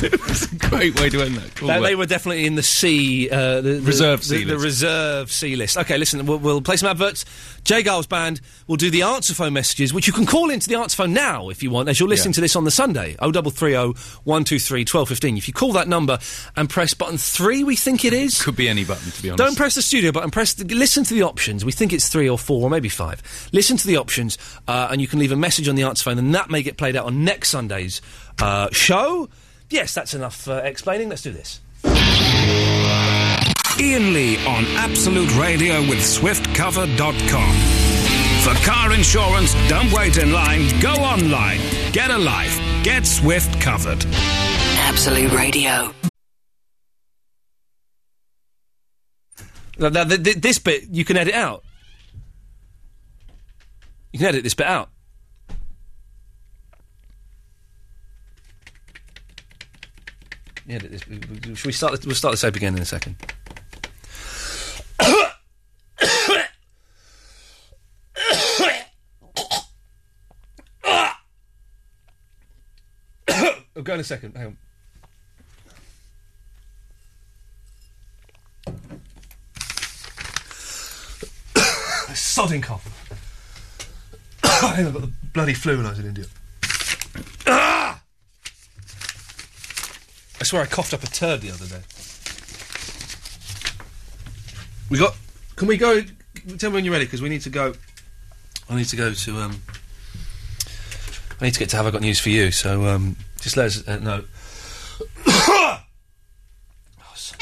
Speaker 6: Great way to end that. Cool
Speaker 9: They,
Speaker 6: work.
Speaker 9: they were definitely in the C, uh, the, the-
Speaker 6: Reserve
Speaker 9: the,
Speaker 6: C
Speaker 9: the
Speaker 6: list.
Speaker 9: reserve C list. Okay, listen, we'll, we'll play some adverts. Jay Giles Band will do the answer phone messages, which you can call into the answer phone now if you want, as you're listening to this on the Sunday. 0330 123 1215. If you call that number and press button three, we think it is.
Speaker 6: Could be any button, to be honest.
Speaker 9: Don't press the studio button. Press the, listen to the options. We think it's three or four or maybe five. Listen to the options, uh, and you can leave a message on the answer phone, and that may get played out on next Sunday's uh, show. Yes, that's enough uh, explaining. Let's do this.
Speaker 2: Ian Lee on Absolute Radio with swiftcover.com. For car insurance, don't wait in line, go online. Get a life, get Swift covered.
Speaker 3: Absolute Radio.
Speaker 9: Now, now th- th- this bit you can edit out. You can edit this bit out. Yeah, but this, should we start? the- We'll start this up again in a second. [COUGHS] We'll go in a second. Hang on. [COUGHS] Sodding cough. [COUGHS] Hang on, I've got the bloody flu when I was in India. Ah! I swear I coughed up a turd the other day. We got. Can we go? Tell me when you're ready, because we need to go. I need to go to. Um, I need to get to have I got news for you. So um, just let us uh, know. oh, so-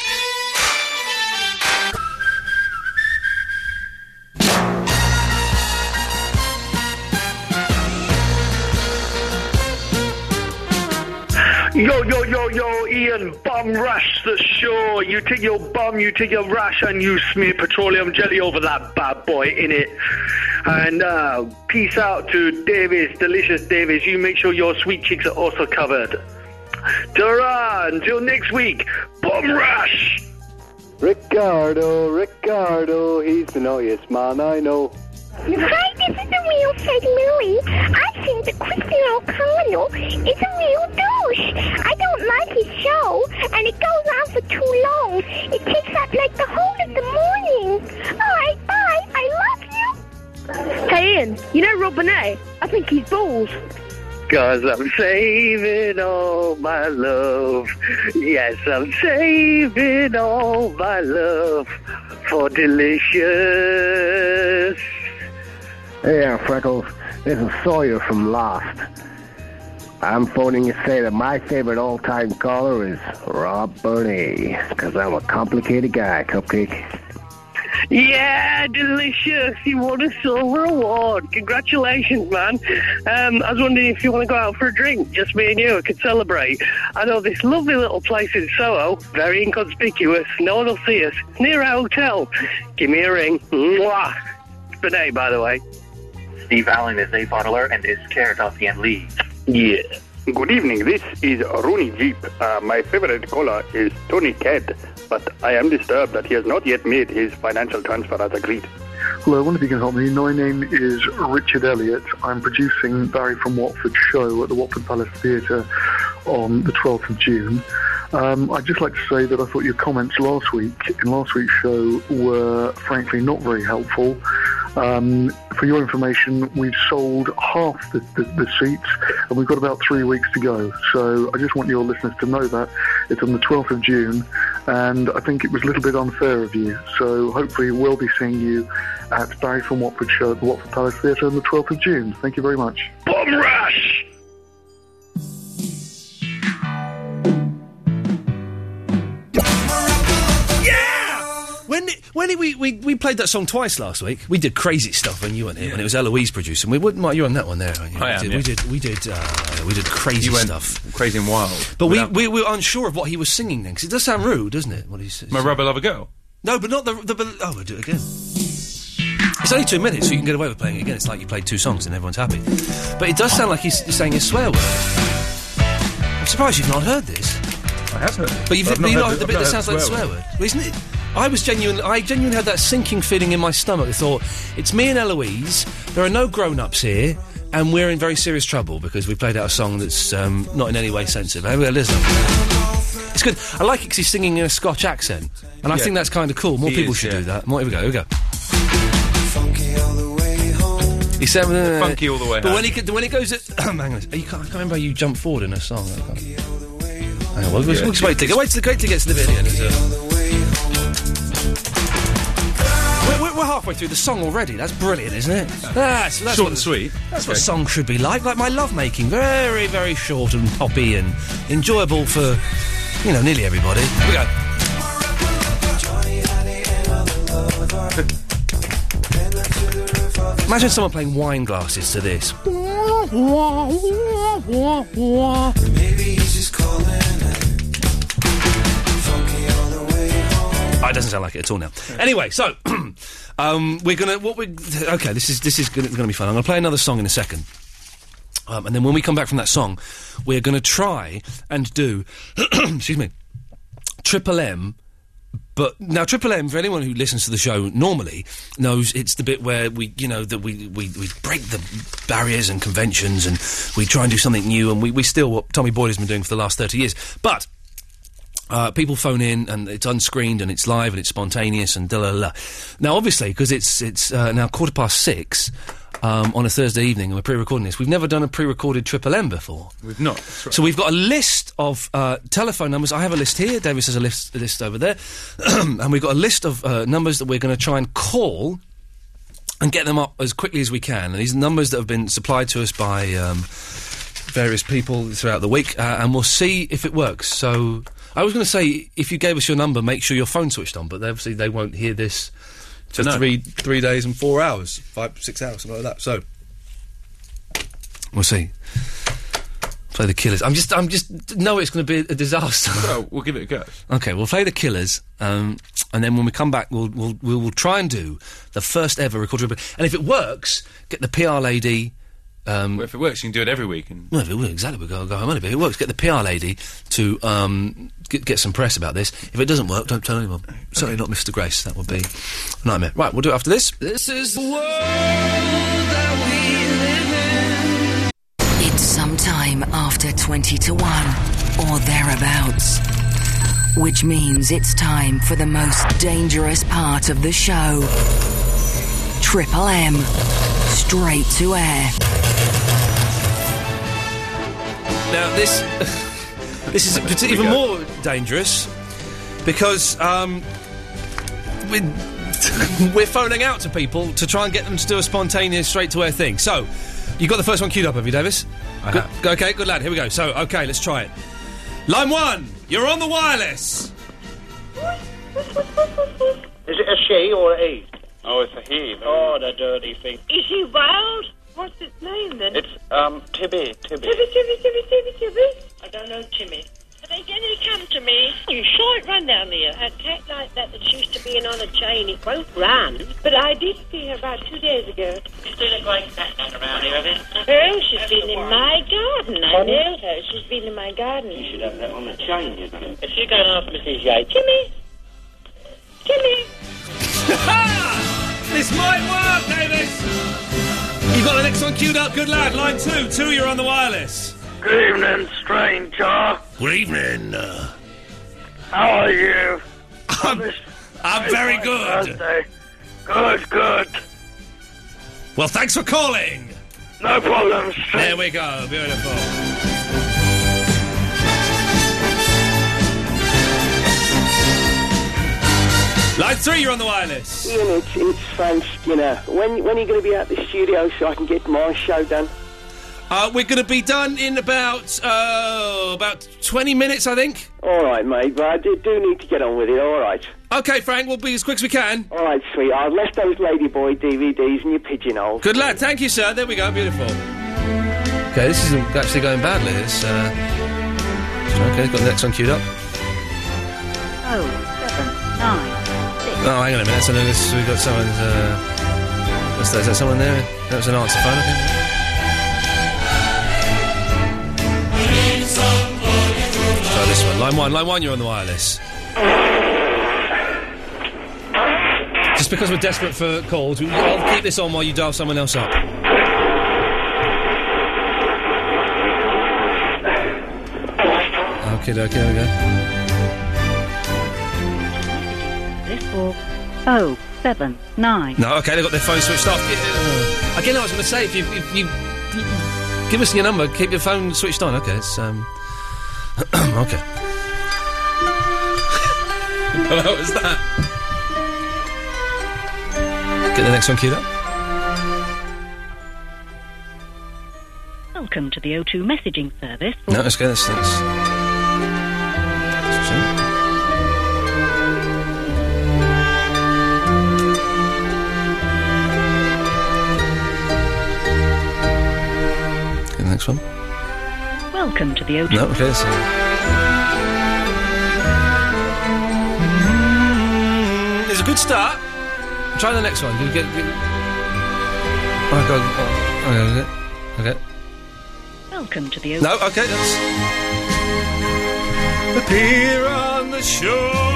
Speaker 4: Yo, yo, yo, yo, Ian, bum rush the shore. You take your bum, you take your rush, and you smear petroleum jelly over that bad boy in it. And uh, peace out to Davis, delicious Davis. You make sure your sweet cheeks are also covered. Ta-ra! Until next week, bum rush.
Speaker 7: Ricardo, Ricardo, he's the naughtiest man I know.
Speaker 26: Hi, this is the real Fred Louie. I think that Cristiano Carlo is a real douche. I don't like his show, and it goes on for too long. It takes up like the whole of the morning. All right, bye. I love you. Hey, Ian, you know Robinet? I think he's balls.
Speaker 4: Cause I'm saving all my love. Yes, I'm saving all my love for delicious.
Speaker 1: Yeah, Freckles, this is Sawyer from Lost. I'm phoning to say that my favorite all-time caller is Rob Burney, because I'm a complicated guy, Cupcake.
Speaker 4: Yeah, delicious. You won a silver award. Congratulations, man. Um, I was wondering if you want to go out for a drink, just me and you. I could celebrate. I know this lovely little place in Soho, very inconspicuous. No one will see us. Near our hotel. Give me a ring. Mwah. It's Bidet, by the way.
Speaker 27: Steve Allen is a bottler and is scared of the Lee.
Speaker 1: Yeah.
Speaker 27: Good evening.
Speaker 1: This is Rooney Jeep. Uh, my favorite caller is Tony Ked, but I am disturbed that he has not yet made his financial transfer as agreed.
Speaker 21: Hello, I wonder if you can help me. My name is Richard Elliott. I'm producing Barry from Watford show at the Watford Palace Theatre on the 12th of June. Um, I'd just like to say that I thought your comments last week, in last week's show, were frankly not very helpful. Um, for your information, we've sold half the, the, the seats and we've got about three weeks to go. So I just want your listeners to know that. It's on the 12th of June and I think it was a little bit unfair of you. So hopefully we'll be seeing you at Barry from Watford Show at the Watford Palace Theatre on the 12th of June. Thank you very much.
Speaker 4: Bum rush.
Speaker 9: When when we, we we played that song twice last week, we did crazy stuff when you weren't here. When it was Eloise producing, we wouldn't. Mark, you're on that one there. Aren't you?
Speaker 6: I
Speaker 9: we
Speaker 6: am,
Speaker 9: Did,
Speaker 6: yeah.
Speaker 9: We did we did uh, we did crazy
Speaker 6: You went
Speaker 9: stuff,
Speaker 6: crazy and wild.
Speaker 9: but we,
Speaker 6: without-
Speaker 9: we we were unsure of what he was singing then because it does sound rude, doesn't it? What he says.
Speaker 6: my rubber lover girl.
Speaker 9: No, but not the the. but- Oh, we'll do it again. It's only two minutes, so you can get away with playing it again. It's like you played two songs and everyone's happy. But it does sound like he's saying a swear word. I'm surprised you've not heard this.
Speaker 6: I have heard. it.
Speaker 9: But you've,
Speaker 6: I've
Speaker 9: but you've
Speaker 6: not heard
Speaker 9: not heard the
Speaker 6: the-
Speaker 9: bit
Speaker 6: I've
Speaker 9: that
Speaker 6: not
Speaker 9: sounds
Speaker 6: heard
Speaker 9: like
Speaker 6: the
Speaker 9: a swear
Speaker 6: swear
Speaker 9: word. Well, isn't it? I was genuinely, I genuinely had that sinking feeling in my stomach. I thought, it's me and Eloise. There are no grown-ups here, and we're in very serious trouble because we played out a song that's um, not in any way sensitive. Have a listen. It's good. I like it because he's singing in a Scotch accent, and I
Speaker 6: Yeah.
Speaker 9: think that's kind of cool. More
Speaker 6: He
Speaker 9: people
Speaker 6: is,
Speaker 9: should
Speaker 6: yeah.
Speaker 9: do that. More, here we go. Here we go. He said, uh,
Speaker 6: Funky all the way
Speaker 9: But
Speaker 6: home.
Speaker 9: when he when it goes, at, [CLEARS THROAT] hang on, you can't, I can't remember how you jump forward in a song. I can't- Hang on, we'll, we'll,
Speaker 6: Yeah.
Speaker 9: we'll just wait till wait till, wait till it gets to the bit. here, there's a- We're, we're- we're halfway through the song already. That's brilliant, isn't it? That's, that's
Speaker 6: Short
Speaker 9: what,
Speaker 6: and sweet.
Speaker 9: That's what
Speaker 6: Okay.
Speaker 9: song should be like. Like my lovemaking, very very short and poppy and enjoyable for you know nearly everybody. Here we go. [LAUGHS] Imagine someone playing wine glasses to this.
Speaker 1: Oh,
Speaker 28: Maybe he's just calling
Speaker 9: Oh, it doesn't sound like it at all now. Anyway, so [CLEARS THROAT] um, we're gonna what we okay. This is this is gonna, gonna be fun. I'm gonna play another song in a second, um, and then when we come back from that song, [CLEARS THROAT] we're gonna try and do excuse me, Triple M But now, Triple M, for anyone who listens to the show normally, knows it's the bit where we, you know, that we, we, we break the barriers and conventions and we try and do something new and we, we steal what Tommy Boyd has been doing for the last 30 years. But uh, people phone in and it's unscreened and it's live and it's spontaneous and da la la. Now, obviously, because it's it's uh, now quarter past six um, on a Thursday evening and we're pre-recording this, we've never done a pre-recorded Triple M before.
Speaker 6: We've not.
Speaker 9: So we've got a list of uh, telephone numbers. I have a list here. Davis has a list, a list over there, [CLEARS THROAT] and we've got a list of uh, numbers that we're going to try and call and get them up as quickly as we can. And these are numbers that have been supplied to us by um, various people throughout the week, uh, and we'll see if it works. So I was going to say, if you gave us your number, make sure your phone switched on, but they- obviously they won't hear this for
Speaker 6: No.
Speaker 9: three three days and four hours, five six hours, something like that. So. We'll see. Play the Killers. I'm just, I'm just. No, it's going to be a disaster.
Speaker 6: [LAUGHS] well, we'll give it a go.
Speaker 9: Okay, we'll play the Killers, um, and then when we come back, we'll we'll we will try and do the first ever record. And if it works, get the PR lady. Um,
Speaker 6: Well, if it works, you can do it every week. And
Speaker 9: well, if it works, exactly, we'll go, go home early. But if it works, get the PR lady to um, get, get some press about this. If it doesn't work, don't tell anyone. Certainly not Mr. Grace. That would be a nightmare. Right, we'll do it after this. This is the
Speaker 3: It's sometime after 20 to 1 or thereabouts. Which means it's time for the most dangerous part of the show Triple M. Straight to air.
Speaker 9: Now this [LAUGHS] this is parti- even more dangerous because um, we're, [LAUGHS] we're phoning out to people to try and get them to do a spontaneous straight to air thing. So you got the first one queued up, have you, Davis?
Speaker 6: I
Speaker 9: Good- Okay, good lad. Here we go. So okay, let's try it. Line one, you're on the wireless. [LAUGHS]
Speaker 10: Is it a she or a he?
Speaker 22: Oh, it's a he.
Speaker 10: Oh, the dirty thing.
Speaker 22: Is he wild? What's his name then?
Speaker 10: It's, um, Tibby, Tibby.
Speaker 22: Tibby, Tibby, Tibby, Tibby, Tibby. I don't know Timmy. But then he come to me. You saw it run down there. A cat like that that used to be in on a chain, it won't run. But I did see her about two days ago.
Speaker 10: It's been a great cat around here, haven't it?
Speaker 22: Oh, she's been in my garden. I
Speaker 10: Pardon?
Speaker 22: nailed her. She's been in my garden. You should have that on the chain, you know.
Speaker 10: If you go and ask Mrs. Yates,
Speaker 22: Timmy. Timmy.
Speaker 9: This might work, Davis. You got the next one queued up. Good lad. Line two, two, you're on the wireless.
Speaker 22: Good evening, stranger.
Speaker 9: Good evening.
Speaker 22: How are you? I'm,
Speaker 9: I'm very good.
Speaker 22: Good, good.
Speaker 9: Well, thanks for calling.
Speaker 22: No problem.
Speaker 9: There we go. Beautiful. Line three, you're on the wireless.
Speaker 10: Ian, it's, it's Frank Skinner. When, when are you going to be out the studio so I can get my show done?
Speaker 9: Uh, we're going to be done in about uh, about twenty minutes, I think.
Speaker 10: All right, mate, but I do, do need to get on with it, all right.
Speaker 9: Okay, Frank, we'll be as quick as we can.
Speaker 10: All right, sweet. I've left those Ladyboy DVDs in your pigeonhole.
Speaker 9: Good lad, Uh, thank you, sir. There we go, beautiful. [LAUGHS] Okay, this is actually going badly. This. Uh... Okay, got the next one queued up.
Speaker 11: Oh, seven, nine, six.
Speaker 9: Oh, hang on a minute. So this, we've got someone's. Uh, what's that? Is that someone there? That was an answer phone. I think. Try this one. Line one, line one. You're on the wireless. Just because we're desperate for calls, we, I'll keep this on while you dial someone else up. Okay, okay, there we go.
Speaker 11: This four. Oh, seven, nine.
Speaker 9: No, okay, they've got their phone switched off. Get- uh, Again, I was going to say, if you, if you give us your number, keep your phone switched on. Okay, it's um, [CLEARS THROAT] okay. what was that? Get the next one queued up.
Speaker 11: Welcome to the O2 messaging service.
Speaker 9: No, let's go. That's, that's... Get the next one.
Speaker 11: Welcome to the O2.
Speaker 9: No, okay. That's... Mm, It's a good start. Try the next one. You get. get... Oh god. Oh, okay. is it? Okay.
Speaker 11: Welcome to the O2.
Speaker 9: No. Okay. That's. Appear on the shore.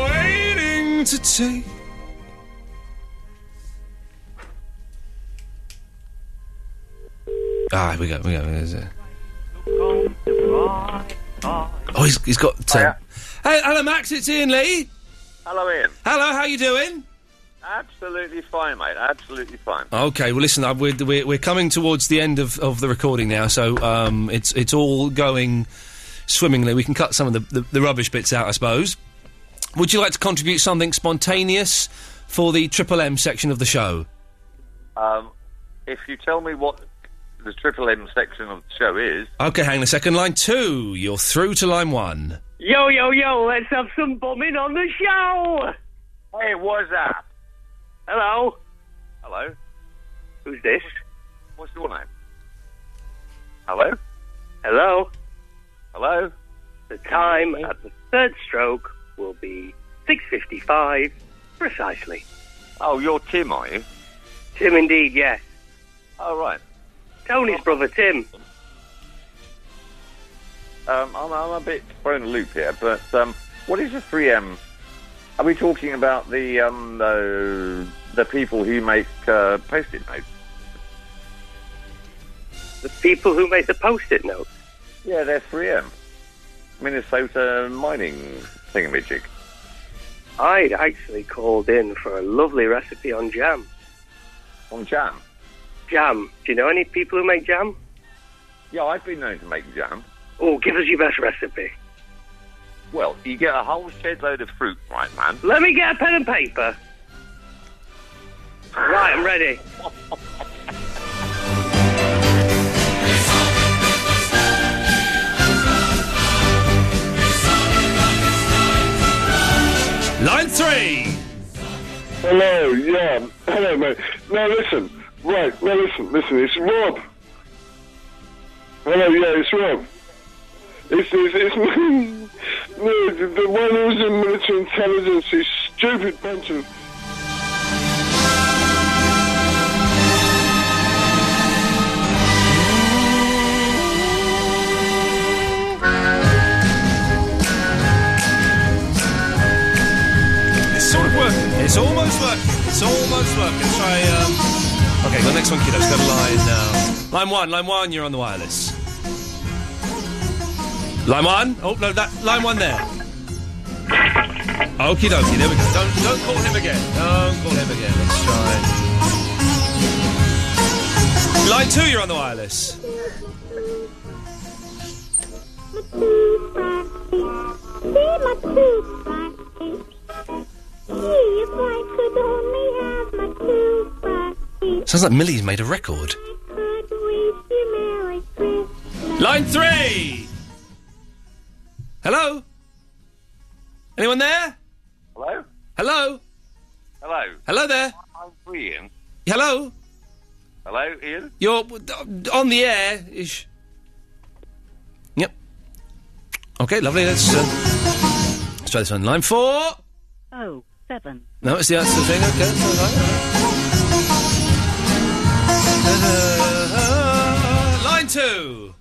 Speaker 1: long to take.
Speaker 9: Ah, here we go. Here we go. There's a- Oh, he's, he's got. Uh, hey, hello, Max. It's Ian Lee.
Speaker 5: Hello, Ian.
Speaker 9: Hello, how you doing?
Speaker 5: Absolutely fine, mate. Absolutely fine.
Speaker 9: Okay, well, listen, uh, we're, we're, we're coming towards the end of, of the recording now, so um, it's it's all going swimmingly. We can cut some of the, the, the rubbish bits out, I suppose. Would you like to contribute something spontaneous for the Triple M section of the show?
Speaker 5: Um, if you tell me what the Triple M section of the show is,
Speaker 9: Okay, hang on a second. Line two, you're through to line one.
Speaker 12: Yo, yo, yo, let's have some bombing on the show!
Speaker 5: Hey, what's up?
Speaker 12: Hello?
Speaker 5: hello,
Speaker 12: Who's this?
Speaker 5: what's your name? Hello,
Speaker 12: Hello?
Speaker 5: hello.
Speaker 12: The time at the third stroke will be 6.55 precisely.
Speaker 5: Oh, you're Tim, are you?
Speaker 12: Tim indeed, yes.
Speaker 5: Oh, right.
Speaker 12: Tony's brother Tim.
Speaker 5: Um, I'm, I'm a bit thrown a loop here, but um, what is a 3M? Are we talking about the um, the, the people who make uh, post-it notes?
Speaker 12: The people who make the post-it notes.
Speaker 5: Yeah, they're 3M. Minnesota mining thingamajig.
Speaker 12: I'd actually called in for a lovely recipe on jam.
Speaker 5: On jam?
Speaker 12: Jam. Do you know any people who make jam?
Speaker 5: Yeah, I've been known to make jam.
Speaker 12: Oh, give us your best recipe.
Speaker 5: Well, you get a whole shed load of fruit, right, man?
Speaker 12: Let me get a pen and paper. Right, I'm ready.
Speaker 9: Line three.
Speaker 8: Hello, yeah. Hello, mate. Now listen. Right, now listen, listen. It's Rob. Hello, yeah, it's Rob. It's, it's, it's [LAUGHS] no, the, the one who's in military intelligence, is stupid bunch of...
Speaker 9: It's sort of working. It's almost working. It's almost working. Try. Um... Okay, the next one, kiddos. Go to line. Uh... Line one. Line one. You're on the wireless. Line one. Oh no, that line one there. Okie dokie. There we go. Don't don't call him again. Don't call him again. Let's try. Line two. You're on the wireless. Sounds like Millie's made a record. Line three. Hello. Anyone there?
Speaker 5: Hello?
Speaker 9: Hello.
Speaker 5: Hello?
Speaker 9: Hello there.
Speaker 5: I'm Ian.
Speaker 9: Hello.
Speaker 5: Hello, Ian?
Speaker 9: You're w- d- on the air ish. Yep. Okay, lovely. Let's, uh, let's try this one. Line four.
Speaker 29: Oh, seven.
Speaker 9: No, it's the answer thing. Okay. that's all right, all right. Line two.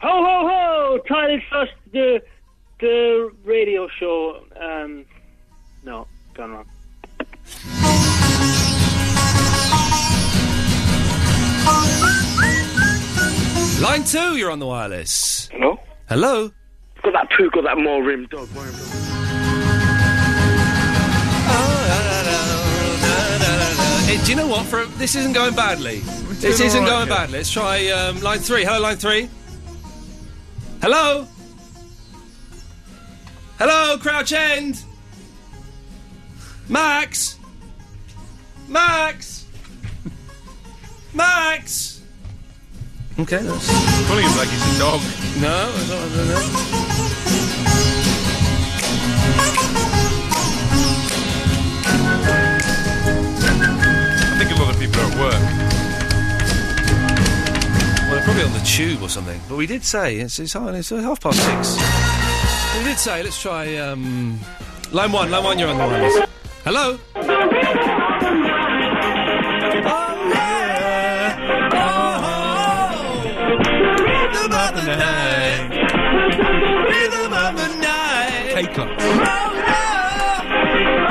Speaker 10: Ho ho ho! Title first the the radio show. Um, no, gone wrong.
Speaker 9: Line two, you're on the wireless.
Speaker 10: Hello?
Speaker 9: Hello?
Speaker 10: Got that poo, got that more rim dog. More rim dog.
Speaker 9: Eh, do you know what? For this isn't going badly. This
Speaker 1: doing
Speaker 9: isn't
Speaker 1: all right
Speaker 9: going
Speaker 1: here.
Speaker 9: badly. Let's try um, line three. Hello, line three. Hello. Hello, Crouch End. Max. Max. Max. Okay, that's.
Speaker 6: Pulling him like he's a dog.
Speaker 9: No, it's not. No, no.
Speaker 6: I think a lot of people are at work.
Speaker 9: Well, they're probably on the tube or something. But we did say it's it's, hard, it's uh, half past six. We did say let's try um, line one. Line one, you're on the wireless. Hello.
Speaker 1: Oh, Oh, Rhythm of the night.
Speaker 6: K Club.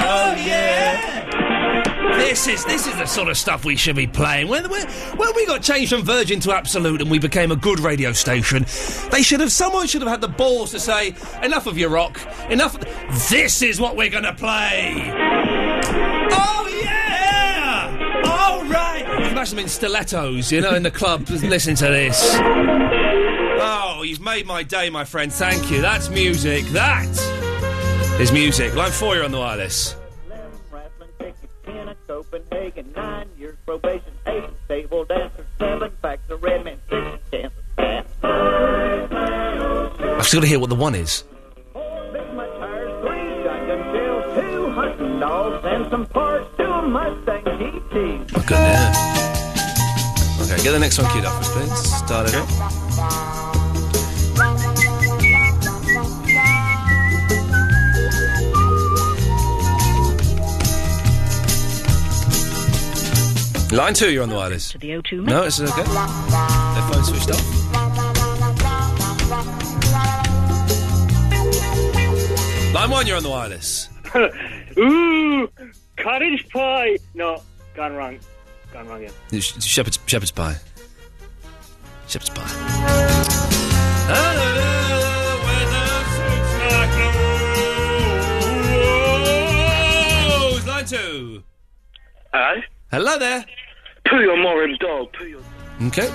Speaker 1: Oh, yeah.
Speaker 9: this is this is the sort of stuff we should be playing. When, when, when we got changed from Virgin to Absolute and we became a good radio station, they should have someone should have had the balls to say, "Enough of your rock, enough. of- This is what we're going to play." Oh yeah! All right. Imagine them in stilettos, you know, in the club. [LAUGHS] Listen to this. Oh, you've made my day, my friend. Thank you. That's music. That is music. Line four, you're on the wireless.
Speaker 1: Copenhagen, nine years probation, eight stable dancer, seven factor red man, six dancer.
Speaker 9: I've still got to hear what the one is.
Speaker 1: Two hunting dogs and some parts to a Mustang GT.
Speaker 9: Oh, goodness. Okay, get the next one queued up for us, please. Start it. Line two, you're on the wireless.
Speaker 29: The O2
Speaker 9: No, it's okay. Their phone switched off. Line one, you're on the wireless.
Speaker 10: Ooh, cottage pie. No, gone wrong. Gone wrong again.
Speaker 9: It's sh- Shepherd's, shepherd's pie. Shepherd's pie. Who's Oh, line two?
Speaker 13: Hello?
Speaker 9: Hello there.
Speaker 13: Poo your morim dog. Poo your...
Speaker 9: Okay.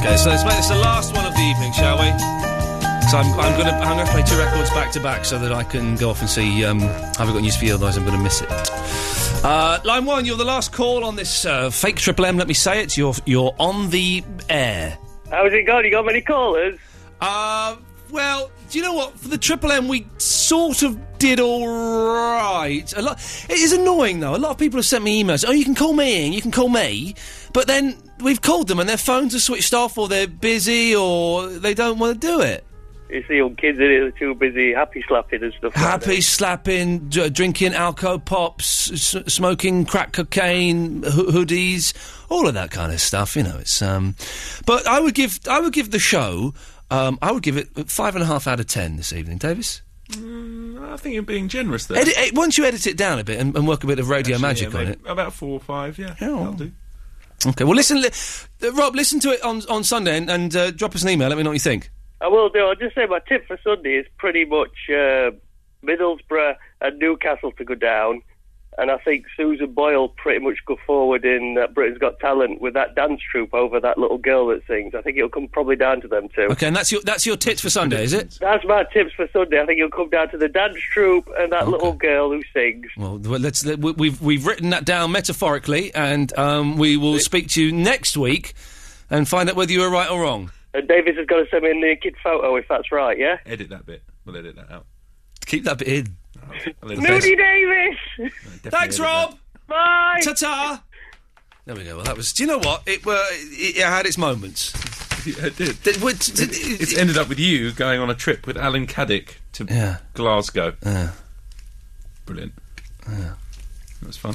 Speaker 9: Okay, so let's make this the last one of the evening, shall we? So I'm, I'm gonna I'm gonna play two records back to back so that I can go off and see. Um, have I got news for you? Otherwise, I'm gonna miss it. Uh, line one, you're the last call on this uh, fake Triple M. Let me say it. You're you're on the air.
Speaker 13: How's it going? You got many callers?
Speaker 9: Uh, well, do you know what? For the Triple M, we sort of did all right. A lot. It is annoying though. A lot of people have sent me emails. Oh, you can call me. You can call me. But then we've called them and their phones are switched off, or they're busy, or they don't want to do it.
Speaker 13: You see, your kids in it are too busy happy slapping and stuff.
Speaker 9: Happy slapping, d- drinking alcohol pops, s- smoking crack cocaine, ho- hoodies, all of that kind of stuff. You know, it's um. But I would give I would give the show um I would give it five and a half out of ten this evening, Davis.
Speaker 6: Mm, I think you're being generous there.
Speaker 9: Edit, eh, once you edit it down a bit and, and work a bit of radio
Speaker 6: Actually,
Speaker 9: magic
Speaker 6: yeah,
Speaker 9: on
Speaker 6: maybe
Speaker 9: it.
Speaker 6: About four or five, yeah. That'll do.
Speaker 9: Okay, well listen, li- uh, Rob, listen to it on on Sunday and, and uh, drop us an email. Let me know what you think.
Speaker 13: I will do. I'll just say my tip for Sunday is pretty much uh, Middlesbrough and Newcastle to go down. And I think Susan Boyle pretty much go forward in uh, Britain's Got Talent with that dance troupe over that little girl that sings. I think it'll come probably down to them too.
Speaker 9: Okay, and that's your that's your tit for Sunday, is it?
Speaker 13: That's my tips for Sunday. I think it'll come down to the dance troupe and that little girl who sings.
Speaker 9: Well, th- well, let's let, we- we've we've written that down metaphorically, and um, we will speak to you next week and find out whether you were right or wrong.
Speaker 13: And Davis has got to send me a naked photo if that's right, yeah?
Speaker 6: Edit that bit. We'll edit that out.
Speaker 9: Keep that bit in.
Speaker 13: Moody Davis!
Speaker 9: Thanks, Rob.
Speaker 13: Bye.
Speaker 9: Ta ta. There we go. Well, that was. Do you know what? It were. It, it had its
Speaker 6: [LAUGHS]
Speaker 9: moments.
Speaker 6: it did.
Speaker 9: it's
Speaker 6: ended up with you going on a trip with Alan Caddick to
Speaker 9: Yeah.
Speaker 6: Glasgow.
Speaker 9: Yeah.
Speaker 6: Brilliant.
Speaker 9: Yeah.
Speaker 6: That was fun.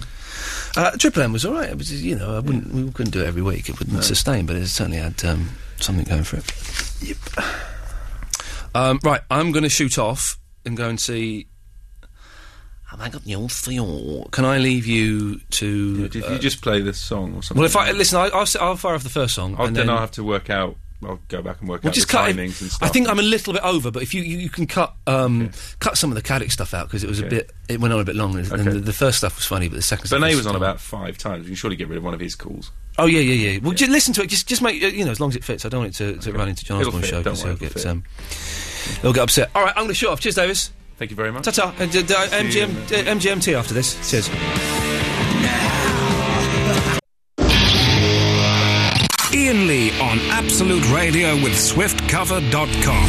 Speaker 9: Uh, Triple M was all right. It was, you know, I wouldn't. We couldn't do it every week. It wouldn't sustain, but it certainly had um, something going for it. Yep. Um, right, I'm going to shoot off and go and see. Have I got news for you? Can I leave you to?
Speaker 6: If
Speaker 9: uh,
Speaker 6: you just play this song or something.
Speaker 9: well, if I listen, I, I'll, s- I'll fire off the first song.
Speaker 6: I'll,
Speaker 9: and
Speaker 6: then, I'll have to work out. I'll go back and work
Speaker 9: We'll
Speaker 6: out
Speaker 9: just
Speaker 6: the
Speaker 9: cut. it-
Speaker 6: timings and stuff.
Speaker 9: I think I'm a little bit over, but if you, you, you can cut um, cut some of the Caddick stuff out because it was a
Speaker 6: Okay.
Speaker 9: bit it went on a bit long. And the, the first stuff was funny, but the second stuff
Speaker 6: Benet
Speaker 9: was
Speaker 6: was on
Speaker 9: dull.
Speaker 6: about five times. You can surely get rid of one of his calls.
Speaker 9: Oh yeah, yeah, yeah. Well, just listen to it. Just, just make uh, you know as long as it fits. I don't want it to, to run into John
Speaker 6: It'll
Speaker 9: Osborne's
Speaker 6: fit,
Speaker 9: show
Speaker 6: don't
Speaker 9: because
Speaker 6: worry,
Speaker 9: he'll
Speaker 6: it'll
Speaker 9: get
Speaker 6: fit.
Speaker 9: um, he'll get upset. All right, I'm going to show off. Cheers, Davis.
Speaker 6: Thank you very much.
Speaker 9: Ta ta. And uh, uh, MGM, uh, MGMT after this. Cheers.
Speaker 2: Ian Lee on Absolute Radio with swiftcover.com.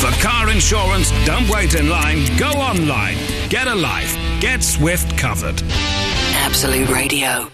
Speaker 2: For car insurance, don't wait in line, go online. Get a life. Get Swift covered.
Speaker 3: Absolute Radio.